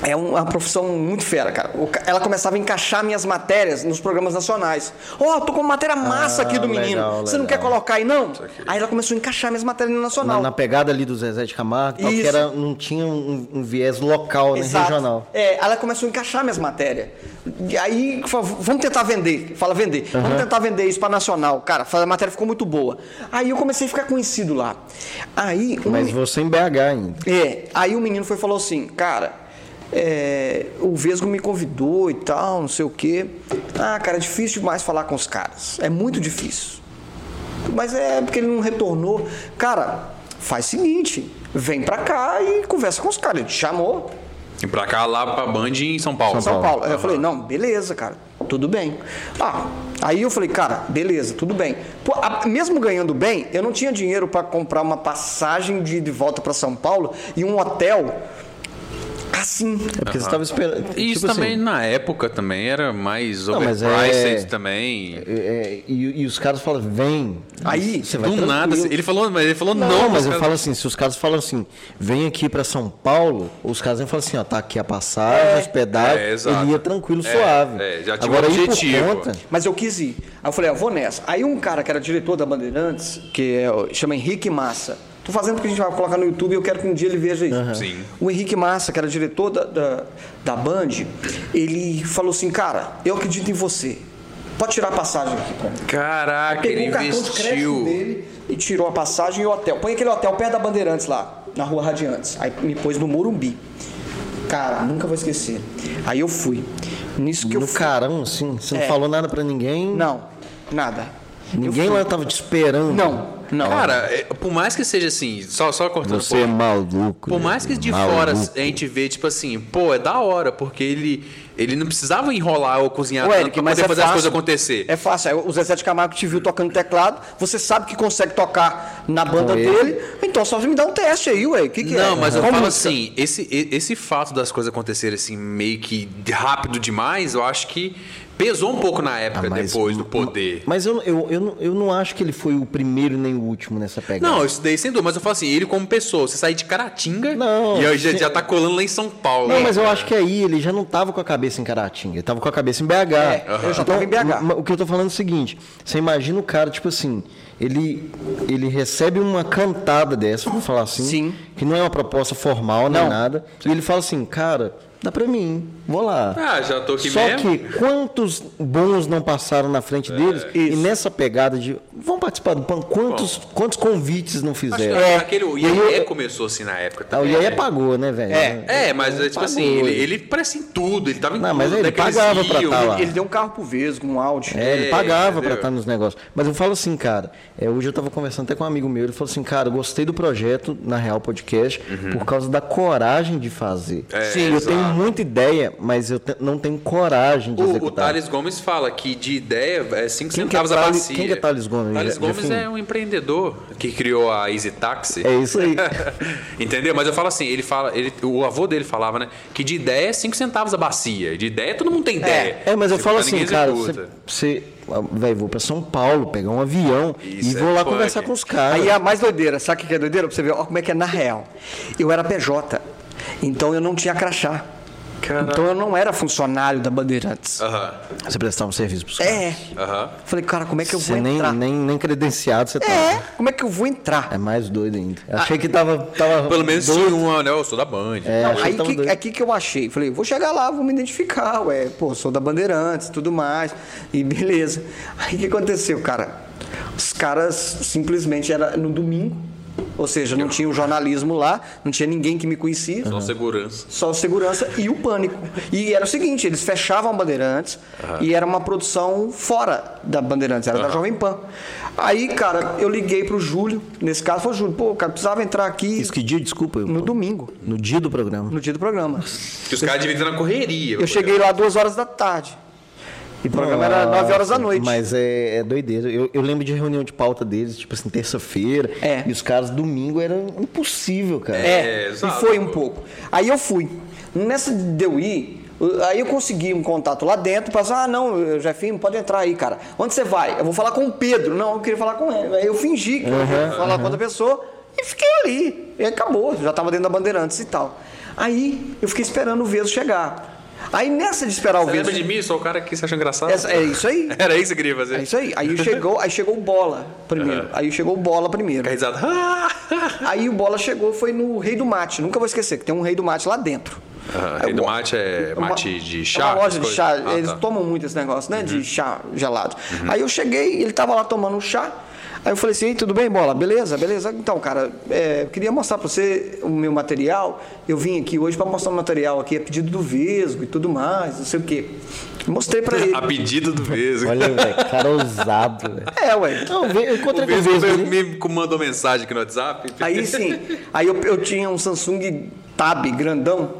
S3: É um- uma profissão muito fera, cara. O ca- Ela começava a encaixar minhas matérias nos programas nacionais. Ó, tô com uma matéria massa
S2: Ah,
S3: aqui do menino.
S2: legal,
S3: Você não quer
S2: legal.
S3: colocar aí, não? Aí ela começou a encaixar minhas matérias no
S2: Na,
S3: nacional.
S2: na pegada ali do Zezé de Camargo, tal, que
S3: Isso.
S2: era, não tinha um, um viés local, né,
S3: Exato.
S2: regional.
S3: É, ela começou a encaixar minhas matérias. E aí, fala, vamos tentar vender. Fala, vender. Vamos tentar vender isso pra nacional. Cara, a matéria ficou muito boa. Aí eu comecei a ficar conhecido lá. Aí, um-
S2: Mas você em BH ainda.
S3: é, aí o menino foi e falou assim, cara, é, o Vesgo me convidou e tal, não sei o quê. Ah, cara, é difícil demais falar com os caras. É muito difícil. Mas é porque ele não retornou. Cara, faz o seguinte, vem pra cá e conversa com os caras. Ele te chamou,
S1: E pra cá, lá pra Band em São Paulo.
S2: São
S3: São Paulo. é. Aí eu
S1: Aham.
S3: falei, não, beleza, cara, tudo bem. Ah, aí eu falei, cara, beleza, tudo bem. Pô, a- mesmo ganhando bem, eu não tinha dinheiro pra comprar uma passagem de, de volta pra São Paulo e um hotel assim.
S2: É porque você estava esperando.
S1: E isso
S2: tipo assim,
S1: também, na época, também era mais
S2: mas é-
S1: overpriced também.
S2: é, é, e, e os caras falam, vem.
S3: Aí,
S2: você vai
S1: Do nada. assim,
S2: tranquilo.
S1: Ele falou, mas ele falou não.
S2: Não, mas eu
S1: cara-
S2: falo assim, se os caras falam assim, vem aqui pra São Paulo, os caras vão falar assim, ó, tá aqui a passagem, a hospedagem,
S1: É, exato.
S2: ele ia tranquilo,
S1: É,
S2: suave.
S1: é, já tinha um
S2: Agora, ir por
S1: objetivo.
S2: conta,
S3: Mas eu quis ir. Aí eu falei, ah, vou nessa. Aí um cara que era diretor da Bandeirantes, que é o- chama Henrique Massa. Tô fazendo porque a gente vai colocar no YouTube e eu quero que um dia ele veja isso.
S1: Sim.
S3: O Henrique Massa, que era diretor da, da, da Band, ele falou assim, cara, eu acredito em você. Pode tirar a passagem aqui pra mim.
S1: Caraca, ele
S3: Pegou o cartão de crédito
S1: investiu.
S3: dele e tirou a passagem e o hotel. Põe aquele hotel perto da Bandeirantes lá, na rua Radiantes. Aí me pôs no Morumbi. Cara, nunca vou esquecer. Aí eu fui. Nisso que eu
S2: no
S3: fui.
S2: carão, assim, você não
S3: É.
S2: falou nada pra ninguém,
S3: Não, nada.
S2: ninguém lá tava te esperando.
S3: Não, não.
S1: Cara, é, por mais que seja assim, só, só cortando um
S2: Você é
S1: pouco,
S2: maluco.
S1: Por
S2: né?
S1: mais que de
S2: Maluco.
S1: fora a gente vê, tipo assim, pô, é da hora, porque ele, ele não precisava enrolar ou cozinhar
S3: Ô,
S1: tanto
S3: Eric,
S1: pra
S3: mas
S1: poder
S3: é
S1: fazer
S3: fácil.
S1: as coisas acontecer.
S3: É fácil. Aí o Zezé de Camargo te viu tocando teclado, você sabe que consegue tocar na banda
S2: ele.
S3: dele, então só me dá um teste aí, ué. O que, que é?
S1: não, mas eu
S3: Qual
S1: falo
S3: música?
S1: assim, esse, e- esse fato das coisas acontecerem assim, meio que rápido demais, eu acho que pesou um pouco na época
S2: Ah, mas-
S1: depois do poder.
S2: Mas eu, eu, eu, não- eu não acho que ele foi o primeiro nem o último nessa pegada.
S1: Não, isso daí sem dúvida, mas eu falo assim, ele como pessoa, você sair de Caratinga
S2: Não,
S1: e aí já,
S2: sim.
S1: já tá colando lá em São Paulo.
S3: É.
S2: Não, mas eu acho que aí ele já não tava com a cabeça em Caratinga, ele tava com a cabeça em BH.
S3: É, eu já tava em BH.
S2: então, ma- O que eu tô falando é o seguinte, você imagina o cara, tipo assim, ele, ele recebe uma cantada dessa, vou falar assim,
S3: Sim.
S2: que não é uma proposta formal, nem
S3: Não.
S2: nada, e ele fala assim, cara, dá pra mim, vou lá.
S1: Ah, já tô aqui
S2: Só
S1: mesmo.
S2: que quantos bons não passaram na frente deles e
S3: É, Isso.
S2: nessa pegada de vamos participar do PAN, quantos, quantos convites não
S1: Acho que
S2: fizeram?
S1: é. aquele, o
S2: E aí eu-
S1: IAE começou assim na época
S2: Ah, o
S1: também.
S2: Iaia
S1: né?
S2: pagou, né, velho?
S3: É.
S1: É, mas é, tipo assim,
S2: Pagou.
S1: ele, ele parece em tudo, ele tava em
S2: Não,
S1: tudo.
S2: mas ele
S1: né, que eles
S2: pagava pra
S1: iam,
S2: tá lá.
S3: Ele deu um carro pro Vesgo, um Audi.
S2: É, ele
S1: É,
S2: pagava pra
S1: entendeu?
S2: estar nos negócios. Mas eu falo assim, cara, é, hoje eu tava conversando até com um amigo meu, ele falou assim, cara, eu gostei do projeto, na Real Podcast, por causa da coragem de fazer.
S1: Uhum. É,
S2: Sim, eu
S1: exato. Uh,
S2: tenho muita ideia, mas eu te- não tenho coragem de
S1: O, o
S2: executar.
S1: Thales Gomes fala que de ideia é 5
S2: Quem que é
S1: centavos a
S2: Thales-
S1: bacia.
S2: quem que é Thales Gomes,
S1: Thales
S2: Je-
S1: Gomes
S2: Jefinho?
S1: é um empreendedor que criou a Easy Taxi.
S2: É isso aí.
S1: <laughs> Entendeu? Mas eu falo assim, ele fala, ele, o avô dele falava, né? Que de ideia é 5 centavos a bacia. De ideia todo mundo tem ideia.
S2: É, mas eu
S1: <laughs> Executar,
S2: falo assim,
S1: ninguém
S2: cara,
S1: executa.
S2: você, você ah, véi, vou pra São Paulo, pegar um avião
S1: Isso
S2: e
S1: é
S2: vou lá
S1: punk.
S2: conversar com os caras.
S3: Aí é a mais doideira, sabe o que é doideira? Pra você ver ó, como é que é na real. Eu era PJ, então eu não tinha crachá.
S1: Caraca.
S3: Então eu não era funcionário da Bandeirantes.
S1: Aham,
S2: Você prestar um serviço pros caras.
S3: É.
S1: aham.
S3: Falei, cara, como é que eu
S2: Você
S3: vou
S2: nem,
S3: entrar?
S2: nem, nem credenciado você tá.
S3: É, como é que eu vou entrar?
S2: É mais doido ainda. Achei que tava, tava
S1: Ah, Pelo menos
S2: doido.
S1: tinha uma, né? Eu sou da Band.
S2: É,
S3: Não,
S2: achei
S3: aí
S2: que tava
S3: que,
S2: doido.
S3: aqui que eu achei. Falei, vou chegar lá, vou me identificar, ué. Pô, sou da Bandeirantes, tudo mais. E beleza. Aí o que aconteceu, cara? Os caras simplesmente era no domingo, ou seja, não tinha o jornalismo lá, não tinha ninguém que me conhecia.
S1: Só segurança.
S3: Só o segurança e o pânico. E era o seguinte, eles fechavam a Bandeirantes e era uma produção fora da Bandeirantes, era da Jovem Pan. Aí, cara, eu liguei pro Júlio, nesse caso foi o Júlio, pô, cara, precisava entrar aqui
S2: Isso que dia, desculpa. eu-
S3: no domingo,
S2: No dia do programa.
S3: no dia do programa.
S1: Que os caras dividem na correria.
S3: Eu cheguei lá duas horas da tarde. E o programa era 9 horas da
S2: Nossa,
S3: noite.
S2: Ah, Mas é, é doideira. Eu, eu lembro de reunião de pauta deles, tipo assim, terça-feira.
S3: É.
S2: E os caras, domingo, era impossível, cara.
S1: É,
S3: É, e
S1: exato.
S3: foi um pouco. Aí eu fui. Nessa de eu ir, eu- aí eu consegui um contato lá dentro, passou, ah, não, eu já fiz, pode entrar aí, cara. Onde você vai? Eu vou falar com o Pedro. Não, eu queria falar com ele. Aí eu fingi que eu ia falar com outra pessoa e fiquei ali. E acabou, já tava dentro da Bandeirantes e tal. Aí eu fiquei esperando o Veso chegar. Aí nessa de esperar o
S1: Você
S3: Veso.
S1: lembra de mim? Sou o cara que você acha engraçado.
S3: Essa- é isso aí.
S1: <laughs> Era isso que queria fazer.
S3: É isso aí. Aí chegou, aí chegou o bola primeiro.
S1: Aham.
S3: Aí chegou o bola primeiro.
S1: Fica risada. <laughs> Ah!
S3: Aí o bola chegou, foi no Rei do Mate. Nunca vou esquecer que tem um Rei do Mate lá dentro.
S1: Aham,
S3: Aí
S1: Rei do
S3: o-
S1: Mate é
S3: uma-
S1: mate de chá,
S3: É uma loja de
S1: essas
S3: chá.
S1: coisas? Ah,
S3: Eles
S1: tá. Uhum.
S3: tomam muito esse negócio, né? De chá gelado. Aí eu cheguei, ele tava lá tomando um chá. Aí eu falei assim, Ei, tudo bem, Bola? Beleza, beleza? Então, cara, é, eu queria mostrar pra você o meu material. Eu vim aqui hoje pra mostrar o material aqui, a pedido do Vesgo e tudo mais, não sei o quê. Mostrei pra ele.
S1: <laughs> A pedido do Vesgo.
S2: Olha, velho, cara ousado, velho.
S3: É, ué.
S2: Não, eu
S1: o
S2: encontrei com o
S1: Vesgo
S2: Vesgo ali.
S1: me mandou mensagem aqui no WhatsApp.
S3: né? Aí sim, aí eu, eu tinha um Samsung Tab grandão.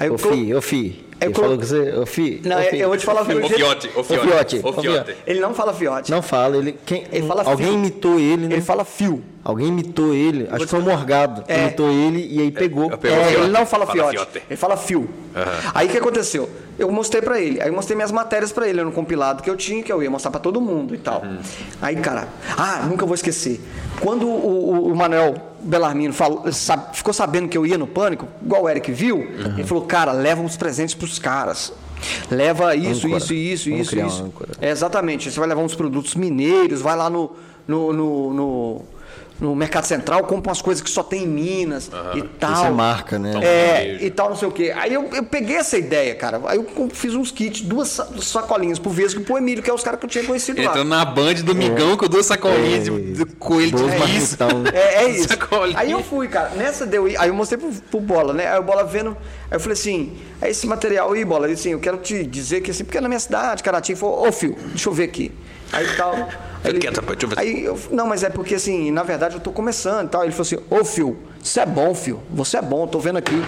S3: Aí eu
S2: Ô,
S3: colo-
S2: Fi, ô, Fi.
S3: Eu
S2: Ele
S3: colo-
S2: falou que você... Ô, Fi.
S3: É Não, é,
S2: ô,
S3: eu-
S2: Fi.
S3: eu vou te falar o que
S1: O
S3: eu-
S1: um fiote, o
S2: Ô, fiote,
S1: fiote, o
S2: ô,
S1: fiote.
S2: fiote.
S3: Ele não fala fiote.
S2: Não fala, ele... Quem,
S3: Ele fala
S2: alguém
S3: fio.
S2: imitou ele, né?
S3: Ele fala fio.
S2: Alguém imitou ele. Acho que foi o Morgado. que
S3: É.
S2: Imitou ele e aí pegou.
S1: eu pego.
S3: É,
S1: fiote.
S3: ele não fala,
S1: Fala
S3: fiote,
S1: fiote.
S3: ele fala fio. Aí o que aconteceu? Eu mostrei pra ele, aí eu mostrei minhas matérias pra ele no compilado que eu tinha, que eu ia mostrar pra todo mundo e tal.
S2: Uhum.
S3: Aí, cara, ah, nunca vou esquecer. Quando o, o- o Manuel Belarmino falou- sa- ficou sabendo que eu ia no pânico, igual o Eric viu,
S2: Uhum.
S3: ele falou: cara, leva uns presentes pros caras. Leva isso,
S2: Âncora.
S3: isso, isso,
S2: Vamos
S3: isso,
S2: criar uma
S3: isso.
S2: âncora.
S3: É, exatamente. Você vai levar uns produtos mineiros, vai lá no, no, no, no- no Mercado Central, compra umas coisas que só tem em Minas e tal.
S2: Isso é marca, né?
S3: É,
S1: um Beijo.
S3: e tal, não sei o quê. Aí eu, eu peguei essa ideia, cara. Aí eu com- fiz uns kits, duas sa- sacolinhas pro Vesgo e pro Emílio, que é os caras que eu tinha conhecido lá.
S1: Entrando na band do Migão com duas sacolinhas de, de coelho tipo,
S2: Dois
S1: de raiz.
S2: marmitão.
S1: <laughs>
S3: É, é isso.
S1: Sacolinha.
S3: Aí eu fui, cara. Nessa deu. Aí eu mostrei pro, pro Bola, né? Aí o Bola vendo. Aí eu falei assim: é esse material aí, Bola. Ele assim, eu quero te dizer que assim, porque na minha cidade, Caratinga, ele falou: ô, fio, deixa eu ver aqui. Aí
S1: <laughs>
S3: tal. Aí ele-
S1: quieto, rapaz, deixa eu ver.
S3: Aí eu, não, mas é porque assim, na verdade eu tô começando e tal. Ele falou assim: ô, fio, você é bom, fio. Você é bom, tô vendo aqui.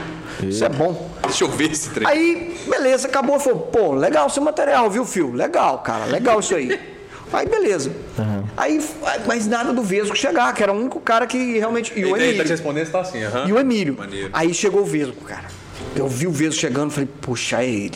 S3: Você é bom.
S1: Deixa eu ver esse trem.
S3: Aí, beleza, acabou. Falou, pô, legal seu material, viu, Fio? Legal, cara, legal isso aí. Aí, beleza. Aí, f- mas nada do Vesgo chegar, que era o único cara que realmente. E o
S1: ele, ele tá te
S3: Emílio.
S1: respondendo, você tá assim, aham.
S3: E o Emílio.
S1: Maneiro.
S3: Aí chegou o Vesgo, cara. Eu vi o Vesgo chegando, falei, puxa, é ele.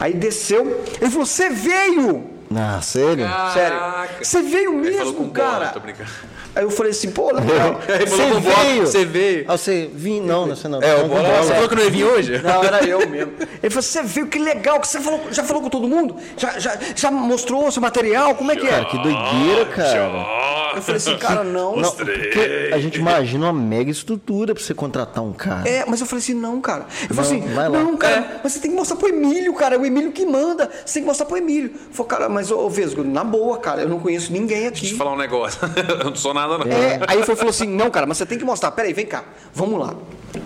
S3: Aí desceu, ele falou, você veio!
S2: Ah, sério?
S3: Sério.
S1: Caraca.
S3: Você veio
S1: Ele falou
S3: mesmo,
S1: com bola,
S3: cara.
S1: tô brincando.
S3: Aí eu falei assim, pô,
S1: <laughs>
S2: <laughs>
S3: legal.
S1: Ele falou com bola, você veio.
S2: Ah, você vim? Não, não, você não.
S1: É,
S2: Não,
S1: o
S2: com
S1: bola,
S2: bola.
S1: você falou que não ia vir hoje?
S3: Não, era eu mesmo. Ele falou, você viu que legal, que você falou, já falou com todo mundo? Já, já, já mostrou seu material? Como é que
S2: Cara,
S3: é?
S2: que doideira, cara.
S3: Eu falei assim, cara, não.
S2: Não, porque a gente imagina uma mega estrutura pra você contratar um cara.
S3: É, mas eu falei assim, não, cara. Eu falei
S2: Não,
S3: assim,
S2: vai lá.
S3: não, cara, mas você tem que mostrar pro Emílio, cara. É o Emílio que manda. Você tem que mostrar pro Emílio. Eu falei, cara, mas ô, ô Vesgo, na boa, cara, eu não conheço ninguém
S1: Deixa
S3: aqui.
S1: eu falar um negócio. <laughs> eu não sou nada, não.
S3: É, aí ele falou assim, não, cara, mas você tem que mostrar. Peraí, vem cá, vamos lá.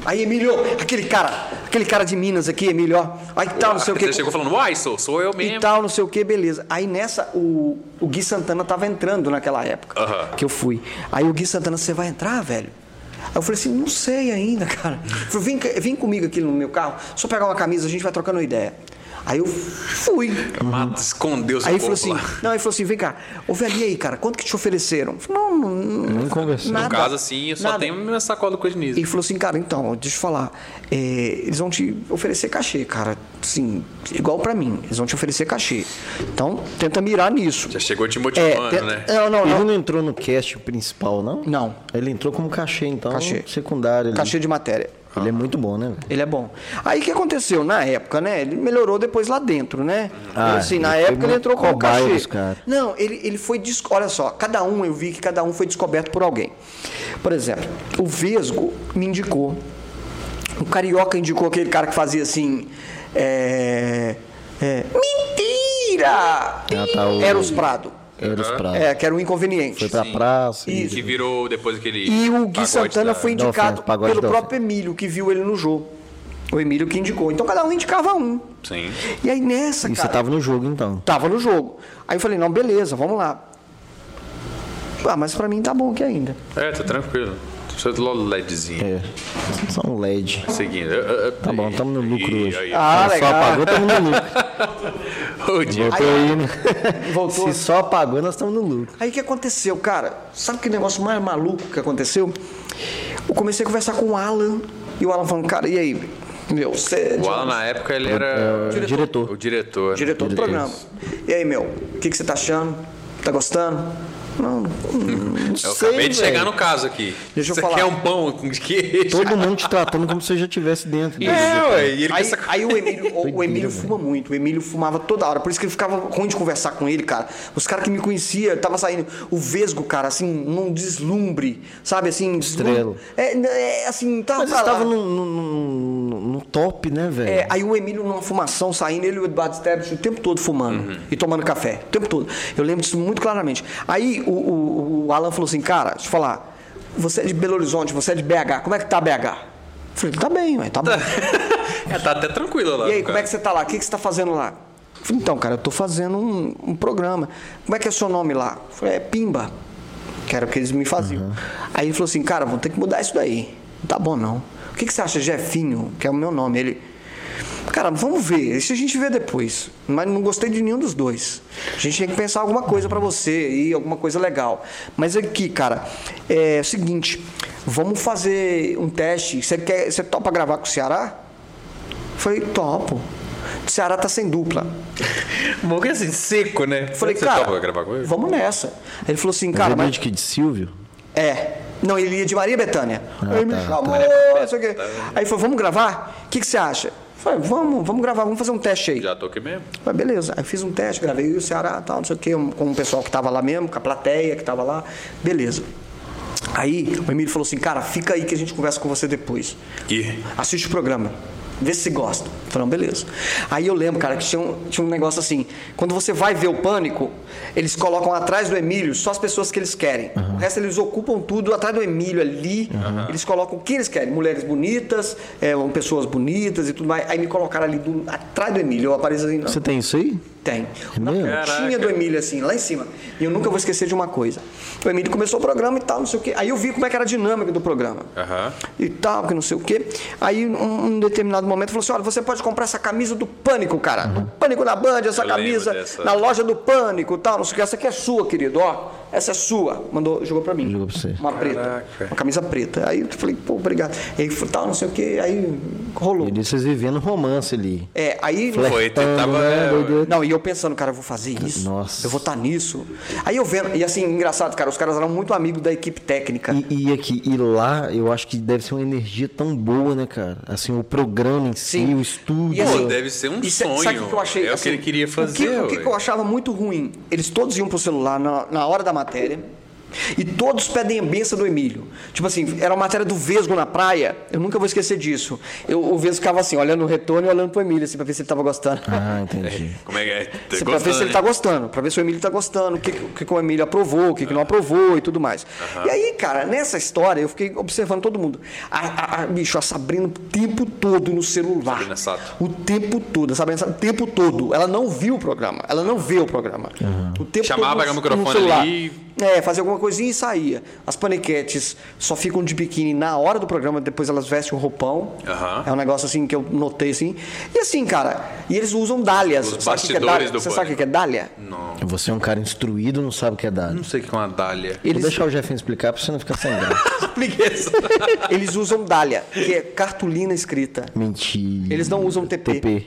S3: Aí, Emílio, aquele cara, aquele cara de Minas aqui, Emílio, ó. Aí tá, não sei o
S1: Ah, Você
S3: quê. Então,
S1: chegou falando, uai, sou, sou eu
S3: e
S1: mesmo.
S3: tal, não sei o que, beleza. Aí nessa, o, o Gui Santana tava entrando naquela época
S1: Aham.
S3: que eu fui. Aí o Gui Santana, você vai entrar, velho? Aí eu falei assim, não sei ainda, <laughs> cara. Ele falou, vem, cá- vem comigo aqui no meu carro, só pegar uma camisa, a gente vai trocando ideia. Aí eu fui.
S1: Mata, escondeu seu
S3: Aí ele falou
S1: corpo
S3: assim,
S1: lá.
S3: não, ele falou assim, vem cá, ô velho, e aí, cara, quanto que te ofereceram? Eu falei, não, não,
S2: Nem conversou.
S1: No
S3: nada.
S1: caso, assim, eu só
S3: Nada.
S1: tenho minha sacola do coelho
S3: Ele falou assim, cara, então, deixa eu falar. é, eles vão te oferecer cachê, cara. Assim, igual pra mim. Eles vão te oferecer cachê. Então, tenta mirar nisso.
S1: Já chegou te
S3: É,
S1: motivando,
S3: te-
S1: né?
S3: Não, não,
S2: Ele
S3: não.
S2: não entrou no cast principal, não?
S3: Não.
S2: Ele entrou como cachê, então.
S3: Cachê.
S2: Secundário ali.
S3: Cachê Uhum. de matéria.
S2: Ele é muito bom, né, velho?
S3: Ele é bom. Aí o que aconteceu? Na época, né? Ele melhorou depois lá dentro, né?
S2: Ah,
S3: Ele, assim, na
S2: ele foi
S3: época ele entrou com o
S2: cobaia
S3: cachê.
S2: dos caras.
S3: Não, ele, ele foi. des- Olha só, cada um, eu vi que cada um foi descoberto por alguém. Por exemplo, o Vesgo me indicou. O Carioca indicou aquele cara que fazia assim. É. é, mentira!
S2: tá, o-
S3: Eros Prado.
S2: Era os pratos.
S3: É, que era um inconveniente.
S2: Foi pra praça.
S3: é Isso.
S1: Que virou depois aquele.
S3: E o Gui
S1: pagode
S3: Santana
S1: da-
S3: foi
S2: da
S3: indicado
S2: oferta, pagode
S3: pelo
S2: da
S3: próprio Emílio, que viu ele no jogo. O Emílio que indicou. Então cada um indicava um.
S1: Sim.
S3: E aí nessa,
S2: E você
S3: cara, é-
S2: tava no jogo, então.
S3: tava no jogo. Aí eu falei, não, beleza, vamos lá. Ah, mas pra mim tá bom aqui ainda.
S1: É, tá tranquilo. Só do LEDzinho.
S2: É. Só um LED.
S1: Seguindo. É, é,
S2: Tá bom, tamo no lucro
S1: Ih,
S2: hoje.
S1: aí.
S3: Ah,
S2: Se
S3: legal.
S2: Só apagou, tamo no lucro.
S1: Ô, Diego.
S2: Voltou aí, né?
S3: <laughs> Voltou.
S2: Se só apagou, nós estamos no lucro.
S3: Aí o que aconteceu, cara? Sabe que negócio mais maluco que aconteceu? Eu comecei a conversar com o Alan. E o Alan falando, cara, e aí? Meu, você é
S1: O Alan, na época, ele era.
S2: É, Diretor.
S1: O diretor. né?
S3: diretor do programa. E aí, meu, o que, que você tá achando? Tá gostando? Não, não
S1: Eu
S3: sei,
S1: acabei de
S3: velho.
S1: chegar no caso aqui.
S3: Deixa eu
S1: Você
S3: falar.
S1: quer um pão de queijo?
S2: Todo mundo te tratando como se você já estivesse dentro.
S1: É, ué, e ele com
S3: Aí,
S1: essa-
S3: aí o Emílio, o- o, Emílio fuma muito. O Emílio fumava toda hora. Por isso que ele ficava ruim de conversar com ele, cara. Os caras que me conheciam, tava saindo. O Vesgo, cara, assim, num deslumbre. Sabe, assim... deslumbre.
S2: Estrela.
S3: É, n- é, assim, tava
S2: Mas
S3: pra lá.
S2: estava no, no- no- no top, né, velho?
S3: É, aí o Emílio numa fumação saindo, ele e o Eduardo Stebbins o tempo todo fumando
S1: Uhum.
S3: e tomando café, o tempo todo. Eu lembro disso muito claramente. Aí o, o- o Alan falou assim, cara, deixa eu falar, você é de Belo Horizonte, você é de BH, como é que tá BH? Eu falei, tá bem, ué, tá bom.
S1: <laughs> É, tá até tranquilo lá.
S3: E aí,
S1: cara.
S3: como é que você tá lá? O que, que você tá fazendo lá? Eu falei, então, cara, eu tô fazendo um, um programa. Como é que é seu nome lá? Eu falei, é Pimba. Que era o que eles me faziam. Aí ele falou assim, cara, vamos ter que mudar isso daí. Não tá bom, não. O que, que você acha, Jefinho? Que é o meu nome. Ele. Cara, vamos ver. Isso a gente vê depois. Mas não gostei de nenhum dos dois. A gente tem que pensar alguma coisa pra você e alguma coisa legal. Mas aqui, cara, é o seguinte. Vamos fazer um teste. Você, quer, você topa gravar com o Ceará? Falei, topo. O Ceará tá sem dupla.
S1: Bom, que assim, seco, né?
S3: é Falei,
S1: você
S3: cara,
S1: topa gravar comigo?
S3: vamos nessa. Ele falou assim,
S2: Cara,
S3: cara, mas...
S2: que de Silvio?
S3: É. Não, ele ia de Maria Bethânia. aí me
S2: tá,
S3: chamou, não sei o quê. Aí falou, vamos gravar? O que, que você acha? Falei, vamos, vamos gravar, vamos fazer um teste aí.
S1: Já tô aqui mesmo.
S3: Mas beleza, aí fiz um teste, gravei o Ceará tal, não sei o quê, um- com o pessoal que tava lá mesmo, com a plateia que tava lá. Beleza. Aí o Emílio falou assim, cara, fica aí que a gente conversa com você depois.
S1: E...
S3: Assiste o programa. Vê se gosta. Falaram, beleza. Aí eu lembro, cara, que tinha um, tinha um negócio assim. Quando você vai ver o pânico, eles colocam atrás do Emílio só as pessoas que eles querem. O resto eles ocupam tudo atrás do Emílio ali. Eles colocam o que eles querem. Mulheres bonitas, é, pessoas bonitas e tudo mais. Aí me colocaram ali do- atrás do Emílio. Eu apareço assim, não.
S2: Você tem isso aí?
S3: Tem.
S2: É
S3: Na
S2: mesmo?
S3: pontinha do Emílio, assim, lá em cima. E eu nunca vou esquecer de uma coisa. O Emílio começou o programa e tal, não sei o quê. Aí eu vi como é que era a dinâmica do programa
S1: Aham.
S3: e tal, que não sei o quê. Aí, um, um determinado momento, falou assim: olha, você pode comprar essa camisa do Pânico, cara. Do Pânico na Band, essa
S1: Eu
S3: camisa
S1: lembro dessa.
S3: na loja do Pânico e tal, não sei o quê. Essa aqui é sua, querido, ó. Essa é sua. Mandou, jogou pra mim.
S2: Jogou pra você.
S3: Uma preta.
S1: Caraca.
S3: Uma camisa preta. Aí eu falei, pô, obrigado. E aí, foi tal, não sei o quê. Aí rolou.
S2: Ele vocês vivendo um romance ali.
S3: É, aí.
S1: Foi, é, tentava...
S2: né, doido?
S3: Não, e eu pensando, cara, eu vou fazer isso.
S2: Nossa.
S3: Eu vou estar nisso. Aí eu vendo, e assim, engraçado, cara, os caras eram muito amigos da equipe técnica.
S2: E, e aqui, e lá, eu acho que deve ser uma energia tão boa, né, cara? Assim, o programa em si,
S3: Sim.
S2: o estúdio.
S3: E assim,
S1: deve ser um
S3: e sa-
S1: sonho.
S3: Sabe o que eu achei? Assim,
S1: É o que ele queria
S3: O que,
S1: fazer,
S3: o que
S1: ué.
S3: eu achava muito ruim? Eles todos iam pro celular na, na hora da matéria. E todos pedem a benção do Emílio. Tipo assim, era uma matéria do Vesgo na praia. Eu nunca vou esquecer disso. Eu, o Vesgo ficava assim, olhando no retorno e olhando pro Emílio, assim, pra ver se ele tava gostando.
S2: Ah, entendi.
S1: Como é que é? Tá
S3: Você- pra
S1: gostando,
S3: ver se ele
S1: né?
S3: tá gostando, pra ver se o Emílio tá gostando, o que, o que que o Emílio aprovou, o que, que não aprovou e tudo mais. E aí, cara, nessa história, eu fiquei observando todo mundo. A, a- a- bicho, a Sabrina o tempo todo no celular.
S1: Sabrina Sato.
S3: O tempo todo, a Sabrina Sato, o tempo todo. Ela não viu o programa, ela não vê o programa. O tempo
S1: Chamava,
S3: todo
S1: pegava o microfone
S3: celular.
S1: ali.
S3: É, fazia alguma coisinha e saía. As paniquetes só ficam de biquíni na hora do programa, depois elas vestem um roupão.
S1: Aham.
S3: É um negócio assim que eu notei assim. E assim, cara, e eles usam dálias.
S1: Os
S3: Sabe o que que é
S1: bastidores
S3: dália?
S1: do
S3: Você sabe o que que
S1: <laughs>
S3: é dália?
S2: Você é um cara instruído, não sabe o que é dado.
S1: Não sei o que é uma dália.
S2: Vou
S3: Eles,
S2: deixar o Jefinho explicar pra você não ficar sem
S3: <laughs>
S2: graça.
S1: Preguiça.
S3: eles usam dália, que é cartolina escrita.
S2: Mentira.
S3: Eles não usam TP.
S2: TP.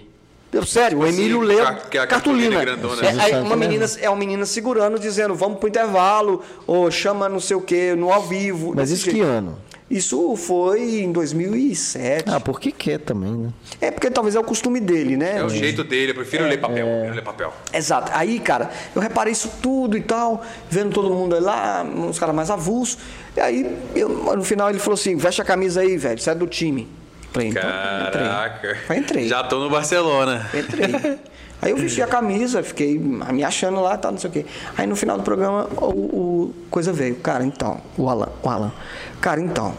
S3: Eu, sério, o Emílio
S1: Sim,
S3: leu
S1: ca- que é a
S3: cartolina.
S1: cartolina grandona.
S3: É, aí
S2: Exatamente.
S3: uma menina, é uma menina segurando, dizendo, vamos pro intervalo, ou chama não sei o quê, no ao vivo.
S2: Mas
S3: desse
S2: isso que
S3: jeito.
S2: ano?
S3: Isso foi em 2007.
S2: Ah, por que que é também, né?
S3: É porque talvez é o costume dele, né?
S1: É o jeito dele, eu prefiro ler papel.
S3: é.
S1: Eu prefiro ler papel.
S3: Exato. Aí, cara, eu reparei isso tudo e tal, vendo todo mundo aí lá, uns caras mais avulsos. E aí, eu- no final, ele falou assim: veste a camisa aí, velho, você é do time. Falei, então,
S1: Caraca.
S3: entrei. Entrei.
S1: Já tô no Barcelona.
S3: Entrei. Aí eu vesti a camisa, fiquei me achando lá e tal, não sei o quê. Aí no final do programa, o, o- coisa veio. Cara, então, o Alan, o Alan, cara, então,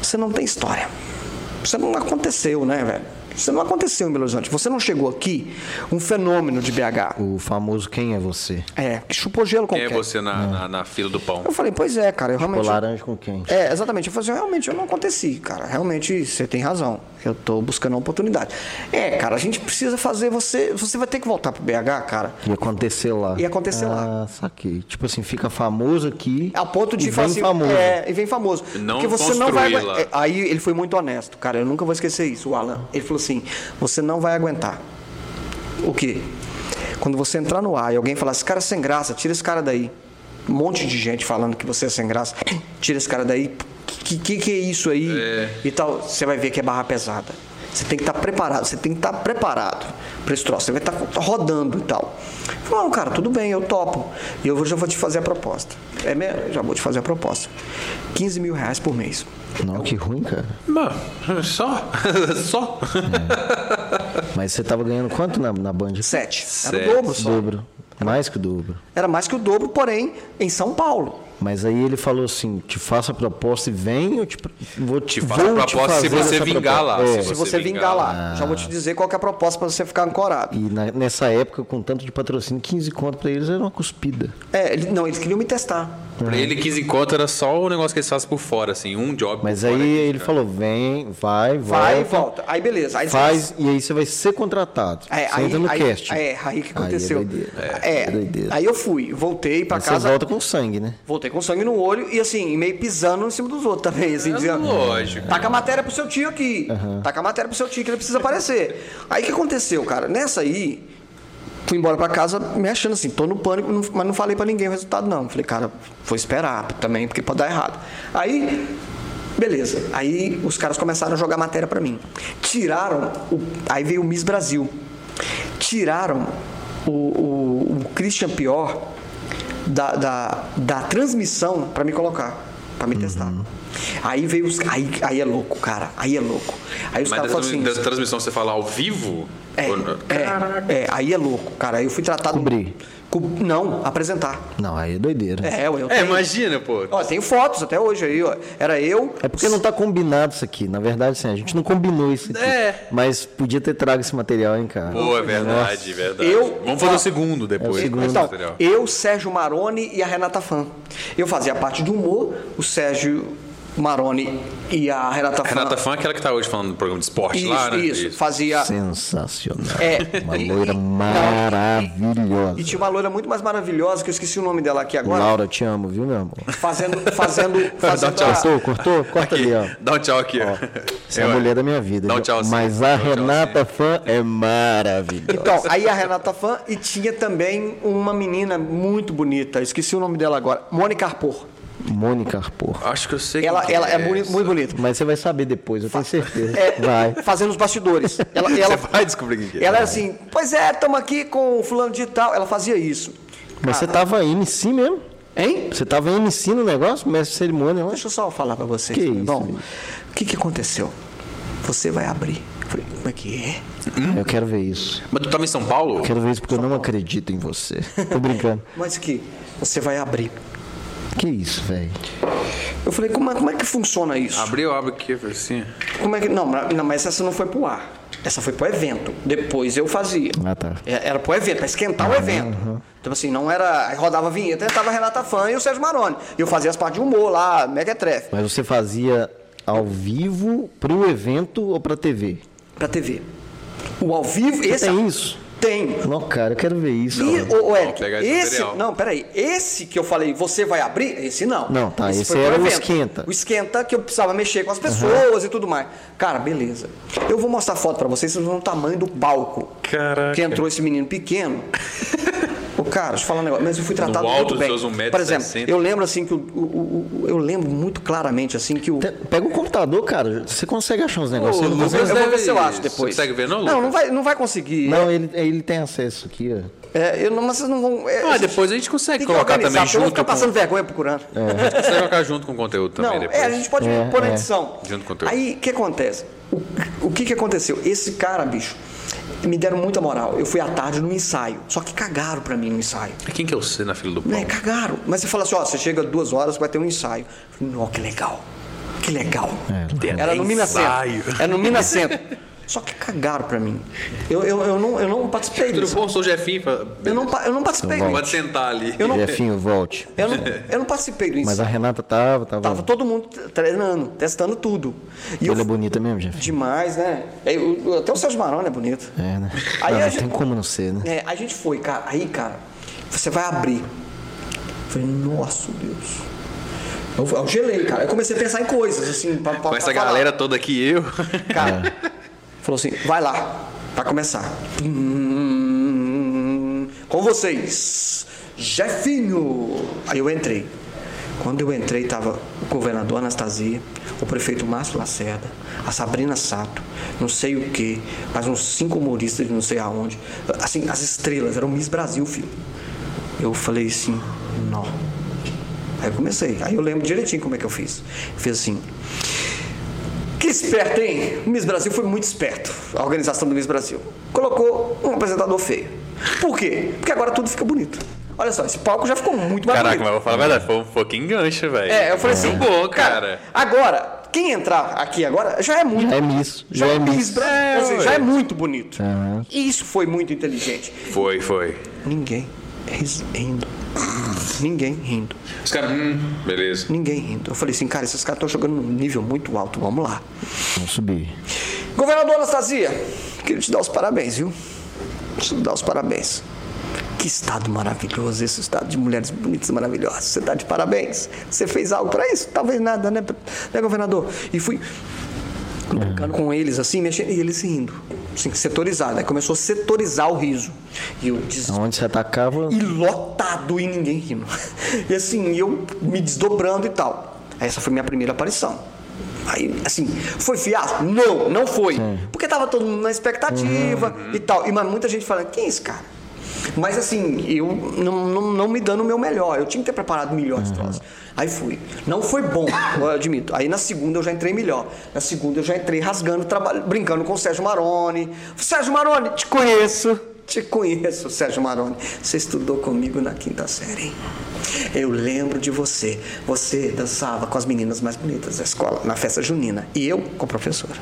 S3: você não tem história. Você não aconteceu, né, velho? Você não aconteceu em Belo Horizonte. Você não chegou aqui um fenômeno de BH.
S2: O famoso Quem é Você?
S3: É, que chupou gelo com
S1: Quem é você na, na, na fila do pão?
S3: Eu falei, pois é, cara, eu
S2: O
S3: realmente.
S2: laranja com quem?
S3: É, exatamente. Eu falei assim, realmente eu não aconteci, cara. Realmente você tem razão. Eu tô buscando uma oportunidade. É, cara, a gente precisa fazer você. Você vai ter que voltar pro BH, cara.
S2: E acontecer lá.
S3: E acontecer lá.
S2: Ah, saquei. Tipo assim, fica famoso aqui.
S3: A ponto de
S2: e
S3: falar
S2: bem
S3: assim,
S2: famoso.
S3: É, e vem famoso.
S1: Não
S3: Porque você não vai.
S1: construí-la.
S3: agu- é, Aí ele foi muito honesto, cara. Eu nunca vou esquecer isso, o Alan. Ele falou assim: você não vai aguentar. assim, O quê? Quando você entrar no ar e alguém falar, esse cara é sem graça, tira esse cara daí. Um monte de gente falando que você é sem graça. <clears throat> Tira esse cara daí. Que que, que é isso aí? E tal. Você vai ver que é barra pesada. Você tem que estar preparado, você tem que estar preparado para esse troço. Você vai estar rodando e tal. Falou, não, cara, tudo bem, eu topo. E eu vou- já vou te fazer a proposta. É mesmo? Já vou te fazer a proposta. 15 mil reais por mês.
S2: Não, que ruim, cara.
S1: Mano, só? <laughs> só?
S2: Mas você tava ganhando quanto na, na Band?
S3: Sete. Era
S1: Sete.
S3: o dobro só.
S2: Dobro. Mais que o dobro.
S3: Era mais que o dobro, porém, em São Paulo.
S2: Mas aí ele falou assim: te faço a proposta e vem, eu te, vou te
S1: Te faço a
S2: vou
S1: proposta se
S2: fazer
S1: você
S2: essa
S1: vingar lá.
S2: proposta. É.
S3: Se você vingar lá, já vou te dizer qual que é a proposta para você ficar ancorado.
S2: E na- nessa época, com tanto de patrocínio, 15 conto pra eles era uma cuspida.
S3: É, ele- não, eles queriam me testar.
S1: Pra ele, 15 conto era só o negócio que eles fazem por fora, assim, um job
S2: Mas
S1: por
S2: aí
S1: fora.
S2: ele falou: vem, vai,
S3: Vai e
S2: volta,
S3: volta. Aí beleza. Aí
S2: faz, e aí você vai ser contratado.
S3: É,
S2: você
S3: aí,
S2: entra no
S3: aí,
S2: cast.
S3: É, aí que aconteceu.
S2: Aí é doideira.
S3: É,
S2: É doideira.
S3: aí eu fui, voltei pra
S2: Aí você
S3: casa.
S2: volta com sangue, né?
S3: Voltei com sangue no olho e assim, meio pisando em cima dos outros também, assim,
S1: É
S3: dizendo.
S1: lógico.
S3: Taca a matéria pro seu tio aqui. Taca a matéria pro seu tio que ele precisa aparecer. Aí o que aconteceu, cara? Nessa aí, fui embora pra casa me achando assim, tô no pânico, não- mas não falei pra ninguém o resultado, não. Falei, cara, vou esperar também, porque pode dar errado. Aí, beleza. Aí os caras começaram a jogar matéria pra mim. Tiraram. o- aí veio o Miss Brasil. Tiraram o, o- o Christian Pior da, da, da transmissão pra me colocar, pra me testar. Aí veio os. Aí, aí é louco, cara. Aí é louco. Aí
S1: Mas
S3: os
S1: da,
S3: caras falaram
S1: transmi-
S3: assim.
S1: da transmissão você fala ao vivo? Ou não?
S3: É, é, é, aí é louco, cara. Aí eu fui tratado.
S2: Cobrir.
S3: Co- Não, apresentar.
S2: Não, aí é doideira.
S3: É, eu
S1: É,
S3: tenho.
S1: imagina, pô.
S3: Ó, tenho fotos até hoje aí, ó. Era eu.
S2: É porque não tá combinado isso aqui. Na verdade, assim, a gente não combinou isso aqui.
S1: É.
S2: Mas podia ter trago esse material, hein, cara.
S1: Pô, é verdade,
S2: Nossa.
S1: verdade.
S3: Eu-
S1: Vamos fazer
S3: Ah,
S1: o segundo depois.
S2: é o segundo.
S1: Então,
S3: Então, eu, Sérgio Maroni e a Renata Fan. Eu fazia a parte do humor, o Sérgio Maroni e a Renata Fan.
S1: Renata Fã é aquela que tá hoje falando do programa de esporte
S3: isso,
S1: lá, né?
S3: isso, fazia.
S2: Sensacional.
S3: É.
S2: Uma
S3: E-
S2: loira
S3: e-
S2: maravilhosa.
S3: E tinha uma loira muito mais maravilhosa, que eu esqueci o nome dela aqui agora.
S2: Laura, eu te amo, viu, meu amor?
S3: Fazendo. Fazendo.
S2: <laughs>
S3: fazendo
S1: tchau.
S3: a-
S2: Cortou, cortou? Corta
S1: Aqui,
S2: ali, ó.
S1: Dá um tchau aqui, ó.
S2: Você é a mulher da minha vida.
S1: Dá um
S2: viu?
S1: tchau, sim.
S2: Mas
S1: Dá
S2: a
S1: um tchau,
S2: Renata
S1: sim.
S2: Fã é maravilhosa.
S3: Então, aí a Renata Fã e tinha também uma menina muito bonita, esqueci o nome dela agora, Mônica Arpor.
S2: Mônica Arpor.
S1: Acho que eu sei
S3: Ela,
S1: quem
S3: ela é,
S1: que
S3: boni-
S1: essa.
S3: muito bonita.
S2: Mas você vai saber depois, eu tenho certeza.
S3: É,
S2: Vai.
S3: Fazendo os bastidores. Ela, ela,
S1: Você vai descobrir quem que é.
S3: ela era assim, pois é, estamos aqui com o fulano de tal. Ela fazia isso.
S2: Mas você tava MC mesmo?
S3: Hein?
S2: Você tava MC no negócio? Mestre de cerimônia lá?
S3: Deixa eu só falar pra vocês.
S2: Que
S3: meu
S2: isso,
S3: irmão.
S2: bicho.
S3: o que, que aconteceu? Você vai abrir. Eu Falei, como é que é?
S2: Eu quero ver isso.
S1: Mas tu tava em São Paulo?
S2: Quero ver isso porque eu não acredito em você.
S3: <laughs>
S2: Tô brincando.
S3: Mas que você vai abrir.
S2: Que isso, velho?
S3: Eu falei, como é, como é que funciona isso?
S1: Abriu, abre aqui, assim.
S3: Como é que. Não, mas- não, mas essa não foi pro ar. Essa foi pro evento. Depois eu fazia.
S2: Ah, tá.
S3: É, Era pro evento, pra esquentar o evento.
S2: Uhum.
S3: Então, assim, não era. aí Rodava a vinheta, tava a Renata Fã e o Sérgio Maroni. E eu fazia as partes de humor lá, Mequetrefe,
S2: Mas você fazia ao vivo pro evento ou pra TV?
S3: pra TV. O ao vivo, esse.
S2: tem isso?
S3: Tem.
S2: Não, cara, eu quero ver isso.
S3: E,
S2: velho.
S3: ô, ô, Eric,
S1: pegar esse
S3: esse.
S1: material.
S3: Não, peraí. Esse que eu falei, você vai abrir? Esse não.
S2: Não, tá, esse
S3: foi pro
S2: era o
S3: evento.
S2: esquenta.
S3: O esquenta que eu precisava mexer com as pessoas e tudo mais. Cara, beleza. Eu vou mostrar foto pra vocês, vocês vão ver o tamanho do palco.
S1: Caraca.
S3: Que entrou esse menino pequeno. Ô, cara, deixa eu falar um negócio. Mas eu fui tratado
S1: alto
S3: muito
S1: dos
S3: bem.
S1: seus 1,60.
S3: Por exemplo, eu lembro assim que o, o- o- o- Eu lembro muito claramente assim que o.
S2: Te- Pega o computador, cara. Você consegue achar uns negócios?
S1: Ô,
S2: Não,
S1: Lucas.
S3: Eu vou ver
S1: deve-
S3: se eu acho
S1: você
S3: depois.
S1: consegue ver, não,
S3: Não,
S1: Lucas?
S3: não vai, não vai conseguir.
S2: não ele, ele tem acesso aqui, ó.
S3: É, eu não, mas vocês não vão. é,
S1: Ah, depois a gente consegue
S3: tem que
S1: colocar
S3: organizar,
S1: também
S3: porque Eu vou
S1: junto
S3: ficar
S1: com...
S3: passando vergonha procurando.
S1: Consegue colocar junto com o conteúdo também
S3: É. Não,
S1: depois.
S3: é, a gente pode
S2: É,
S3: pôr na
S2: é.
S3: edição.
S1: Junto com o teu.
S3: Aí, o que acontece? O, o que, que aconteceu? Esse cara, bicho, me deram muita moral. Eu fui à tarde no ensaio, só que cagaram pra mim no ensaio.
S1: Quem que eu sei na fila do pão?
S3: Né? Cagaram. Mas você fala assim, ó, você chega duas horas, vai ter um ensaio. Eu falei, não, que legal. Que legal.
S2: É,
S1: legal.
S2: um
S3: Era no Minas
S1: Ensaio.
S3: Centro. Era
S2: <laughs>
S3: no Minas Centro. Só que cagaram pra mim. Eu, eu, eu, não, eu não participei
S1: Tudo
S3: disso.
S1: bom? Sou o Jefinho. fa-
S3: Eu não, pa- eu não participei.
S2: Então
S1: Pode sentar ali.
S3: Eu não-
S2: Jefinho, volte.
S3: Eu não, eu não participei do ensaio.
S2: Mas a Renata tava, tava.
S3: Tava todo mundo treinando, testando tudo. E eu
S2: Ela é bonita mesmo, Jefinho.
S3: Demais, né? É, o- até o Sérgio Maroni é bonito.
S2: É, né? Não,
S3: Aí a
S2: não
S3: gente-
S2: tem como não ser, né?
S3: É, a gente foi, cara. Aí, cara, você vai abrir. Eu falei, nossa, Deus. Eu, eu gelei, cara. Eu comecei a pensar em coisas, assim, pra, pra,
S1: Com essa
S3: pra falar.
S1: galera toda aqui, eu.
S3: Cara, falou assim, vai lá, vai começar. Hum, Com vocês, Jefinho! Aí eu entrei. Quando eu entrei, tava o governador Anastasia, o prefeito Márcio Lacerda, a Sabrina Sato, não sei o que, mas uns cinco humoristas de não sei aonde. Assim, as estrelas, era o Miss Brasil, filho. Eu falei assim, não. Aí eu comecei. Aí eu lembro direitinho como é que eu fiz. Eu fiz assim. Que esperto, hein? O Miss Brasil foi muito esperto, a organização do Miss Brasil. Colocou um apresentador feio. Por quê? Porque agora tudo fica bonito. Olha só, esse palco já ficou muito mais
S1: Caraca, mas eu
S3: bonito.
S1: vou falar a verdade, foi um fucking gancho, velho.
S3: É, eu falei assim.
S1: Muito bom, cara.
S3: Agora, quem entrar aqui agora já é muito.
S2: É miss,
S3: Já,
S2: já
S3: é
S2: é miss.
S3: Miss Brasil. Ou seja,
S1: ué.
S3: já é muito bonito.
S2: Aham.
S3: E Isso foi muito inteligente.
S1: Foi, foi.
S3: Ninguém ris- rindo. Ninguém rindo.
S1: Os caras, hum, beleza.
S3: Ninguém rindo. Eu falei assim, cara, esses caras estão jogando num nível muito alto, vamos lá.
S2: Vamos subir.
S3: Governador Anastasia, queria te dar os parabéns, viu? Te dar os parabéns. Que estado maravilhoso esse estado de mulheres bonitas e maravilhosas. Você tá de parabéns. Você fez algo para isso? Talvez nada, né, né governador? E fui brincando com eles assim, mexendo, e eles rindo. Assim, setorizado. Aí começou a setorizar o riso. E eu desesperado
S2: Onde você atacava.
S3: e lotado e ninguém rindo. E assim, eu me desdobrando e tal. Essa foi minha primeira aparição. Aí, assim, foi fiasco? Não, não foi. Porque tava todo mundo na expectativa e tal. E mas muita gente falando, quem é esse cara? Mas assim, eu não, não, não me dando o meu melhor. Eu tinha que ter preparado melhor esse troço. Aí fui. Não foi bom, eu admito. Aí na segunda eu já entrei melhor. Na segunda eu já entrei rasgando, traba- brincando com o Sérgio Maroni. Sérgio Maroni, te conheço. Te conheço, Sérgio Maroni. Você estudou comigo na quinta série. hein? Eu lembro de você. Você dançava com as meninas mais bonitas da escola, na festa junina. E eu com a professora.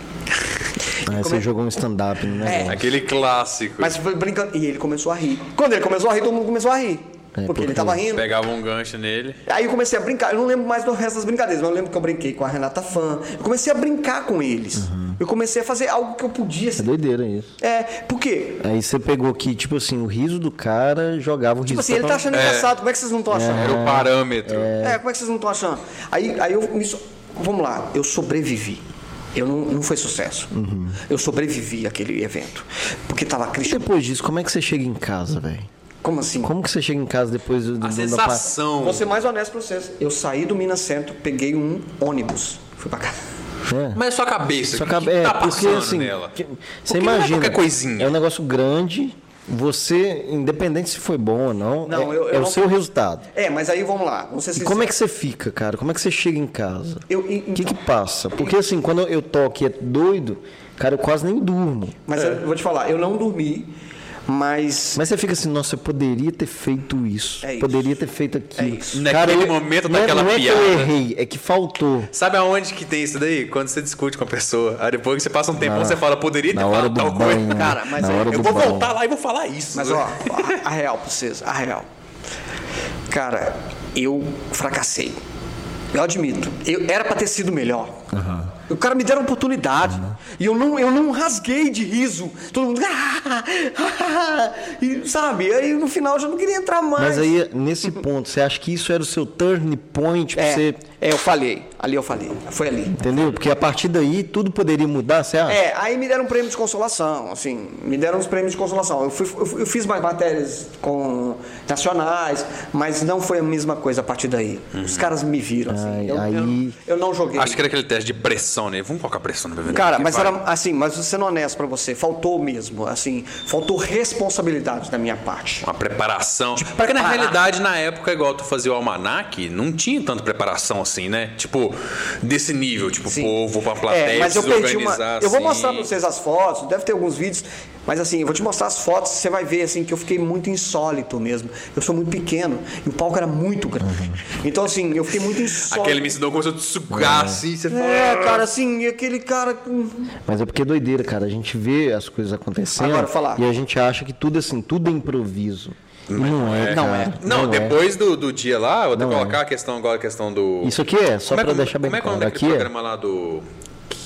S2: Aí você jogou um stand-up, né?
S3: É.
S1: Aquele clássico.
S3: Mas foi brincando. E ele começou a rir. Quando ele começou a rir, todo mundo começou a rir.
S2: É,
S3: porque ele
S2: porque-
S3: tava rindo.
S1: Pegava um gancho nele.
S3: Aí eu comecei a brincar. Eu não lembro mais do resto das brincadeiras, mas eu lembro que eu brinquei com a Renata Fã. Eu comecei a brincar com eles. Eu comecei a fazer algo que eu podia.
S2: É
S3: Assim.
S2: doideira isso.
S3: É, por quê?
S2: Aí você pegou que, tipo assim, o riso do cara jogava o riso.
S3: Tipo assim, ele tá achando engraçado. Como é que vocês não estão achando?
S1: Era o parâmetro.
S3: É, como é que vocês não estão achando? Aí, aí eu me so- Vamos lá, eu sobrevivi. Eu não, não foi sucesso.
S2: Uhum.
S3: Eu sobrevivi àquele evento. Porque tava
S2: E
S3: Christian.
S2: depois disso, como é que você chega em casa, velho?
S3: Como assim?
S2: Como que você chega em casa depois do...
S1: A
S2: do- da pa-
S1: sensação.
S3: Vou ser mais honesto pra vocês. Eu saí do Minas Centro, peguei um ônibus. Fui pra casa.
S2: É.
S1: Mas só a cabeça.
S2: Só
S1: o
S2: que,
S1: que, que
S2: é,
S1: tá
S2: porque
S1: passando
S2: assim,
S1: nela?
S2: que- você
S1: Porque não é
S2: imagina,
S1: qualquer coisinha.
S2: é um negócio grande, você, independente se foi bom ou não,
S3: Não,
S2: é,
S3: eu- eu
S2: é
S3: não-
S2: o seu resultado.
S3: É, mas aí vamos lá. Não sei se
S2: E como é que você fica, cara? Como é que você chega em casa?
S3: Eu-
S2: O
S3: e-
S2: que que passa? Porque assim, quando eu toco e é doido, cara, eu quase nem durmo.
S3: Mas eu vou te falar, eu não dormi, mas.
S2: Mas você fica assim, nossa, eu poderia ter feito isso,
S3: É isso.
S2: poderia ter feito aquilo.
S3: É isso.
S1: Naquele momento
S2: não é-
S1: daquela
S2: não é que eu
S1: piada.
S2: errei, é que faltou.
S1: Sabe aonde que tem isso daí? Quando você discute com a pessoa. Aí depois que você passa um tempão,
S2: Na-
S1: você fala, poderia ter
S2: na hora
S1: falado
S2: do
S1: tal
S2: banho,
S1: coisa.
S2: né?
S3: Cara, mas
S2: Na
S3: é-
S2: hora
S1: eu
S2: do
S1: vou
S2: banho.
S1: voltar lá e vou falar isso.
S3: Mas ó, a real pra vocês, a real. Cara, eu fracassei. Eu admito. Eu, era pra ter sido melhor. O cara me deram oportunidade. E eu não, eu não rasguei de riso. Todo mundo. <laughs> "Ah, e, sabe? Aí no final eu já não queria entrar mais.
S2: Mas aí,
S3: <laughs>
S2: nesse ponto, você acha que isso era o seu turn point pra
S3: É,
S2: você...
S3: é, eu falhei. Ali eu falei. Foi ali.
S2: Entendeu? Porque a partir daí tudo poderia mudar, você acha?
S3: É, aí me deram um prêmio de consolação, assim, me deram os prêmios de consolação. Eu, fui- eu fui- eu fiz mais matérias com nacionais, mas não foi a mesma coisa a partir daí. Os caras me viram, assim.
S2: Ai,
S3: eu,
S2: aí-
S3: eu- eu não joguei.
S1: Uhum. Acho que era aquele teste de pressão, né? Vamos colocar pressão no bebê.
S3: Cara, mas
S1: Vai.
S3: era assim, mas sendo honesto pra você, faltou mesmo, assim, faltou responsabilidade da minha parte.
S1: Uma preparação. Ah, Porque Tipo, na
S3: preparar.
S1: realidade, na época, igual tu fazia o almanac, não tinha tanta preparação assim, né? Tipo, desse nível. Tipo,
S3: Sim.
S1: pô, vou pra plateia,
S3: É, mas eu
S1: preciso
S3: perdi uma.
S1: organizar,
S3: Eu vou
S1: assim.
S3: mostrar pra vocês as fotos, deve ter alguns vídeos, mas assim, eu vou te mostrar as fotos, você vai ver assim que eu fiquei muito insólito mesmo. Eu sou muito pequeno e o palco era muito grande. Então assim, eu fiquei muito insólito.
S1: Aquele me ensinou começou a te sugar assim. Você fala,
S3: É, cara, assim, aquele cara.
S2: Mas é porque é doideira, cara. A gente vê as coisas acontecendo
S3: Agora, falar.
S2: e a gente acha que tudo assim, tudo é improviso. E não é,
S3: Não
S2: cara.
S3: é.
S1: Não, depois do, do dia lá, eu vou até
S2: Não é.
S1: colocar a questão agora, a questão do.
S2: Isso aqui é, só
S1: Como
S2: pra
S1: que-
S2: deixar bem
S1: como é que é o
S2: claro.
S1: nome daquele
S2: Aqui é-
S1: programa lá do.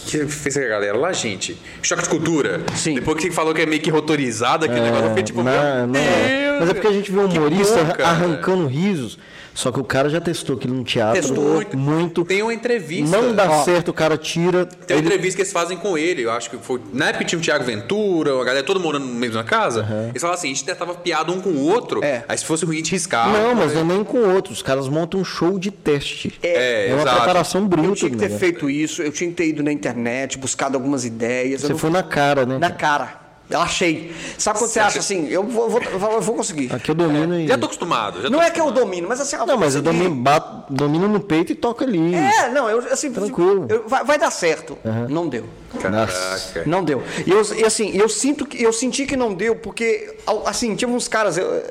S1: que fez com a galera lá, gente? Choque de cultura.
S2: Sim. É,
S1: Depois que você falou que é meio que rotorizado aquele negócio, eu fiquei tipo,
S2: não,
S1: meu
S2: não é.
S1: Deus.
S2: Mas é porque a gente vê um
S1: Que
S2: humorista
S1: bom, cara.
S2: arrancando risos. Só que o cara já testou aquilo no teatro.
S1: Testou muito.
S2: muito.
S1: Tem uma entrevista.
S2: Não dá
S1: Ó,
S2: certo, o cara tira.
S1: Tem um uma entrevista que eles fazem com ele, eu acho que foi. Na época tinha o Thiago Ventura, a galera todo morando na mesma casa. Eles falavam assim, a gente tentava piada um com o outro,
S3: É.
S1: aí se fosse ruim a gente riscava.
S2: não, mas não é nem com outros. Os caras montam um show de teste.
S1: É,
S2: uma
S1: exato.
S2: preparação bruta.
S3: Eu tinha que
S2: do
S3: ter
S2: negócio.
S3: feito isso, eu tinha que ter ido na internet, buscado algumas ideias. eu
S2: Você
S3: não-
S2: foi na cara, né?
S3: na
S2: cara?
S3: cara. Eu achei. Sabe quando você
S1: Você
S3: acha
S1: acha-
S3: assim? Eu vou, vou- eu vou conseguir.
S2: Aqui eu domino e.
S1: É. Já tô acostumado. Já
S3: Não
S1: tô...
S3: é que eu domino, mas assim.
S2: Não, mas eu
S3: consegui.
S2: domino, bato, domino no peito e toco ali.
S3: É, não, eu assim.
S2: Tranquilo.
S3: eu- vai, vai dar certo. Não deu.
S1: Caraca.
S3: Não deu. E eu, e assim, eu sinto que eu senti que não deu, porque ao- assim, tinha uns caras, eu-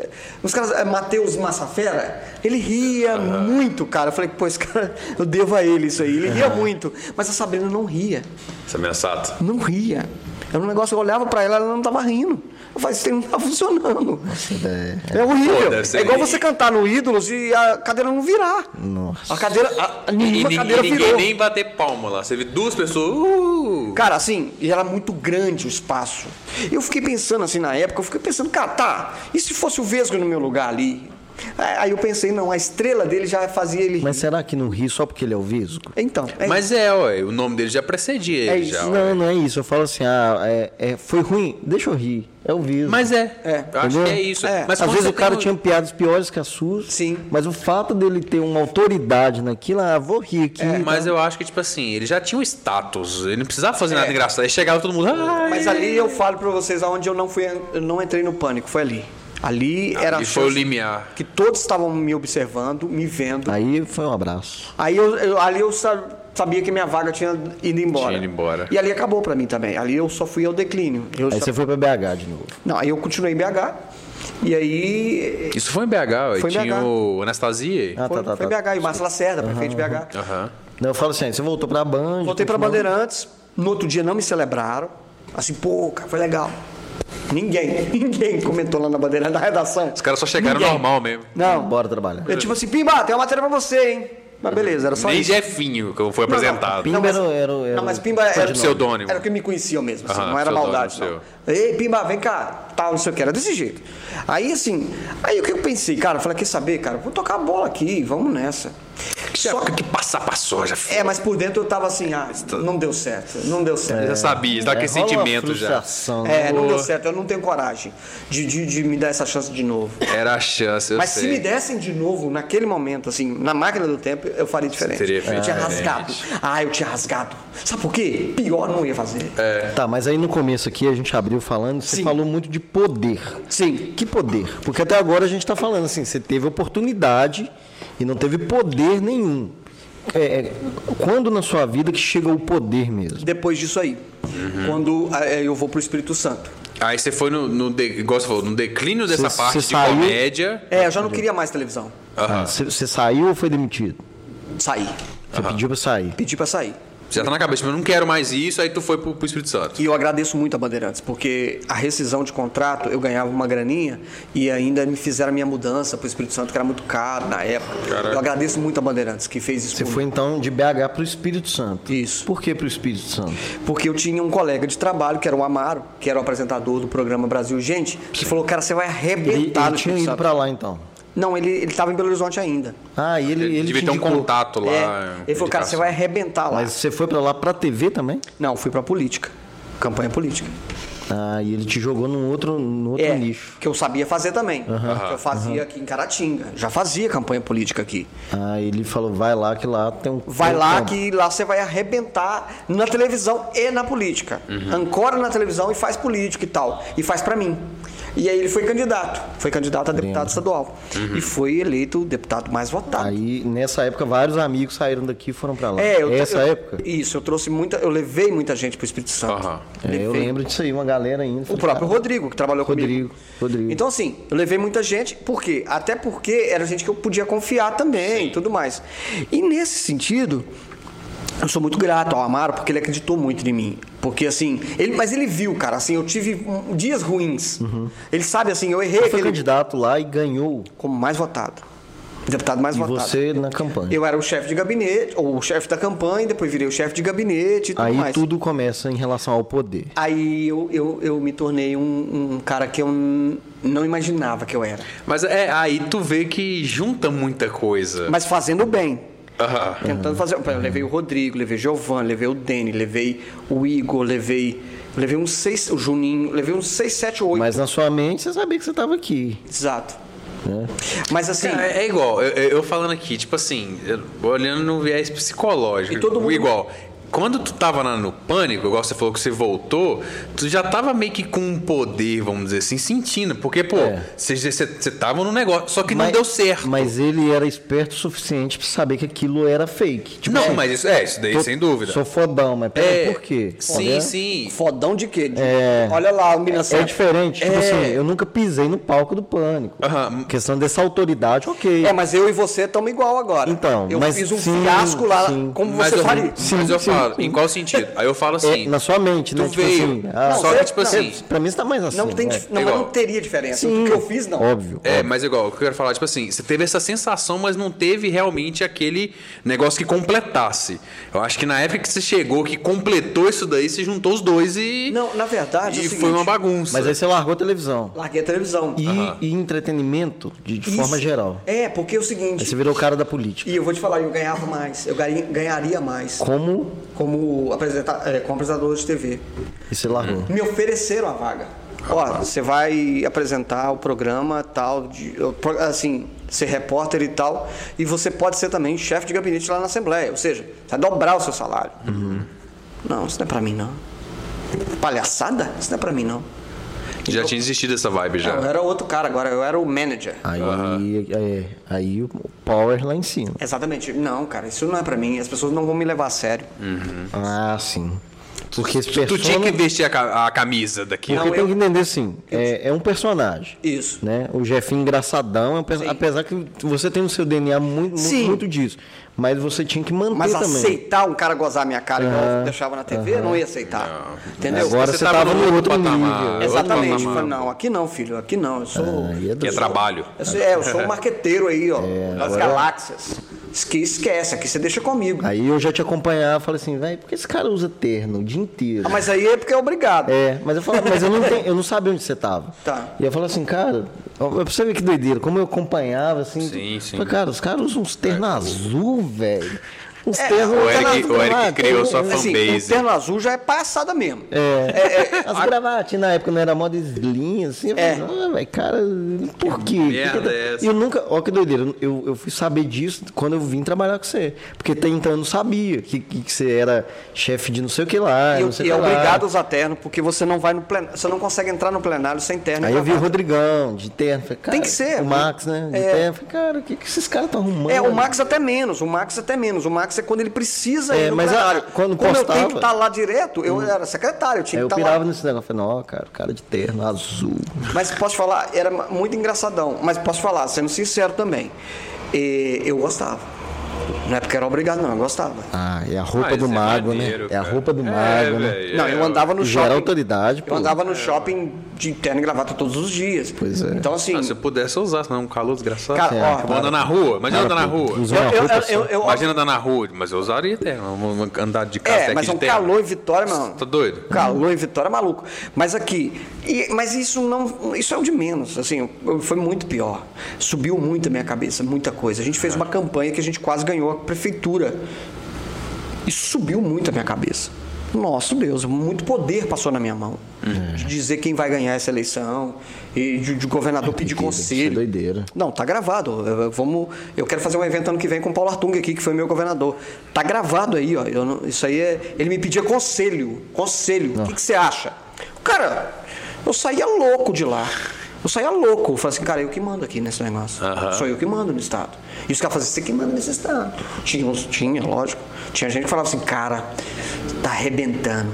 S3: uns caras, é, Matheus Massafera, ele ria muito, cara. Eu falei, pô, esse cara, eu devo a ele isso aí. Ele ria muito, mas a Sabrina não ria.
S1: Isso é ameaçado.
S3: não ria. Era um negócio, eu olhava pra ela, ela não tava rindo. Eu falei, isso aí não tá funcionando. é...
S1: Pô,
S3: horrível.
S1: deve ser
S3: é igual
S1: horrível.
S3: você cantar no Ídolos e a cadeira não virar.
S2: Nossa.
S3: A cadeira, a, a-
S1: E,
S3: nenhuma
S1: nin-
S3: cadeira
S1: ninguém
S3: virou.
S1: nem bater palma lá. Você vê duas pessoas. Uh!
S3: Cara, assim, e era muito grande o espaço. Eu fiquei pensando assim na época, eu fiquei pensando, cara, tá, e se fosse o Vesgo no meu lugar ali? É, Aí eu pensei, não, a estrela dele já fazia ele.
S2: Mas será que não ri só porque ele é o Vesgo?
S3: Então, é
S1: Mas é, ué, o nome dele já precedia ele
S3: isso,
S1: já. ué.
S2: Não, não é isso. Eu falo assim, ah, é- é- foi ruim? Deixa eu rir. É o Vesgo.
S1: Mas é.
S3: É.
S1: Eu acho
S2: Entendeu?
S1: que é isso.
S3: É.
S1: Mas
S2: Às
S1: quando
S2: vezes
S1: você
S2: o cara
S1: tem um
S2: tinha piadas piores que as suas.
S3: Sim.
S2: Mas o fato dele ter uma autoridade naquilo, ah, vou rir aqui.
S1: É,
S2: tá?
S1: Mas eu acho que, tipo assim, ele já tinha um status. Ele não precisava fazer nada
S3: É.
S1: engraçado. Aí chegava todo mundo. "Ai".
S3: Mas ali eu falo pra vocês aonde eu não fui, eu não entrei no pânico, foi ali. Ali era a
S1: E foi o
S3: chance
S1: limiar.
S3: que todos estavam me observando, me vendo.
S2: Aí foi um abraço.
S3: Aí eu, eu- ali eu sa- sabia que minha vaga tinha ido embora.
S1: Tinha ido embora.
S3: E ali acabou pra mim também. Ali eu só fui ao declínio. Eu
S2: Aí
S3: só-
S2: você foi pra BH de novo.
S3: Não, aí eu continuei em BH. E aí
S1: Isso foi em BH, ué.
S3: Foi em
S1: tinha
S3: BH.
S1: o Anastasia.
S2: Ah,
S3: foi,
S2: tá, tá,
S3: foi
S2: tá.
S3: BH, e Márcio Lacerda, prefeito de BH.
S1: Ah. Aham.
S2: Não, eu falo assim, aí você voltou pra Band.
S3: Voltei pra
S2: continuou-
S3: Bandeirantes, no outro dia não me celebraram. Assim, pô, cara, foi legal. Ninguém, <laughs> ninguém comentou lá na bandeira da redação.
S1: Os caras só chegaram
S3: Ninguém.
S1: normal mesmo.
S3: Não,
S2: Bora trabalhar.
S3: É tipo assim, Pimba, tem uma matéria pra você, hein? Mas beleza, era só
S1: Nem
S3: isso.
S1: Jefinho, que foi
S3: Não, não,
S1: apresentado.
S2: Pimba
S3: mas-
S2: era- era- era-
S3: não, mas Pimba era,
S1: Era pseudônimo.
S3: Era o que me conhecia mesmo, assim,
S1: Aham,
S3: não era
S1: pseudônimo
S3: maldade. Não. Ei, Pimba, vem cá, tal, não sei o que, era desse jeito. Aí assim, aí o que eu pensei, cara? Eu falei, quer saber, cara? Vou tocar a bola aqui, vamos nessa.
S1: Já- que passa, passou, já foi.
S3: É, mas por dentro eu tava assim, ah, não deu certo, não deu certo.
S1: já sabia, já tá
S2: É,
S1: aquele
S2: rola uma
S1: sentimento já.
S2: frustração, né?
S3: É, não deu certo, eu não tenho coragem de, de, de me dar essa chance de novo.
S1: Era a chance, eu
S3: Mas
S1: sei.
S3: se me dessem de novo, naquele momento, assim, na máquina do tempo, eu faria diferente.
S1: Teria feito
S3: eu tinha
S1: diferente.
S3: rasgado. Ah, eu tinha rasgado. Sabe por quê? Pior não ia fazer.
S1: É.
S2: Tá, mas aí no começo aqui a gente abriu falando, você
S3: Sim.
S2: falou muito de poder.
S3: Sim.
S2: Que poder? Porque até agora a gente está falando assim, você teve oportunidade e não teve poder nenhum. É, é, quando na sua vida que chega o poder mesmo?
S3: Depois disso aí,
S1: Uhum.
S3: quando ah, eh, eu vou pro Espírito Santo.
S1: Aí você foi no, no de- igual você falou, no declínio dessa
S2: Você-
S1: parte
S2: você
S1: de
S2: saiu-
S1: comédia.
S3: É, eu já não queria mais televisão.
S1: Aham.
S2: Ah, Você você saiu ou foi demitido?
S3: Saí.
S2: Você pediu para sair.
S3: Pedi pra sair.
S1: Já tá na cabeça, mas eu não quero mais isso, aí tu foi pro, pro Espírito Santo.
S3: E eu agradeço muito a Bandeirantes, porque a rescisão de contrato, eu ganhava uma graninha e ainda me fizeram a minha mudança pro Espírito Santo, que era muito caro na época.
S1: Caraca.
S3: Eu agradeço muito a Bandeirantes, que fez isso
S2: Você
S3: por mim.
S2: foi então de BH para o Espírito Santo.
S3: Isso.
S2: Por que para o Espírito Santo?
S3: Porque eu tinha um colega de trabalho, que era o Amaro, que era o apresentador do programa Brasil Gente, que falou, cara, você vai
S2: Ele,
S3: arrebentar
S2: ele
S3: tá no
S2: tinha
S3: Espírito
S2: ido
S3: Santo.
S2: para lá então.
S3: Não, ele, ele tava em Belo Horizonte ainda.
S2: Ah, e ele, ele,
S1: Ele
S2: te
S1: devia ter um
S2: indicou.
S1: contato lá.
S3: é. Ele falou, cara, você vai arrebentar lá.
S2: Mas você foi para lá para TV também?
S3: Não, fui pra política. Campanha política.
S2: Ah, e ele te jogou num outro, num outro
S3: É,
S2: nicho.
S3: que eu sabia fazer também. Que eu fazia aqui em Caratinga. Já fazia campanha política aqui.
S2: Ah, ele falou, vai lá que lá tem um.
S3: Vai
S2: tem um
S3: lá
S2: campo.
S3: que lá você vai arrebentar na televisão e na política.
S2: Uhum.
S3: Ancora na televisão e faz política e tal. E faz pra mim. E aí ele foi candidato. Foi candidato a deputado estadual. E foi eleito o deputado mais votado.
S2: Uhum. Aí, nessa época, vários amigos saíram daqui e foram pra lá.
S3: É, eu-
S2: Essa
S3: eu-
S2: época?
S3: Isso, eu trouxe muita. Eu levei muita gente pro Espírito Santo.
S1: Aham.
S2: É, eu lembro disso aí, uma galera ainda.
S3: O próprio Rodrigo, que trabalhou
S2: Rodrigo,
S3: comigo.
S2: Rodrigo.
S3: Então, assim, eu levei muita gente, por quê? Até porque era gente que eu podia confiar também e tudo mais. E nesse sentido, eu sou muito grato ao Amaro, porque ele acreditou muito em mim. Porque, assim, ele, mas ele viu, cara, assim, eu tive hum, dias ruins. Ele sabe, assim, eu errei
S2: Uhum. Ah, Foi
S3: aquele.
S2: candidato lá e ganhou.
S3: Como mais votado. Deputado mais
S2: E
S3: votado.
S2: você na campanha.
S3: Eu era o chefe de gabinete, ou o chefe da campanha, depois virei o chefe de gabinete e tudo
S2: Aí
S3: mais.
S2: tudo começa em relação ao poder.
S3: Aí eu, eu, eu me tornei um, um cara que eu n- não imaginava que eu era.
S1: Mas é, aí tu vê que junta muita coisa.
S3: Mas fazendo bem.
S1: Aham.
S3: Tentando fazer. Eu levei o Rodrigo, levei o Giovanni, levei o Dene, levei o Igor, levei. Levei uns seis. O Juninho, levei uns seis, sete, oito.
S2: Mas na sua mente você sabia que você estava aqui.
S3: Exato. Mas assim.
S1: Cara, é igual, eu, eu- eu falando aqui, tipo assim, eu- olhando no viés psicológico.
S3: E todo mundo-
S1: Igual. Quando tu tava lá no pânico, igual você falou que você voltou, tu já tava meio que com um poder, vamos dizer assim, sentindo. Porque, pô,
S2: É.
S1: você você tava no negócio, só que não
S2: Mas-
S1: deu certo.
S2: Mas ele era esperto o suficiente pra saber que aquilo era fake. Tipo,
S1: não,
S2: assim,
S1: mas isso é, isso daí
S2: tô-
S1: sem dúvida. É,
S2: Sou fodão, mas peraí,
S3: É,
S2: por quê?
S1: Sim,
S2: Olha,
S1: sim.
S3: Fodão de quê? De- Olha lá, o Minas
S2: É
S3: Santos.
S2: diferente. Tipo
S3: É.
S2: assim, eu nunca pisei no palco do pânico.
S1: Aham.
S2: Questão dessa autoridade, ok.
S3: É, mas eu e você estamos igual agora.
S2: Então,
S3: eu
S2: mas
S3: fiz um
S2: sim,
S3: fiasco lá,
S2: sim.
S3: como
S1: Mas
S3: você
S1: eu,
S3: faria.
S2: Sim,
S1: mas eu
S2: sim.
S1: falo, em qual sentido? Aí eu falo
S2: É,
S1: assim.
S2: na sua mente,
S1: tu
S2: né? Tipo
S1: veio.
S2: assim, ah,
S1: só
S3: você-
S1: que, tipo
S3: não,
S1: assim.
S2: Pra mim você tá mais assim.
S3: Não tem,
S2: né?
S3: dif- não, mas
S1: Igual.
S3: não teria diferença.
S2: Sim.
S3: O que eu fiz, não.
S2: Óbvio.
S1: É, mas igual, o que eu quero falar, tipo assim, você teve essa sensação, mas não teve realmente aquele negócio que completasse. Eu acho que na época que você chegou, que completou isso daí, você juntou os dois e.
S3: Não, na verdade, é
S1: E
S3: o seguinte,
S1: foi uma bagunça.
S2: Mas aí você largou a televisão.
S3: Larguei a televisão.
S2: E, e entretenimento, de, de
S3: Isso-
S2: forma geral.
S3: É, porque é o seguinte.
S2: Aí você virou o cara da política.
S3: E eu vou te falar, eu ganhava mais. Eu ganha- ganharia mais
S2: Como?
S3: como, apresenta, é, como apresentador de TV.
S2: E você
S1: Uhum.
S2: largou.
S3: Me ofereceram a vaga. Ó, você vai apresentar o programa tal, de, pro- assim, ser repórter e tal, e você pode ser também chefe de gabinete lá na Assembleia. Ou seja, você vai dobrar o seu salário.
S1: Uhum.
S3: Não, isso não é pra mim, não. Palhaçada? Isso não é pra mim, não.
S1: Já tinha desistido dessa vibe já. Ah.
S3: Eu era outro cara agora, eu era o manager.
S2: Aí, é, aí o power lá em cima.
S3: Exatamente. Não, cara, isso não é pra mim. As pessoas não vão me levar a sério.
S1: Hum.
S2: Ah, sim. Porque esse
S1: Uhum. Tu tinha que
S2: personagem.
S1: vestir a, ca- a camisa daqui.
S3: é Não,
S2: Porque tem
S3: eu-
S2: que entender assim, é, é um personagem.
S3: Isso.
S2: Né? O Jefinho engraçadão, é um perso- apesar que você tem no seu DNA muito, muito,
S3: Sim.
S2: muito disso. Mas você tinha que manter
S3: Mas
S2: também.
S3: aceitar um cara gozar minha cara igual eu deixava na TV, eu não ia aceitar. Entendeu?
S2: Agora
S1: Você
S2: você,
S1: tava
S2: tava,
S1: num outro
S2: no outro
S1: patamar.
S2: nível.
S1: É outro
S3: Exatamente.
S1: patamar.
S3: Falei, não, aqui não, filho, aqui não. Eu sou.
S2: Aí é
S1: Que é
S2: doido.
S1: trabalho.
S3: eu sou é, eu sou um marqueteiro aí, ó. das galáxias. Esque- Esquece, aqui você deixa comigo.
S2: Aí eu já te acompanhava, falei assim, velho, por que esse cara usa terno o dia inteiro?
S3: Ah, mas aí é porque é obrigado.
S2: É, mas eu falava, mas eu não, tenho- eu não sabia onde você tava.
S3: Tá.
S2: E eu falava assim, cara, ó, pra você ver que doideira, como eu acompanhava, assim.
S1: Sim, sim. É.
S2: Falei, cara, os caras usam uns ternos azul, velho. Uns ternos
S1: o Eric-
S2: azul,
S1: o Eric
S2: ah,
S1: criou
S2: terno-
S1: sua fan-
S3: Assim,
S1: fanbase.
S3: o terno azul já é palhaçada mesmo.
S2: É. <laughs> As gravatinhas na época não era moda slim, assim. Eu
S3: É.
S2: falei, ah, velho, cara, por quê?
S1: merda
S2: Por que
S1: é
S2: que-
S1: essa?
S2: E eu nunca, ó que doideira, eu, eu fui saber disso quando eu vim trabalhar com você. Porque até então eu não sabia que, que, que você era chefe de não sei o que lá,
S3: E,
S2: não sei
S3: e
S2: o
S3: é
S2: que tá lá.
S3: obrigado a usar terno, porque você não vai no plenário. Você não consegue entrar no plenário sem terno. e
S2: Aí eu vi o
S3: gravata.
S2: Rodrigão, de terno. Falei, cara,
S3: Tem que ser,
S2: O Max, né? De
S3: é.
S2: terno. Falei, cara, o que, que esses caras estão arrumando?
S3: É, o Max até menos, o Max até menos. O Max é quando ele precisa
S2: É,
S3: ir no
S2: mas a-
S3: plenário.
S2: quando
S3: Como eu tenho
S2: postava-
S3: que estar lá direto, eu era secretário,
S2: Aí
S3: eu tinha
S2: eu
S3: que estar tá lá.
S2: pirava nesse negócio. Falei, não, cara, o cara de terno azul.
S3: Mas posso te falar, era muito engraçadão. Mas posso te falar, sendo sincero também, e eu gostava. Não é porque era obrigado, não, eu gostava.
S2: Ah, é a
S1: Mas
S2: roupa do
S1: é
S2: mago,
S1: maneiro,
S2: né? É a
S1: cara.
S2: roupa do
S1: É,
S2: mago, né?
S1: velho,
S3: não,
S1: é,
S3: eu andava no
S2: Gera
S3: shopping.
S2: autoridade, pô.
S3: Eu andava no shopping de terno e gravata todos os dias.
S2: Pois é.
S3: Então, assim.
S1: Ah, se eu pudesse eu usasse, não, um calor desgraçado.
S3: Cara, ó,
S1: Vou andar na rua, imagina andar Tá na rua.
S2: Usou uma
S3: Eu- eu-
S2: roupa
S3: eu-
S2: só.
S3: eu- eu-
S1: Imagina andar na rua, mas eu usaria terno. vou Andar de casa
S3: É, mas é um calor em Vitória, mano.
S1: Tá doido?
S3: Calor em Vitória, é maluco. Mas aqui, e- mas isso não, isso é o de menos. Assim, foi muito pior. Subiu muito a minha cabeça, muita coisa. A gente fez uma campanha que a gente quase ganhou a prefeitura. Isso subiu muito a minha cabeça. Nosso Deus, muito poder passou na minha mão.
S2: Uhum.
S3: De dizer quem vai ganhar essa eleição e de, de governador pedir
S2: doideira, isso é
S3: conselho.
S2: doideira.
S3: Não, tá gravado. Eu, eu- vamos, eu quero fazer um evento ano que vem com o Paulo Artung aqui, que foi meu governador. Tá gravado aí, ó. Eu não- isso aí é. Ele me pedia conselho. Conselho. O que, que você acha? Cara, eu saía louco de lá. Eu saía louco. Eu falei assim, cara, eu que mando aqui nesse negócio. Sou eu que mando no Estado. E os caras falavam assim, você que manda nesse Estado. Tinha, uns- tinha, lógico. Tinha gente que falava assim, cara, tá arrebentando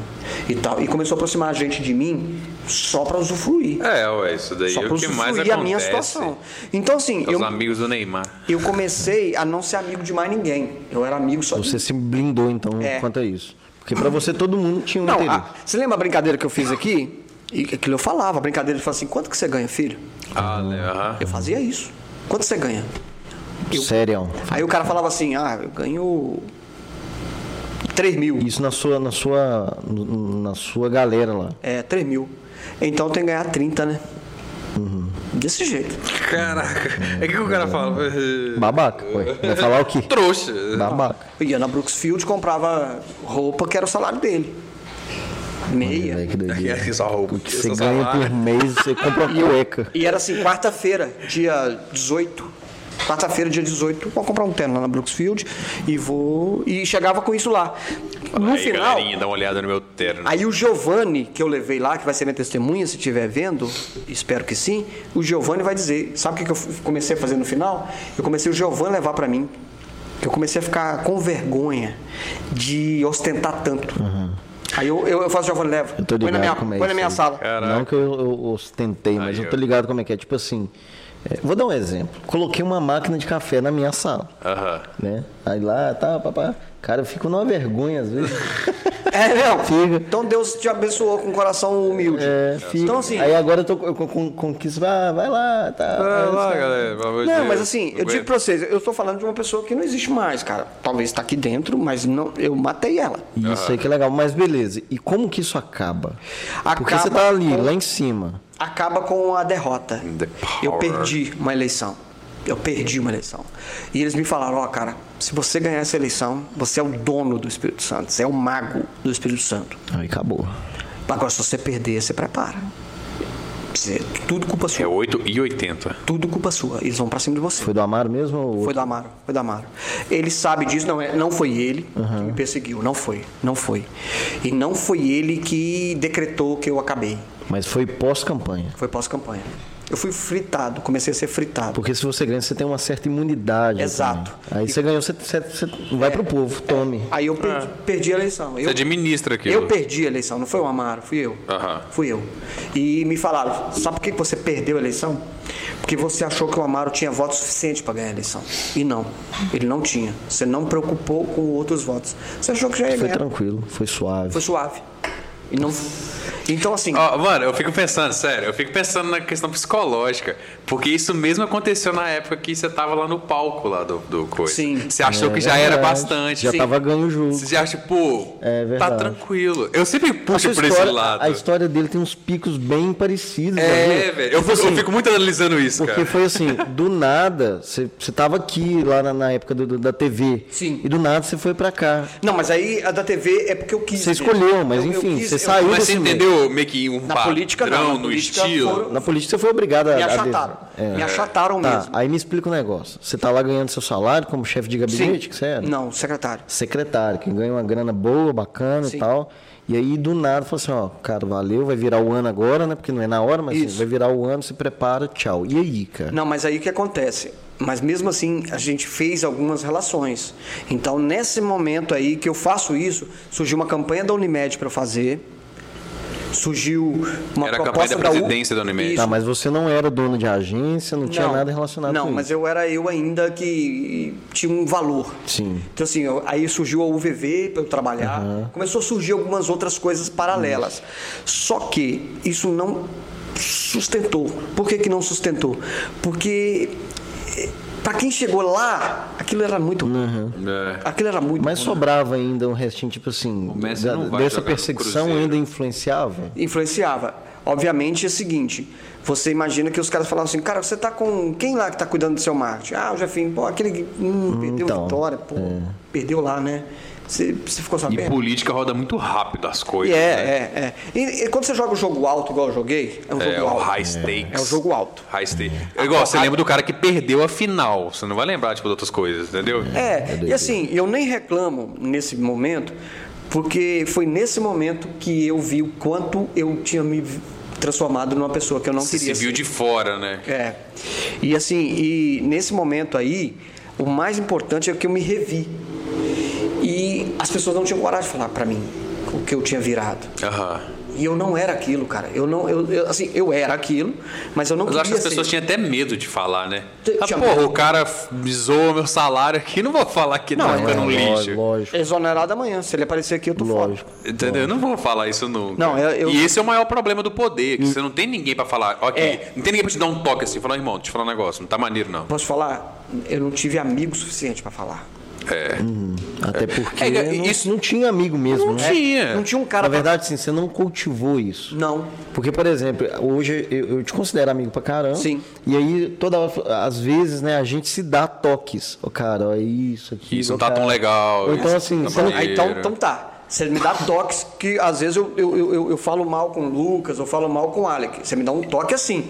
S3: e tal. E começou a aproximar a gente de mim só pra usufruir.
S1: É, ué, isso daí
S3: Só
S1: é
S3: pra
S1: o que mais acontece.
S3: usufruir a minha situação. Então, assim,
S1: Os
S3: eu,
S1: amigos do Neymar.
S3: eu comecei a não ser amigo de mais ninguém. Eu era amigo só de
S2: Você se blindou, então,
S3: É.
S2: quanto a isso. Porque pra você todo mundo tinha um
S3: Não,
S2: interesse.
S3: a- você lembra a brincadeira que eu fiz aqui? E aquilo eu falava, a brincadeira, ele falou assim, quanto que você ganha, filho?
S1: Ah, né? Aham.
S3: Eu fazia isso. Quanto você ganha? Eu-
S2: Sério.
S3: Aí o cara falava assim, ah, eu ganho 3 mil.
S2: Isso na sua, na sua, no- na sua galera lá.
S3: É, 3 mil. Então tem que ganhar 30, né?
S2: Uhum.
S3: Desse jeito.
S1: Caraca. É o que o cara fala? né?
S2: Babaca, ué. Vai falar o quê?
S1: Trouxa.
S2: Babaca.
S3: Eu ia na Brooksfield, comprava roupa que era o salário dele. Meia.
S2: Velho, que doideira.
S3: É,
S1: Aqui só roupa.
S2: Putz, Você ganha por mês, você compra uma cueca.
S3: <laughs> E era assim, quarta-feira, dia 18. Quarta-feira, dia 18, vou comprar um terno lá na Brooksfield e vou. E chegava com isso lá. No
S1: Aí,
S3: final.
S1: galerinha, dá uma olhada no meu terno.
S3: um Aí o Giovanni, que eu levei lá, que vai ser minha testemunha, se estiver vendo, espero que sim, o Giovanni vai dizer. Sabe o que que eu f- comecei a fazer no final? Eu comecei o Giovanni levar pra mim. Eu comecei a ficar com vergonha de ostentar tanto. Aí eu, eu, eu faço o Giovanni leva.
S2: Uhum. Eu tô
S3: põe na
S2: ligado
S3: minha,
S2: como é
S3: põe na
S2: isso
S3: minha
S2: aí.
S3: sala.
S1: Caraca.
S2: Não que eu, eu ostentei, mas
S1: Aí,
S2: eu tô
S1: ó.
S2: ligado como é que é. Tipo assim, é, vou dar um exemplo. Coloquei uma máquina de café na minha sala,
S1: Aham.
S2: né? Aí lá, tá, papá. Cara, eu fico numa vergonha às vezes.
S3: É, não.
S2: Fica.
S3: Então Deus te abençoou com um coração humilde.
S2: É, fica.
S3: Então assim.
S2: Aí agora eu tô com, com, com, com que isso, ah, vai lá, tá.
S1: Vai lá,
S2: tá.
S1: galera. pelo amor de
S3: Não,
S1: Deus.
S3: mas assim, eu digo
S1: aguento.
S3: pra vocês, eu tô falando de uma pessoa que não existe mais, cara. Talvez tá aqui dentro, mas não, eu matei ela.
S2: Isso aí que é legal, mas beleza. E como que isso acaba? Porque você
S3: Acaba
S2: tá ali,
S3: com-
S2: lá em cima.
S3: acaba com a derrota.
S1: The power.
S3: Eu perdi uma eleição. Eu perdi uma eleição. E eles me falaram, ó, cara, se você ganhar essa eleição, você é o dono do Espírito Santo, você é o mago do Espírito Santo.
S2: Aí acabou.
S3: Agora, se você perder, você prepara. Você- tudo culpa
S1: É
S3: sua.
S1: 8 e 80.
S3: Tudo culpa sua. Eles vão pra cima de você.
S2: Foi do Amaro mesmo? ou
S3: Foi do Amaro, foi do Amaro. Ele sabe disso, não, é, não foi ele que me perseguiu, não foi, não foi. E não foi ele que decretou que eu acabei.
S2: Mas foi pós-campanha.
S3: Foi pós-campanha. Eu fui fritado, comecei a ser fritado.
S2: Porque se você ganha, você tem uma certa imunidade.
S3: Exato.
S2: também. Aí você ganhou, você, você- você
S1: É.
S2: vai pro povo, tome.
S3: Aí eu perdi, perdi a eleição.
S1: Ah. Você
S3: Eu,
S1: administra aquilo.
S3: eu perdi a eleição, não foi o Amaro, fui eu.
S1: Aham.
S3: Fui eu. E me falaram, sabe por que que você perdeu a eleição? Porque você achou que o Amaro tinha voto suficiente para ganhar a eleição. E não, ele não tinha. Você não preocupou com outros votos. Você achou que já ia
S1: É.
S2: Foi
S3: ganhar.
S2: tranquilo, foi suave.
S3: Foi suave. E não... Então, assim,
S2: Ah.
S1: Ó, mano, eu fico pensando, sério, eu fico pensando na questão psicológica. Porque isso mesmo aconteceu na época que você tava lá no palco lá do, do coisa.
S3: Sim.
S1: Você achou
S2: É
S1: que já era
S2: verdade.
S1: bastante.
S2: Já
S1: Sim.
S2: tava ganho o jogo.
S1: Você já acha, pô,
S2: É
S1: tá
S2: verdade.
S1: tranquilo. Eu sempre
S2: A
S1: puxo
S2: sua
S1: por esse
S2: história-
S1: lado.
S2: A história dele tem uns picos bem parecidos.
S1: É, velho. Eu,
S2: né? Tipo
S1: fico- eu
S2: assim,
S1: fico muito analisando isso,
S2: Porque
S1: cara.
S2: foi assim, do nada, você você tava aqui lá na, na época do- do- da TV.
S3: Sim.
S2: E do nada você foi pra cá.
S3: não, mas aí a da TV é porque eu quis.
S2: Você
S3: mesmo.
S2: escolheu, mas
S3: Eu- eu
S2: enfim,
S3: quis-
S2: você
S3: eu-
S2: saiu
S1: Mas
S2: desse
S1: você
S2: meio.
S1: entendeu meio que um
S3: Na
S1: padrão
S3: política, não. Na
S1: no
S3: política
S1: estilo.
S3: foram-
S2: Na política você foi obrigado a.
S3: Me
S2: a-
S3: achataram.
S2: a- é.
S3: Me achataram
S2: Tá,
S3: mesmo.
S2: aí me explica um negócio. Você tá lá ganhando seu salário como chefe de gabinete, que você era?
S3: Não, secretário.
S2: secretário, que ganha uma grana boa, bacana
S3: Sim.
S2: e tal. E aí, do nada, fala assim, ó, cara, valeu, vai virar o ano agora, né? Porque não é na hora, mas assim,
S3: Isso.
S2: vai virar o ano, se prepara, tchau. E aí, cara?
S3: Não, mas aí o que acontece? Mas mesmo assim, a gente fez algumas relações. Então, nesse momento aí que eu faço isso, surgiu uma campanha da Unimed para fazer. Surgiu uma
S1: Era a campanha
S3: proposta
S1: da
S3: U-
S1: presidência da Unimed.
S3: Isso.
S2: Tá, mas você não era dono de agência, não, tinha nada relacionado
S3: não,
S2: com
S3: mas
S2: isso.
S3: eu era eu ainda que tinha um valor.
S2: Sim.
S3: Então, assim, eu- aí surgiu a UVV para eu trabalhar. Começou a surgir algumas outras coisas paralelas. Só que isso não sustentou. Por que, que não sustentou? Porque... Para quem chegou lá, aquilo era muito.
S1: É.
S3: Aquilo era muito.
S2: Mas
S3: ruim.
S2: sobrava ainda um restinho, tipo assim,
S1: Messi
S2: da-
S1: não vai
S2: dessa
S1: jogar no
S2: perseguição
S1: Cruzeiro.
S2: ainda influenciava?
S3: influenciava. Obviamente é o seguinte, você imagina que os caras falavam assim, cara, você tá com quem lá que tá cuidando do seu marketing? Ah, o Jefim, pô, aquele hum, é. perdeu
S2: então,
S3: vitória, pô, perdeu lá, né? Você, você ficou
S1: E
S3: sabendo?
S1: política roda muito rápido as
S3: E
S1: coisas.
S3: é,
S1: né?
S3: é, é. E, e quando você joga o jogo alto, igual eu joguei, é um jogo
S1: É, o
S3: alto.
S1: high stakes.
S3: É um jogo alto.
S1: High stakes. É igual, você lembra do cara que perdeu a final. Você não vai lembrar, tipo, de outras coisas, entendeu?
S3: É, e assim, eu nem reclamo nesse momento, porque foi nesse momento que eu vi o quanto eu tinha me transformado numa pessoa que eu não
S1: Você se
S3: queria
S1: viu
S3: ser.
S1: de fora, né?
S3: É. E assim, e nesse momento aí, o mais importante é que eu me revi. E as pessoas não tinham coragem de falar pra mim o que eu tinha virado.
S1: Aham.
S3: E eu não era aquilo, cara. Eu não, eu, eu- assim, eu era aquilo, mas eu não
S1: Mas eu
S3: queria
S1: acho que as
S3: ser.
S1: pessoas tinham até medo de falar, né?
S3: Tinha-
S1: Ah,
S3: tinha
S1: porra,
S3: medo.
S1: o cara bizou meu salário aqui, não vou falar que não, tá ficando um
S2: lógico,
S1: lixo.
S2: É,
S3: É,
S2: lógico,
S3: Exonerado amanhã, se ele aparecer aqui, eu tô
S2: lógico.
S3: fora.
S1: Entendeu? Eu não vou falar isso nunca.
S3: Não, eu- eu-
S1: E esse é o maior problema do poder, que você não tem ninguém pra falar, ok,
S3: É.
S1: não tem ninguém pra te dar um toque assim, falar, irmão, deixa eu te falar um negócio, não tá maneiro não.
S3: Posso falar? eu não tive amigo suficiente para falar.
S1: É.
S2: Até porque
S1: É,
S2: não,
S1: isso-
S2: não tinha amigo mesmo,
S3: Não
S2: né?
S1: tinha.
S3: Não tinha um cara
S2: Na
S3: pra-
S2: verdade, sim, você não cultivou isso.
S3: Não.
S2: Porque, por exemplo, hoje eu, eu te considero amigo pra caramba.
S3: Sim.
S2: E aí, toda hora, às vezes, né, a gente se dá toques. Ó, cara, ó, isso aqui.
S1: Isso
S2: ó,
S1: não tá
S2: cara.
S1: tão legal.
S2: Ou então,
S1: isso
S2: assim,
S1: tá
S2: você não-
S1: maneiro.
S3: Ah, então, então tá. Você me dá toques que às vezes eu, eu, eu, eu- eu falo mal com o Lucas, eu falo mal com o Alec. Você me dá um toque assim.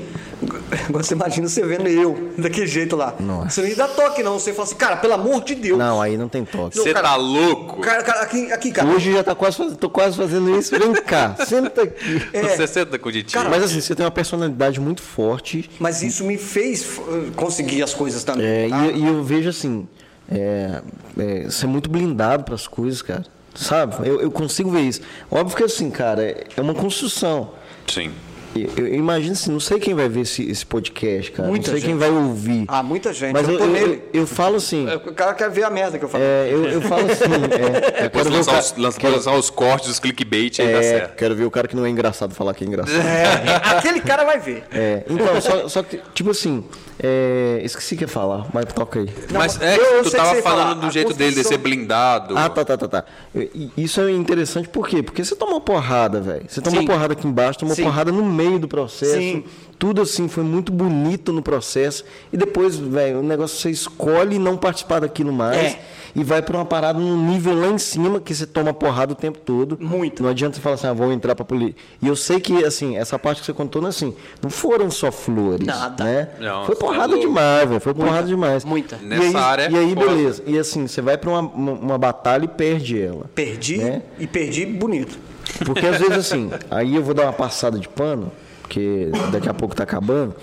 S3: <laughs> Agora você imagina você vendo eu daquele jeito lá.
S2: Nossa.
S3: Você não me dá toque, não. Você fala assim, cara, pelo amor de Deus.
S2: Não, aí não tem toque.
S1: Você
S3: Não, cara.
S1: tá louco?
S3: Cara, cara, aqui, aqui, cara.
S2: Hoje já tá quase fazendo, tô quase fazendo isso. Vem cá, <laughs> senta aqui.
S3: é.
S1: Você senta com o Ditinho.
S2: Mas assim, você tem uma personalidade muito forte.
S3: Mas isso me fez eh, conseguir as coisas também.
S2: É,
S3: tá?
S2: e, e eu vejo assim, é, é, ser muito blindado para as coisas, cara. Sabe? Eu, eu consigo ver isso. Óbvio que assim, cara, é- é uma construção.
S1: Sim.
S2: Eu, eu imagino assim, não sei quem vai ver esse, esse podcast, cara.
S3: Muita
S2: não sei
S3: gente.
S2: quem vai ouvir.
S3: Ah, muita gente.
S2: Mas
S3: Eu
S2: eu,
S3: tô
S2: eu,
S3: nele.
S2: eu- eu falo assim.
S3: O cara quer ver a merda que eu falo.
S2: é, eu, eu falo
S3: <laughs>
S2: assim. é, eu
S1: Depois
S2: quero ver o
S1: lançar,
S2: cara-
S1: os, lança- lançar os cortes, os clickbait,
S3: Tá
S1: aí dá
S2: é,
S1: certo.
S2: quero ver o cara que não é engraçado falar que é engraçado.
S3: <laughs> Aquele cara vai ver.
S2: É, então, só, só que, tipo assim, é, esqueci o que ia falar, mas toca aí.
S1: Mas
S3: Não,
S1: é
S3: eu- eu
S1: que tu
S3: sei que
S1: tava
S3: você ia falar,
S1: falando
S3: a
S1: do jeito dele, de
S3: construção-
S1: ser blindado.
S2: Ah, tá, tá, tá, tá. E- e Isso é interessante por quê? Porque você tomou porrada, velho. Você tomou
S3: Sim.
S2: porrada aqui embaixo, tomou
S3: Sim.
S2: porrada no meio do processo.
S3: Sim.
S2: Tudo assim, foi muito bonito no processo. E depois, velho, o negócio você escolhe não participar daquilo mais.
S3: É.
S2: E vai pra uma parada num nível lá em cima que você toma porrada o tempo todo.
S3: Muito.
S2: Não adianta você falar assim, ah, vou entrar pra política. E eu sei que, assim, essa parte que você contou, né, assim, não foram só flores.
S3: Nada. tá
S2: Né?
S1: Não, você
S2: foi
S1: é
S2: porrada
S1: louco.
S2: demais, velho. Foi porrada demais.
S3: muita.
S2: E
S1: Nessa
S2: aí-
S1: área,
S2: E aí,
S1: porra.
S2: beleza. E assim, você vai pra uma, uma, uma batalha e perde ela.
S3: Perdi
S2: Né?
S3: e perdi bonito.
S2: Porque às vezes assim, aí eu vou dar uma passada de pano, porque daqui a pouco tá acabando,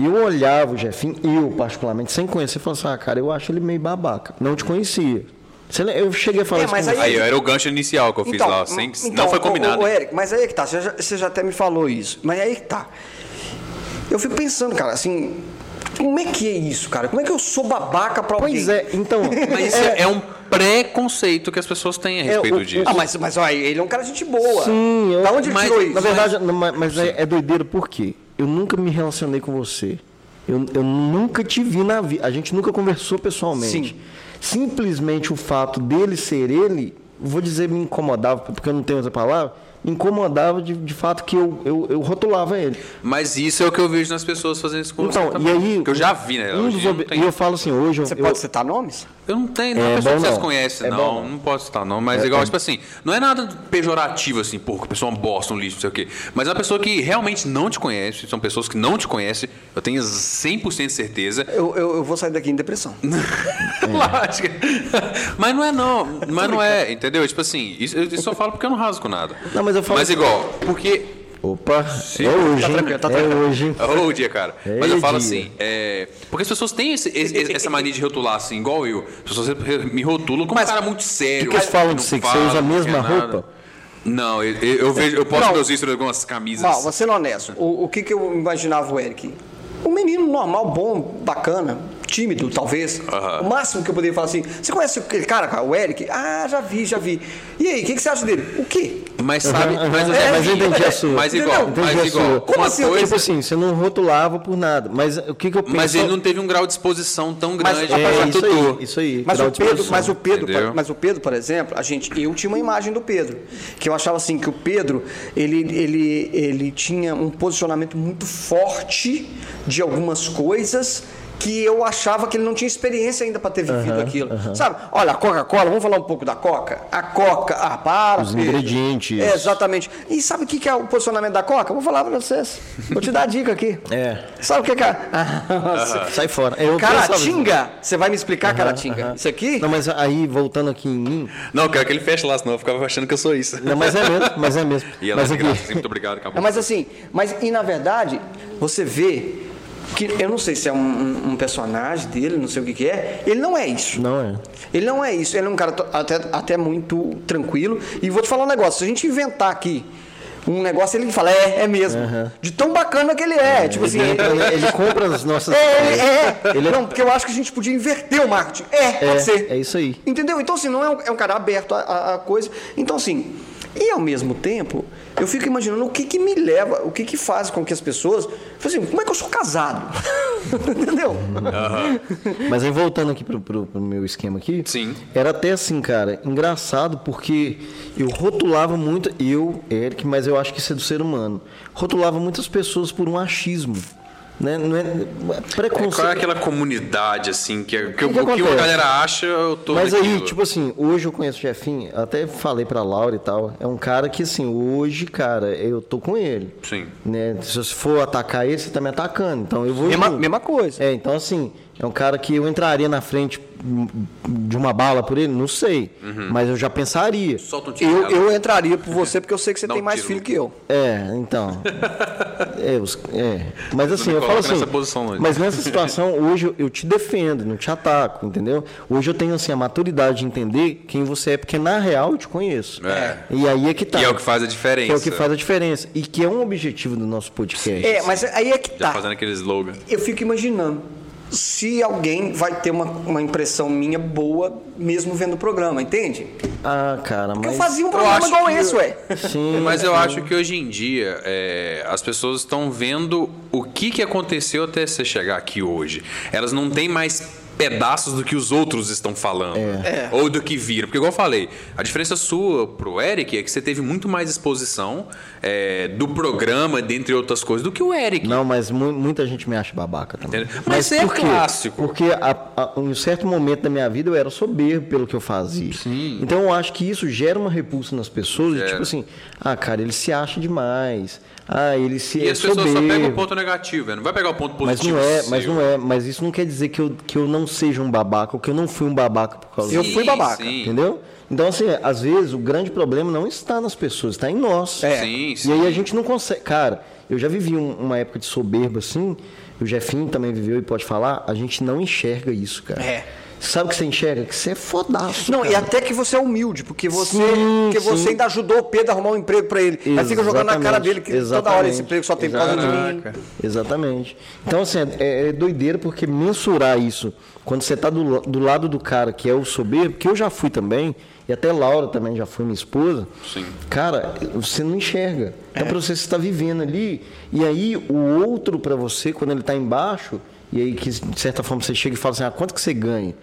S2: e eu olhava o Jefinho, eu particularmente, sem conhecer, falava assim, ah, cara, eu acho ele meio babaca. Não te conhecia. Você le- Eu cheguei a falar
S3: É, mas
S2: com você.
S1: Aí era o gancho inicial que eu fiz lá. Sem,
S3: então,
S1: não foi combinado.
S3: Ô, ô, Eric, mas aí é que tá. Você já, você já até me falou isso. Mas aí é que tá. Eu fico pensando, cara, assim. Como é que é isso, cara? Como é que eu sou babaca pra alguém?
S2: Pois é, então.
S1: Mas isso é, é um preconceito que as pessoas têm a respeito
S2: o- o-
S1: disso.
S3: Ah, mas, mas olha, ele é um cara de gente boa.
S2: Sim, eu-
S3: Da onde ele
S1: mas-
S3: tirou isso?
S2: Na verdade, não, mas, mas é, é doideira por quê? Eu nunca me relacionei com você. Eu, eu nunca te vi na vida. A gente nunca conversou pessoalmente.
S3: Sim.
S2: Simplesmente o fato dele ser ele, vou dizer me incomodava, porque eu não tenho essa palavra, me incomodava de, de fato que eu, eu, eu rotulava ele.
S1: Mas isso é o que eu vejo nas pessoas fazendo isso com
S2: Então,
S1: você
S2: e
S1: também,
S2: aí.
S1: tá Que eu já vi, né?
S2: um
S1: Hoje
S2: dos
S1: eu,
S2: ob-
S1: não
S2: E
S1: tenho,
S2: eu falo assim, hoje. eu-
S3: Você
S2: eu-
S3: pode citar nomes?
S1: eu não tenho,
S2: É
S1: a pessoa
S2: bom
S1: que vocês
S2: não.
S1: conhecem,
S2: É bom
S1: não,
S2: não.
S1: não posso citar não, mas igual, tipo assim, não é nada pejorativo, assim, pô, que a pessoa é uma bosta, um lixo, não sei o quê, mas é uma pessoa que realmente não te conhece, são pessoas que não te conhecem, eu tenho 100% certeza,
S3: Eu, eu, eu vou sair daqui em depressão.
S2: É.
S1: <laughs> Lógico. Mas não é
S2: <laughs>
S1: não. Mas não é, entendeu? Tipo assim, isso, eu só falo porque eu não rasgo nada.
S2: Não, mas eu falo-
S1: Mas igual, porque.
S2: Opa, é hoje. hein?
S3: tranquilo, tá
S2: é hoje. hein?
S1: Ô, dia, cara. Mas
S2: Ei,
S1: eu falo
S2: dia.
S1: assim, é, porque as pessoas têm esse- esse- essa mania de rotular assim, igual eu. As pessoas me rotulam como um cara muito sério.
S2: que que eles
S1: cara
S2: falam
S1: não
S2: de você? Que
S1: fala,
S2: você usa a
S1: não quer
S2: mesma
S1: nada.
S2: roupa?
S1: Não, eu, eu, eu vejo, eu posto
S3: Não.
S1: meus isso em algumas camisas.
S3: Mal, vou sendo honesto. O, o que, que eu imaginava o Eric? Um menino normal, bom, bacana, tímido, talvez.
S1: Aham.
S3: O máximo que eu poderia falar assim: você conhece aquele cara, cara, o Eric? Ah, já vi, já vi. E aí, o que, que você acha dele? O quê?
S1: Mas sabe,
S2: Aham,
S1: mas eu
S2: aham,
S1: já
S2: mas eu
S1: vi.
S2: entendi a sua.
S1: Mas igual,
S3: Entendeu?
S1: mas
S2: Entendi a sua.
S1: igual.
S3: Como
S1: uma
S3: assim?
S1: coisa-
S2: Tipo assim, você não rotulava por nada. Mas o que, que eu penso?
S1: mas ele não teve um grau de exposição tão grande.
S3: a
S1: pra
S2: É, isso
S1: tudo.
S2: aí, isso aí.
S3: Mas
S2: grau
S3: o,
S2: tipo de
S3: Pedro,
S2: exposição.
S3: mas, o Pedro,
S1: Entendeu?
S3: por- mas o Pedro, por exemplo, a gente, eu tinha uma imagem do Pedro. Que eu achava assim, que o Pedro, ele, ele, ele tinha um posicionamento muito forte de algumas coisas que eu achava que ele não tinha experiência ainda para ter vivido aquilo. Sabe? Olha, a Coca-Cola, vamos falar um pouco da Coca? A Coca, ah, para.
S2: Os
S3: Pedro.
S2: ingredientes.
S3: É, exatamente. E sabe o que que é o posicionamento da Coca? Eu Vou falar para vocês. Vou te dar a dica aqui.
S2: É.
S3: Sabe o que que é?
S2: <laughs>
S3: Ah,
S2: Sai fora. Eu
S3: Caratinga? Você vai me explicar, Caratinga?
S2: aham.
S3: Isso aqui?
S2: Não, mas aí, voltando aqui em mim.
S1: Não, eu quero que ele feche lá, senão eu ficava achando que eu sou isso.
S2: Não, mas é mesmo, mas é mesmo.
S1: E ela
S2: mas
S1: de
S2: aqui-
S1: graça, assim, muito obrigado,
S3: É,
S1: acabou.
S3: mas assim, mas e na verdade, você vê que eu não sei se é um, um- um personagem dele, não sei o que, que é. Ele não é isso.
S2: Não é.
S3: Ele não é isso. Ele é um cara to- até, até muito tranquilo. E vou te falar um negócio: se a gente inventar aqui um negócio, ele fala, é, é mesmo. De tão bacana que ele é. tipo assim.
S2: Ele, entra,
S3: ele-
S2: ele- ele compra as nossas.
S3: É, ele é.
S2: Ele é-
S3: Não, porque eu acho que a gente podia inverter o marketing. É,
S2: É,
S3: pode ser.
S2: é isso aí.
S3: Entendeu? Então, assim, não é um, é um cara aberto a, a- a coisa. Então, assim, E ao mesmo tempo, eu fico imaginando o que, que me leva, o que, que faz com que as pessoas. Falei assim, como é que eu sou casado? <laughs> Entendeu?
S1: É
S2: Mas aí voltando aqui pro, pro- pro meu esquema aqui.
S1: Sim.
S2: Era até assim, cara, engraçado porque eu rotulava muito, eu, Eric, mas eu acho que isso é do ser humano. Rotulava muitas pessoas por um achismo. Né? Não é, é
S1: Qual
S2: preconceito.
S1: é aquela comunidade, assim, que, que,
S2: O que
S1: o que
S2: acontece?
S1: a galera acha, eu tô
S2: Mas aí,
S1: naquilo.
S2: tipo assim, hoje eu conheço o Jefinho, até falei pra Laura e tal. É um cara que, assim, hoje, cara, eu tô com ele.
S1: Sim.
S2: Né? Se você for atacar ele, você tá me atacando. Então eu vou.
S3: Mesma-
S2: junto.
S3: mesma coisa.
S2: É, então assim, é um cara que eu entraria na frente de uma bala por ele, não sei.
S3: Uhum.
S2: Mas eu já pensaria.
S1: Solta um tiro.
S3: Eu,
S1: cara.
S3: eu entraria por você porque eu sei que você
S1: Dá
S3: tem
S1: um
S3: mais
S1: tiro.
S3: filho que eu.
S2: É, então.
S1: <laughs>
S2: é, os- é. Mas assim,
S1: me
S2: eu falo
S1: coloca
S2: assim.
S1: nessa posição, Luiz. <laughs>
S2: mas nessa situação, hoje eu- eu te defendo, não te ataco, entendeu? Hoje eu tenho assim a maturidade de entender quem você é, porque na real eu te conheço.
S1: É.
S2: E aí é que tá.
S1: E é o que faz a diferença.
S2: Que é o que faz a diferença. E que é um objetivo do nosso podcast.
S3: É, mas aí é que
S1: Já
S3: tá.
S1: fazendo aquele slogan.
S3: Eu fico imaginando se alguém vai ter uma, uma impressão minha boa mesmo vendo o programa, entende? Porque
S2: Ah, cara, mas.
S3: eu fazia um programa
S1: acho
S3: igual
S1: que-
S3: esse, ué.
S2: Sim,
S1: Mas eu
S2: sim.
S1: acho que hoje em dia é, as pessoas estão vendo o que, que aconteceu até você chegar aqui hoje. Elas não têm mais pedaços do que os outros estão falando.
S2: É.
S1: Ou do que viram. Porque, igual eu falei, a diferença sua pro Eric é que você teve muito mais exposição é, do programa, dentre outras coisas, do que o Eric.
S2: Não, mas mu- muita gente me acha babaca também.
S1: Entendeu? Mas é
S2: por quê?
S1: clássico.
S2: Porque a- a- em um certo momento da minha vida eu era soberbo pelo que eu fazia. Então eu acho que isso gera uma repulsa nas pessoas, de
S1: Gera.
S2: tipo assim, ah, cara, ele se acha demais. Ah, ele se
S1: E
S2: é
S1: as pessoas só pegam o
S2: soberbo.
S1: ponto negativo, né? não vai pegar o ponto
S2: Mas
S1: positivo. né?
S2: não é, mas
S1: seu.
S2: não é, mas isso não quer dizer que eu, que eu não seja um babaca, ou que eu não fui um babaca por causa
S3: Eu
S2: disso.
S3: fui babaca.
S1: Sim,
S2: Entendeu? Então, assim, às vezes o grande problema não está nas pessoas, está em nós.
S3: É.
S1: Sim,
S2: E aí
S1: sim.
S2: a gente não consegue. Cara, eu já vivi um- uma época de soberba assim, o Jefinho também viveu e pode falar, a gente não enxerga isso, cara.
S3: É.
S2: Sabe o que você enxerga? Que você é fodaço.
S3: Não, e
S2: cara.
S3: até que você é humilde, porque você,
S2: Sim,
S3: porque você
S2: sim.
S3: ainda ajudou o Pedro a arrumar um emprego pra ele. Aí fica jogando na cara
S2: Exatamente,
S3: dele que toda hora esse
S2: exatamente,
S3: emprego só tem por causa de mim.
S1: Caraca.
S2: Exatamente. Então, assim, é, é doideira porque mensurar isso, quando você tá do, la- do lado do cara que é o soberbo, que eu já fui também, e até Laura também já foi minha esposa,
S1: Sim.
S2: cara, você não enxerga.
S3: É.
S2: Então, pra você, você tá vivendo ali, e aí o outro pra você, quando ele tá embaixo, e aí que de certa forma você chega e fala assim, ah, quanto que você ganha?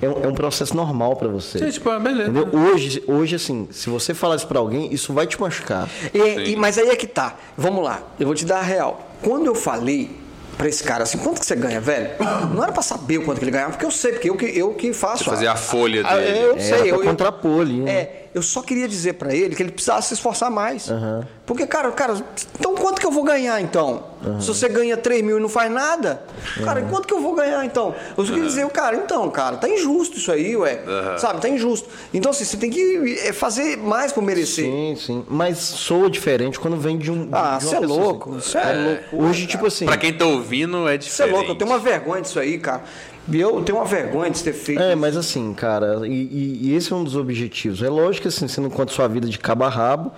S2: É um, é um processo normal pra você.
S1: Sim, tipo, ah, beleza.
S2: Entendeu? Hoje, hoje, assim, se você falar isso pra alguém, isso vai te machucar.
S3: E- e- mas aí é que tá. Vamos lá, eu vou te dar a real. Quando eu falei pra esse cara assim, quanto que você ganha, velho? Não era pra saber o quanto que ele ganhava, porque eu sei, porque eu que, eu que faço.
S1: Fazer a folha
S3: Ah,
S1: dele.
S3: Eu
S2: É,
S3: sei,
S2: era pra
S3: eu, eu,
S2: contrapor ali, né?
S3: É, eu só queria dizer pra ele que ele precisava se esforçar mais.
S2: Uhum.
S3: Porque, cara, cara, então quanto que eu vou ganhar então?
S2: Uhum.
S3: Se você ganha 3 mil e não faz nada, cara, quanto que eu vou ganhar então? Eu só queria
S2: Uhum.
S3: dizer, cara, então, cara, tá injusto isso aí, ué. Sabe, tá injusto. Então, assim, você tem que eh, fazer mais por merecer.
S2: Sim, sim. Mas soa diferente quando vem de um. de
S3: Ah,
S2: uma
S3: você é
S2: pessoa
S3: louco,
S2: assim.
S3: você é, louco.
S2: Hoje, tipo assim.
S1: Pra quem tá ouvindo, é diferente.
S3: Você é louco, eu tenho uma vergonha disso aí, cara. E eu tenho uma vergonha de ter feito.
S2: É, mas assim, cara, e, e- e esse é um dos objetivos. É lógico que assim, você não conta sua vida de cabo a rabo,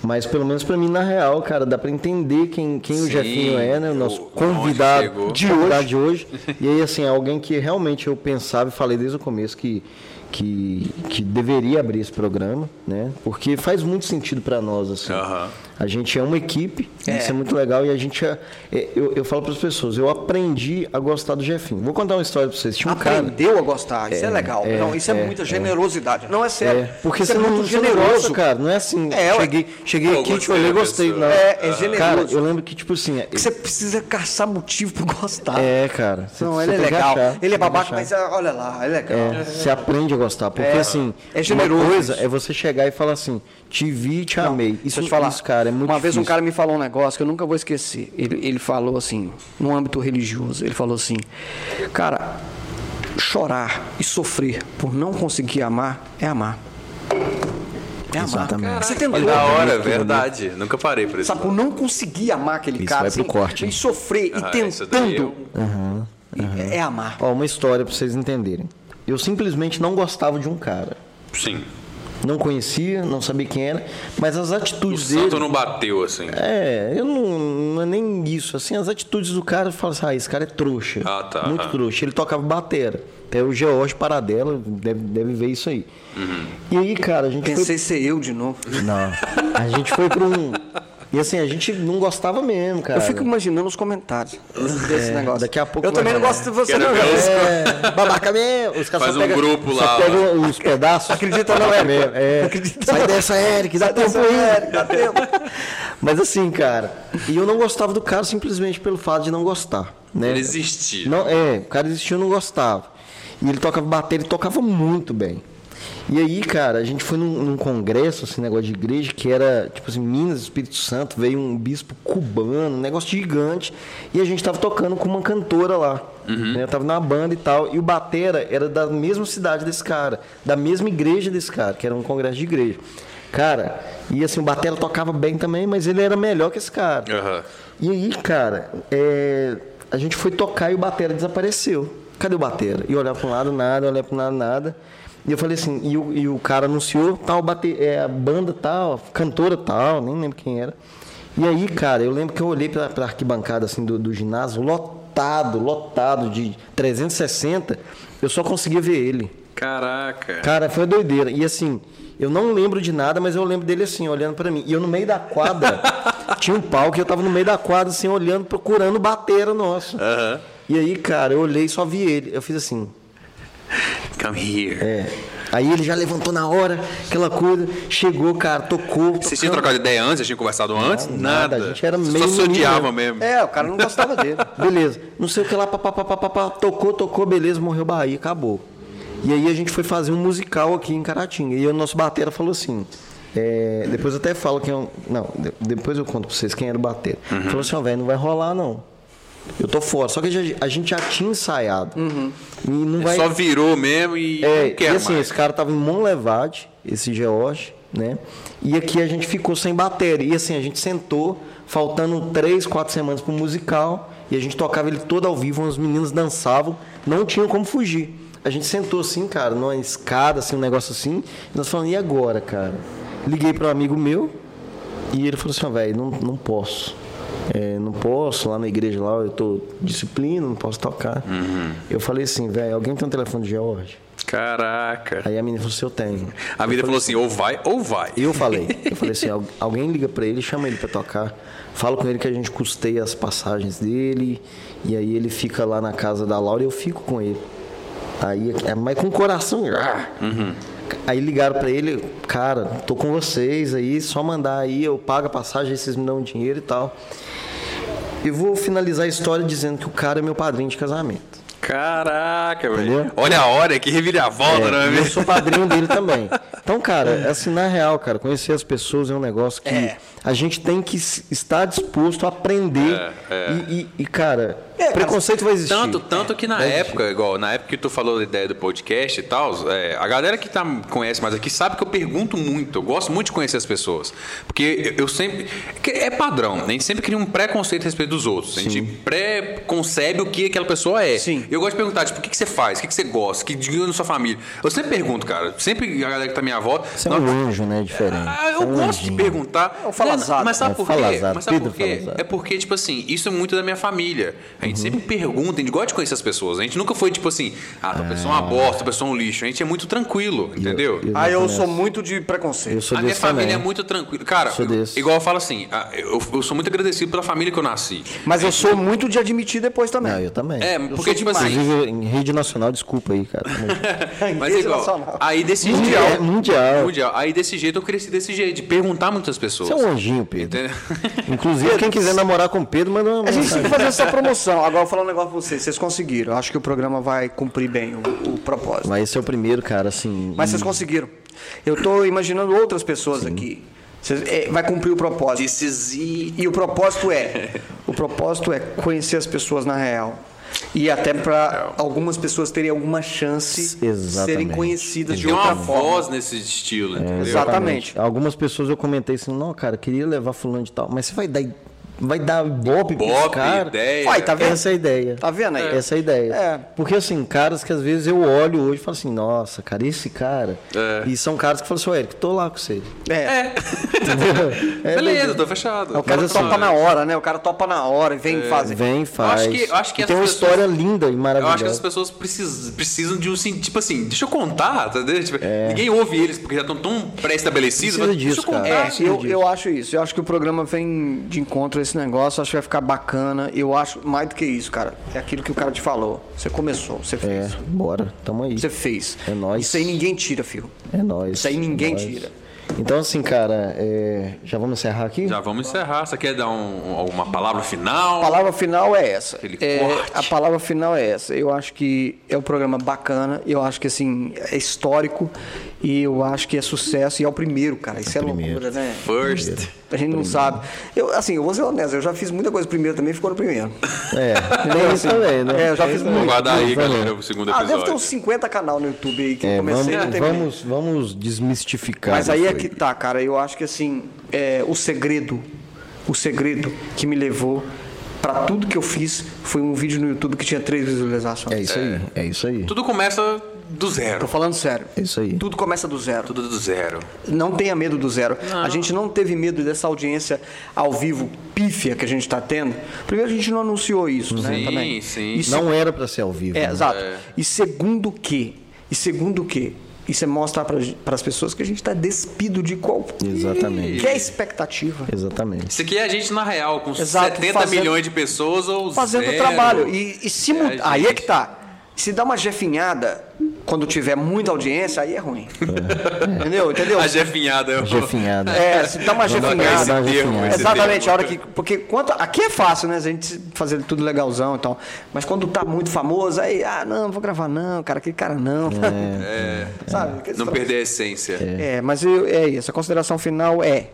S2: mas pelo menos pra mim, na real, cara, dá pra entender quem, quem o
S1: Sim,
S2: Jefinho é, né? O nosso
S1: o- onde
S2: convidado
S1: chegou.
S2: de hoje. de hoje. E aí, assim, alguém que realmente eu pensava e falei desde o começo que, que, que deveria abrir esse programa, né? Porque faz muito sentido pra nós, assim.
S1: Aham.
S2: A gente é uma equipe, isso é muito legal, e a gente é. é, eu, eu falo pras pessoas, eu aprendi a gostar do Jefinho. Vou contar uma história pra vocês. Tinha um cara.
S3: Aprendeu a gostar, isso é, legal. não, isso é, muita generosidade. Não é sério.
S2: É, porque
S3: Isso
S2: você
S3: é
S2: não
S3: muito
S2: você não
S3: generoso,
S2: gosta, cara. Não é assim.
S3: É, ué.
S2: cheguei cheguei
S1: Pô,
S2: aqui, te
S1: gostei
S2: olhei,
S1: da
S2: gostei.
S1: pessoa.
S2: Não.
S3: É, é generoso.
S2: Cara, eu lembro que, tipo assim.
S3: Você precisa caçar motivo pra gostar.
S2: É, cara. você-
S3: Não,
S2: você
S3: ele é
S2: tem que
S3: legal.
S2: achar,
S3: ele é
S2: tem que
S3: babaca,
S2: achar.
S3: mas ah, olha lá, é legal.
S2: É, você aprende a gostar. Porque, assim,
S3: é generoso
S2: uma coisa
S3: isso.
S2: é você chegar e falar assim: te vi, te amei. Isso,
S3: Deixa eu te falar.
S2: isso, cara, é muito
S3: Uma vez um
S2: difícil.
S3: cara me falou um negócio que eu nunca vou esquecer. Ele, ele falou assim, no âmbito religioso, ele falou assim, cara, chorar e sofrer por não conseguir amar é amar. É amar.
S2: Exatamente.
S3: Você tentou.
S1: Olha, da hora, é
S2: bonito.
S1: verdade. Nunca parei por isso.
S3: Sabe, por não conseguir amar aquele
S2: Isso
S3: cara. assim,
S2: vai pro corte,
S3: E
S2: hein?
S3: sofrer, e
S1: Ah, isso daí
S3: tentando.
S1: eu-
S3: É amar.
S2: Ó, uma história pra vocês entenderem. Eu simplesmente não gostava de um cara.
S1: Sim.
S2: Não conhecia, não sabia quem era, mas as
S1: O
S2: atitudes dele.
S1: santo não bateu, assim.
S2: É, eu não, não é nem isso. Assim, as atitudes do cara, eu falo assim, ah, esse cara é trouxa.
S1: Ah, tá.
S2: Muito
S1: Ah.
S2: trouxa. Ele tocava batera. Até o George Paradela deve, deve ver isso aí.
S1: Uhum.
S2: E aí, cara, a gente foi
S3: Pensei ser eu de novo.
S2: não. A gente foi pra um. E assim, a gente não gostava mesmo, cara.
S3: Eu fico imaginando os comentários desse negócio.
S2: É, daqui a pouco
S3: Eu também
S2: vai
S3: não
S2: rolar.
S3: gosto de você,
S1: Quero
S3: não, né?
S1: ver os-
S3: velho.
S2: É, <laughs> babaca mesmo. Os caras
S1: Faz
S2: só
S1: um
S2: pegam-
S1: grupo
S2: só
S1: lá,
S2: pegam os pedaços.
S3: Acredita não,
S2: Babaca
S3: Eric.
S2: mesmo, É.
S3: Acredita
S2: Sai
S3: não.
S2: dessa, Eric. Dá
S3: Sai
S2: tempo
S3: dessa,
S2: aí.
S3: Eric, dá tempo.
S2: Mas assim, cara. E eu não gostava do cara simplesmente pelo fato de não gostar. Né?
S1: Ele existia.
S2: Não, é, o cara existia, eu não gostava. E ele tocava bateria, ele tocava muito bem. E aí, cara, a gente foi num, num congresso, assim, negócio de igreja, que era, tipo assim, Minas, Espírito Santo, veio um bispo cubano, um negócio gigante, e a gente tava tocando com uma cantora lá. Né? Eu tava na banda e tal, e o Batera era da mesma cidade desse cara, da mesma igreja desse cara, que era um congresso de igreja. Cara, e assim, o Batera tocava bem também, mas ele era melhor que esse cara.
S1: Aham.
S2: E aí, cara, é, a gente foi tocar e o Batera desapareceu. Cadê o Batera? E olhar para um lado, nada, olhar para um lado, nada. E eu falei assim, e o, e o cara anunciou tal, bate, é, a banda tal, a cantora tal, nem lembro quem era. E aí, cara, eu lembro que eu olhei pra, pra arquibancada assim do, do ginásio, lotado, lotado de 360, eu só conseguia ver ele.
S1: Caraca.
S2: Cara, foi doideira. E assim, eu não lembro de nada, mas eu lembro dele assim, olhando pra mim. E eu no meio da quadra, tinha um palco e eu tava no meio da quadra, assim, olhando, procurando batera nosso.
S1: Aham.
S2: E aí, cara, eu olhei e só vi ele. Eu fiz assim,
S1: Come here.
S2: é. Aí ele já levantou na hora, aquela coisa, chegou, cara, tocou.
S1: Vocês
S2: tocando.
S1: tinham trocado ideia antes? Vocês tinham conversado antes?
S2: nada,
S1: Nada.
S2: a gente era
S1: Vocês
S2: meio
S1: Só se odiavam
S2: menino.
S1: mesmo.
S3: É, o cara não
S1: <laughs>
S3: gostava dele.
S2: Beleza. Não sei o que lá, papapá, tocou, tocou, beleza, morreu Bahia, acabou. E aí a gente foi fazer um musical aqui em Caratinga. E aí o nosso batera falou assim. é, depois eu até falo quem é o- Não, de- depois eu conto pra vocês quem era o batera.
S1: Uhum.
S2: Falou assim, ó, velho, não vai rolar, não. Eu tô fora. Só que já- a gente já tinha ensaiado. E não vai.
S1: Uhum. É Só virou mesmo e
S2: É,
S1: não
S2: e
S1: quer
S2: assim,
S1: mais.
S2: esse cara tava em Monlevade, esse George, né? E aqui a gente ficou sem bateria. E assim, a gente sentou, faltando três, quatro semanas pro musical, e a gente tocava ele todo ao vivo, os meninos dançavam, não tinham como fugir. A gente sentou assim, cara, numa escada, assim, um negócio assim, e nós falando, e agora, cara? Liguei para um amigo meu, e ele falou assim, ó, velho, não, não posso. É, não posso, lá na igreja lá eu tô disciplina, não posso tocar.
S1: Uhum.
S2: Eu falei assim, velho, alguém tem um telefone de George?
S1: Caraca.
S2: Aí a menina falou assim, eu tenho.
S1: A vida falou assim, ou vai ou vai.
S2: Eu falei, eu falei assim, "Al- alguém liga pra ele, chama ele pra tocar, fala com ele que a gente custeia as passagens dele, e aí ele fica lá na casa da Laura e eu fico com ele. Aí, é, mas com o coração. ah. Aí ligaram pra ele, cara, tô com vocês aí, só mandar aí, eu pago a passagem, aí vocês me dão dinheiro e tal. Eu vou finalizar a história dizendo que o cara é meu padrinho de casamento.
S1: Caraca, velho.
S2: Entendeu?
S1: Olha a hora que reviravolta,
S2: É,
S1: não é
S2: e eu
S1: mesmo?
S2: sou
S1: <laughs>
S2: padrinho dele também. Então, cara, assim, na real, cara, conhecer as pessoas é um negócio que a gente tem que s- estar disposto a aprender.
S1: É, é.
S2: E, e- e, cara,
S3: cara,
S2: preconceito vai existir. É.
S1: Tanto, tanto que na época, igual, na época que tu falou da ideia do podcast e tal, é, a galera que tá, conhece mais aqui sabe que eu pergunto muito, eu gosto muito de conhecer as pessoas. Porque eu, eu sempre. que É padrão, né? a gente sempre cria um preconceito a respeito dos outros. A gente pré-concebe o que aquela pessoa é.
S3: Sim.
S1: Eu gosto de perguntar, tipo, o que, que você faz? O que, que você gosta? O que diga na sua família? Eu sempre pergunto, cara. Sempre a galera que tá à minha volta.
S2: Você é um anjo, né? Diferente.
S1: Ah, eu
S2: Você é um
S1: gosto de
S2: anjinho.
S1: perguntar.
S3: É o falazado.
S1: Mas sabe
S2: É
S1: por quê?
S2: falazado,
S1: Mas sabe
S2: Pedro
S1: por quê?
S2: falazado.
S1: É porque, tipo assim, isso é muito da minha família. A
S2: Uhum.
S1: gente sempre pergunta, a gente gosta de conhecer as pessoas. A gente nunca foi, tipo assim, ah, a pessoa é uma bosta, a pessoa é um lixo. A gente é muito tranquilo, entendeu?
S2: eu-
S3: Aí Ah, eu
S2: Exatamente.
S3: sou muito de
S2: Eu
S3: preconceito.
S2: sou
S1: a minha
S2: desse
S1: família é
S2: também.
S1: muito tranquila. Cara,
S2: Sou desse.
S1: igual eu falo assim, ah, eu, eu sou muito agradecido pela família que eu nasci.
S3: Mas eu sou muito de admitir depois também.
S2: Não, eu também.
S1: É, porque,
S3: sou
S1: tipo
S3: demais.
S1: assim.
S2: Inclusive, em rede nacional, desculpa aí, cara.
S1: <laughs> Mas é igual.
S3: Internacional.
S1: Aí desse
S2: Mundial, É,
S1: jeito.
S2: mundial.
S1: Mundial. Aí desse jeito eu cresci desse jeito, de perguntar muitas pessoas.
S2: Você é um anjinho, Pedro.
S1: Entendeu?
S2: Inclusive, quem quiser namorar com o Pedro, manda uma
S3: A gente tem que
S2: mensagem.
S3: fazer essa promoção. Agora eu vou falar um negócio pra vocês. Vocês conseguiram. Eu acho que o programa vai cumprir bem o, o propósito.
S2: Mas esse é o primeiro, cara, assim.
S3: Mas vocês conseguiram. Eu tô imaginando outras pessoas aqui. Vocês- é, vai cumprir o propósito.
S1: Decisi-
S3: E o propósito é, o propósito é conhecer as pessoas na real. E até para algumas pessoas terem alguma chance de serem
S2: Exatamente.
S3: conhecidas de
S1: Tem uma
S3: outra forma.
S1: voz nesse
S2: É.
S1: estilo, entendeu?
S3: Exatamente.
S2: Algumas pessoas eu comentei assim, não, cara, queria levar fulano de tal, mas você vai dar vai dar bope pra esse
S1: Ibope,
S2: cara.
S1: ideia.
S3: Uai, tá vendo?
S2: Essa é a ideia.
S3: Tá vendo aí?
S2: Essa é a ideia.
S3: É.
S2: Porque assim, caras que às vezes eu olho hoje e falo assim, nossa, cara, esse cara.
S1: É.
S2: E são caras que falam assim, ô Eric, tô lá com você.
S3: É.
S1: É. Beleza, tô fechado.
S3: O cara
S2: É, Mas,
S3: topa
S2: assim, É,
S3: na hora, né? O cara topa na hora e vem fazer.
S2: Vem, faz.
S1: acho que- eu acho que
S2: E tem uma
S1: as pessoas-
S2: história linda e
S1: Eu
S2: maravilhosa.
S1: acho
S3: Né?
S1: que as pessoas precisam, precisam de um sentido. Tipo assim, deixa eu contar, tá entendendo? Tipo,
S3: É.
S1: Ninguém ouve eles porque já estão tão pré-estabelecidos.
S2: Precisa
S1: mas
S2: disso,
S1: deixa eu contar.
S2: cara.
S3: É,
S2: Precisa
S3: eu,
S2: disso.
S3: eu acho isso. Eu acho que o programa vem de encontro a esse negócio. Acho que vai ficar bacana. Eu acho mais do que isso, cara. É aquilo que o cara te falou. Você começou, você
S2: É,
S3: fez.
S2: bora, tamo aí.
S3: Você fez.
S2: É nóis.
S3: Isso aí ninguém tira, filho.
S2: É nóis.
S3: Isso aí ninguém
S2: nóis.
S3: tira.
S2: Então, assim, cara, é, já vamos encerrar aqui?
S1: Já vamos encerrar. Você quer dar um- alguma palavra final?
S3: A palavra final é essa.
S1: Aquele
S3: É,
S1: corte.
S3: a palavra final é essa. Eu acho que é um programa bacana. Eu acho que, assim, é histórico. E eu acho que é sucesso. E é o primeiro, cara. Isso é, loucura, né?
S1: First.
S3: A gente não sabe. Eu, assim, eu vou ser honesto. Eu já fiz muita coisa primeiro também. Ficou no primeiro.
S1: <laughs>
S2: É, tem isso também, né?
S3: É, eu já fiz
S1: Vamos
S3: muito.
S1: assim, guardar aí,
S2: Vamos.
S1: galera, o segundo
S3: Ah,
S1: episódio.
S3: deve ter uns 50 canal no YouTube aí que eu
S2: É, vamos,
S3: comecei a ter.
S2: vamos, vamos desmistificar.
S3: Mas aí
S2: isso
S3: é que tá, cara. Eu acho que assim, é, o segredo, o segredo que me levou pra tudo que eu fiz foi um vídeo no YouTube que tinha três visualizações.
S2: É isso aí, é isso aí.
S1: Tudo começa do
S3: Tô
S1: zero.
S3: falando sério.
S2: É isso aí.
S3: Tudo começa do zero.
S1: Tudo do zero.
S3: Não tenha medo do zero. A gente não teve medo dessa audiência ao vivo pífia que a gente tá tendo. Primeiro, a gente não anunciou isso, né?
S1: Sim,
S3: Também.
S1: sim.
S3: Isso
S2: Não era pra ser ao vivo.
S3: É,
S2: né?
S3: exato. E segundo o quê? E segundo o quê? Isso é mostrar para as pessoas que a gente está despido de qualquer é
S2: Exatamente.
S3: expectativa.
S2: Exatamente.
S1: Isso aqui é a gente na real, com
S3: Exato,
S1: 70
S3: fazendo-
S1: milhões de pessoas ou
S3: Fazendo o
S1: zero.
S3: trabalho. E, e se mu-
S1: É,
S3: aí é
S1: gente.
S3: que tá. Se dá uma jefinhada quando tiver muita audiência, aí é ruim. Entendeu? Entendeu?
S1: A jefinhada. eu-
S2: Jefinhada.
S3: É, se dá uma
S1: Esse
S3: jefinhada.
S1: termo, esse
S3: Exatamente,
S1: termo.
S3: a hora que. Porque quanto, aqui é fácil, né? A gente fazer tudo legalzão e tal. Mas quando tá muito famoso, aí, ah, não, vou gravar não, cara, aquele cara não. <laughs> Sabe?
S1: é. Não perder a essência.
S3: É, mas eu- é isso. A consideração final é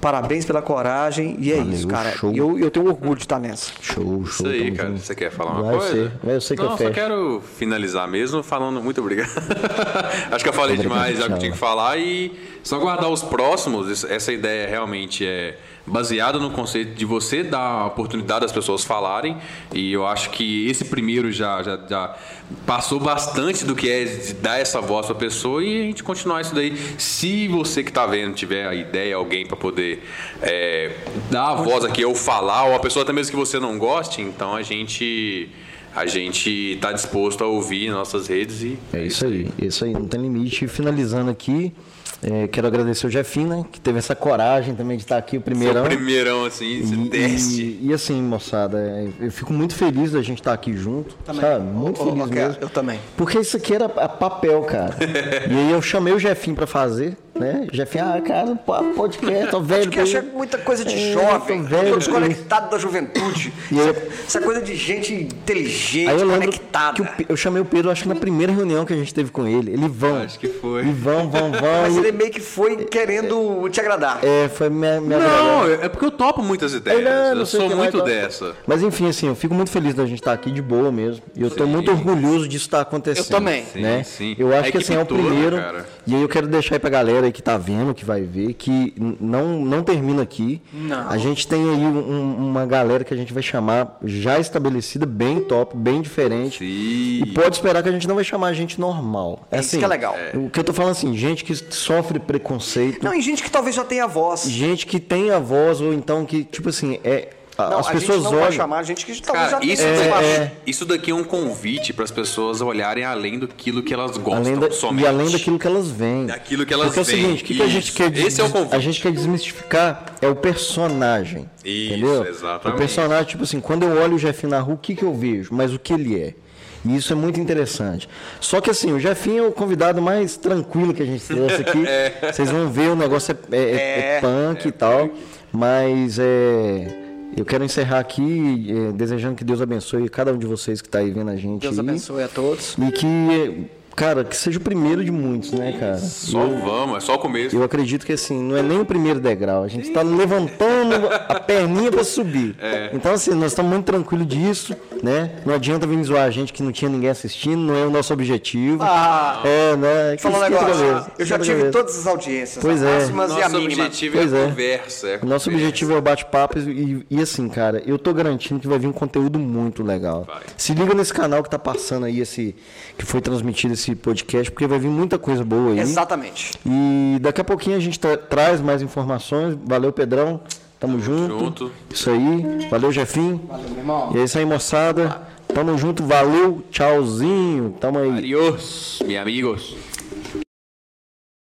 S3: parabéns pela coragem e é
S2: Valeu,
S3: isso, cara.
S2: show.
S3: Eu, eu tenho orgulho de estar nessa.
S2: Show,
S1: Isso
S2: show.
S1: aí,
S2: tamo
S1: cara.
S2: junto.
S1: Você quer falar uma
S2: Vai
S1: coisa?
S2: ser, vai, eu sei que
S1: Não,
S2: eu
S1: só
S2: fecho.
S1: quero finalizar mesmo falando muito obrigado. <laughs> Acho que eu falei
S2: Obrigado,
S1: demais já que eu
S2: tchau.
S1: tinha que falar e só guardar os próximos. Isso- Essa ideia realmente é baseada no conceito de você dar a oportunidade das pessoas falarem e eu acho que esse primeiro já, já, já passou bastante do que é de dar essa voz pra pessoa e a gente continuar isso daí. Se você que tá vendo tiver a ideia, alguém pra poder é, dar a voz aqui ou falar, ou a pessoa até mesmo que você não goste, então a gente a gente tá disposto a ouvir em nossas redes e
S2: É isso aí, é isso aí, não tem limite. E Finalizando aqui, é, quero agradecer o Jefim, né? Que teve essa coragem também de estar aqui, o
S1: Seu
S2: primeirão.
S1: primeirão assim, esse teste.
S2: Então, E, e assim, moçada, é, eu fico muito feliz da gente estar aqui junto, sabe? Muito
S3: Ô, ô,
S2: feliz
S3: Roque,
S2: mesmo.
S3: eu também.
S2: Porque isso aqui era a papel, cara. e aí eu chamei o Jefim pra fazer, né? Jefim, ah, cara, pá, podcast, tô velho.
S3: Porque eu achei muita coisa de
S2: É,
S3: jovem,
S2: tô velho
S3: tô
S2: pra isso.
S3: desconectado da juventude.
S2: E eu-
S3: Essa- Essa coisa de gente inteligente,
S2: Aí eu lembro
S3: conectada.
S2: que o Pe- eu chamei o Pedro, acho que na primeira reunião que a gente teve com ele. Ele vão.
S1: Acho que foi.
S2: E vão, vão, vão.
S3: Mas
S2: e-
S3: ele meio que foi querendo te agradar.
S2: É, foi minha, minha
S1: Não, é porque eu topo muitas ideias.
S2: É, Não, não
S1: eu
S2: sei o
S1: sou
S2: que lá e
S1: muito
S2: tal.
S1: dessa.
S2: Mas enfim, assim, eu fico muito feliz da gente estar aqui de boa mesmo. E eu estou
S1: Sim.
S2: muito orgulhoso disso estar acontecendo.
S3: Eu também.
S2: Né?
S1: Sim, sim.
S2: Eu acho
S1: A
S2: que assim, é o
S1: equipe toda,
S2: primeiro.
S1: cara.
S2: E aí eu quero deixar aí pra galera aí que tá vendo, que vai ver, que n- não, não termina aqui.
S3: Não.
S2: A gente tem aí um- uma galera que a gente vai chamar já estabelecida, bem top, bem diferente.
S1: Sim.
S2: E pode esperar que a gente não vai chamar gente normal. É
S3: isso
S2: assim,
S3: que é legal.
S2: O que eu tô falando assim, gente que sofre preconceito
S3: Não, e gente que talvez já tenha voz.
S2: gente que tem a voz ou então que tipo assim é a-
S3: Não,
S2: as
S3: a
S2: pessoas
S3: gente não
S2: olham É,
S3: vai chamar, a gente que talvez
S1: Cara,
S3: já
S1: isso, daqui,
S3: tenha voz.
S1: isso daqui é um convite para as pessoas olharem além daquilo que elas gostam
S2: além da,
S1: somente.
S2: e além daquilo que elas veem
S1: Daquilo que elas
S2: porque é o
S1: veem,
S2: seguinte o que, que a gente
S1: isso.
S2: quer des-
S1: Esse é o convite.
S2: a gente quer desmistificar é o personagem
S1: Isso,
S2: entendeu
S1: exatamente.
S2: o personagem tipo assim quando eu olho o Jefinho na rua o que que eu vejo mas o que ele é e isso é muito interessante. Só que assim, o Jefinho é o convidado mais tranquilo que a gente trouxe
S1: <laughs>
S2: aqui. É. Vocês vão ver, o negócio é, é- é- é punk e tal. Mas é. Eu quero encerrar aqui é, desejando que Deus abençoe cada um de vocês que está aí vendo tá a gente.
S3: Deus
S2: aí.
S3: abençoe a todos.
S2: E que Cara, que seja o primeiro de muitos, né, cara?
S1: Só vamos, é só o começo.
S2: Eu acredito que assim, não é nem o primeiro degrau. A gente está levantando a perninha para subir.
S3: É.
S2: Então, assim, nós estamos muito tranquilos disso, né? Não adianta vir zoar a gente que não tinha ninguém assistindo, não é o nosso objetivo.
S3: Ah.
S2: é, né?
S3: Fala um
S2: Esquenta a
S3: negócio.
S2: cabeça,
S3: Eu
S2: esquenta
S3: já
S2: a
S3: tive
S2: cabeça.
S3: todas as audiências,
S2: Pois
S3: as
S2: é.
S3: máximas e a
S1: Nosso
S3: mínima.
S1: objetivo
S2: Pois
S1: é
S2: é.
S1: a conversa. É a
S2: Nosso
S1: conversa.
S2: objetivo é o bate-papo e, e assim, cara, eu tô garantindo que vai vir um conteúdo muito legal.
S1: Vai.
S2: Se liga nesse canal que tá passando aí, esse que foi transmitido esse podcast, porque vai vir muita coisa boa aí.
S3: Exatamente.
S2: E daqui a pouquinho a gente tra- traz mais informações. Valeu, Pedrão. Tamo, junto.
S1: junto.
S2: Isso aí. Valeu, Jefim.
S3: Valeu, meu irmão.
S2: E é isso aí, moçada. Tamo junto. Valeu. Tchauzinho. Tamo aí.
S1: Adiós, meus amigos.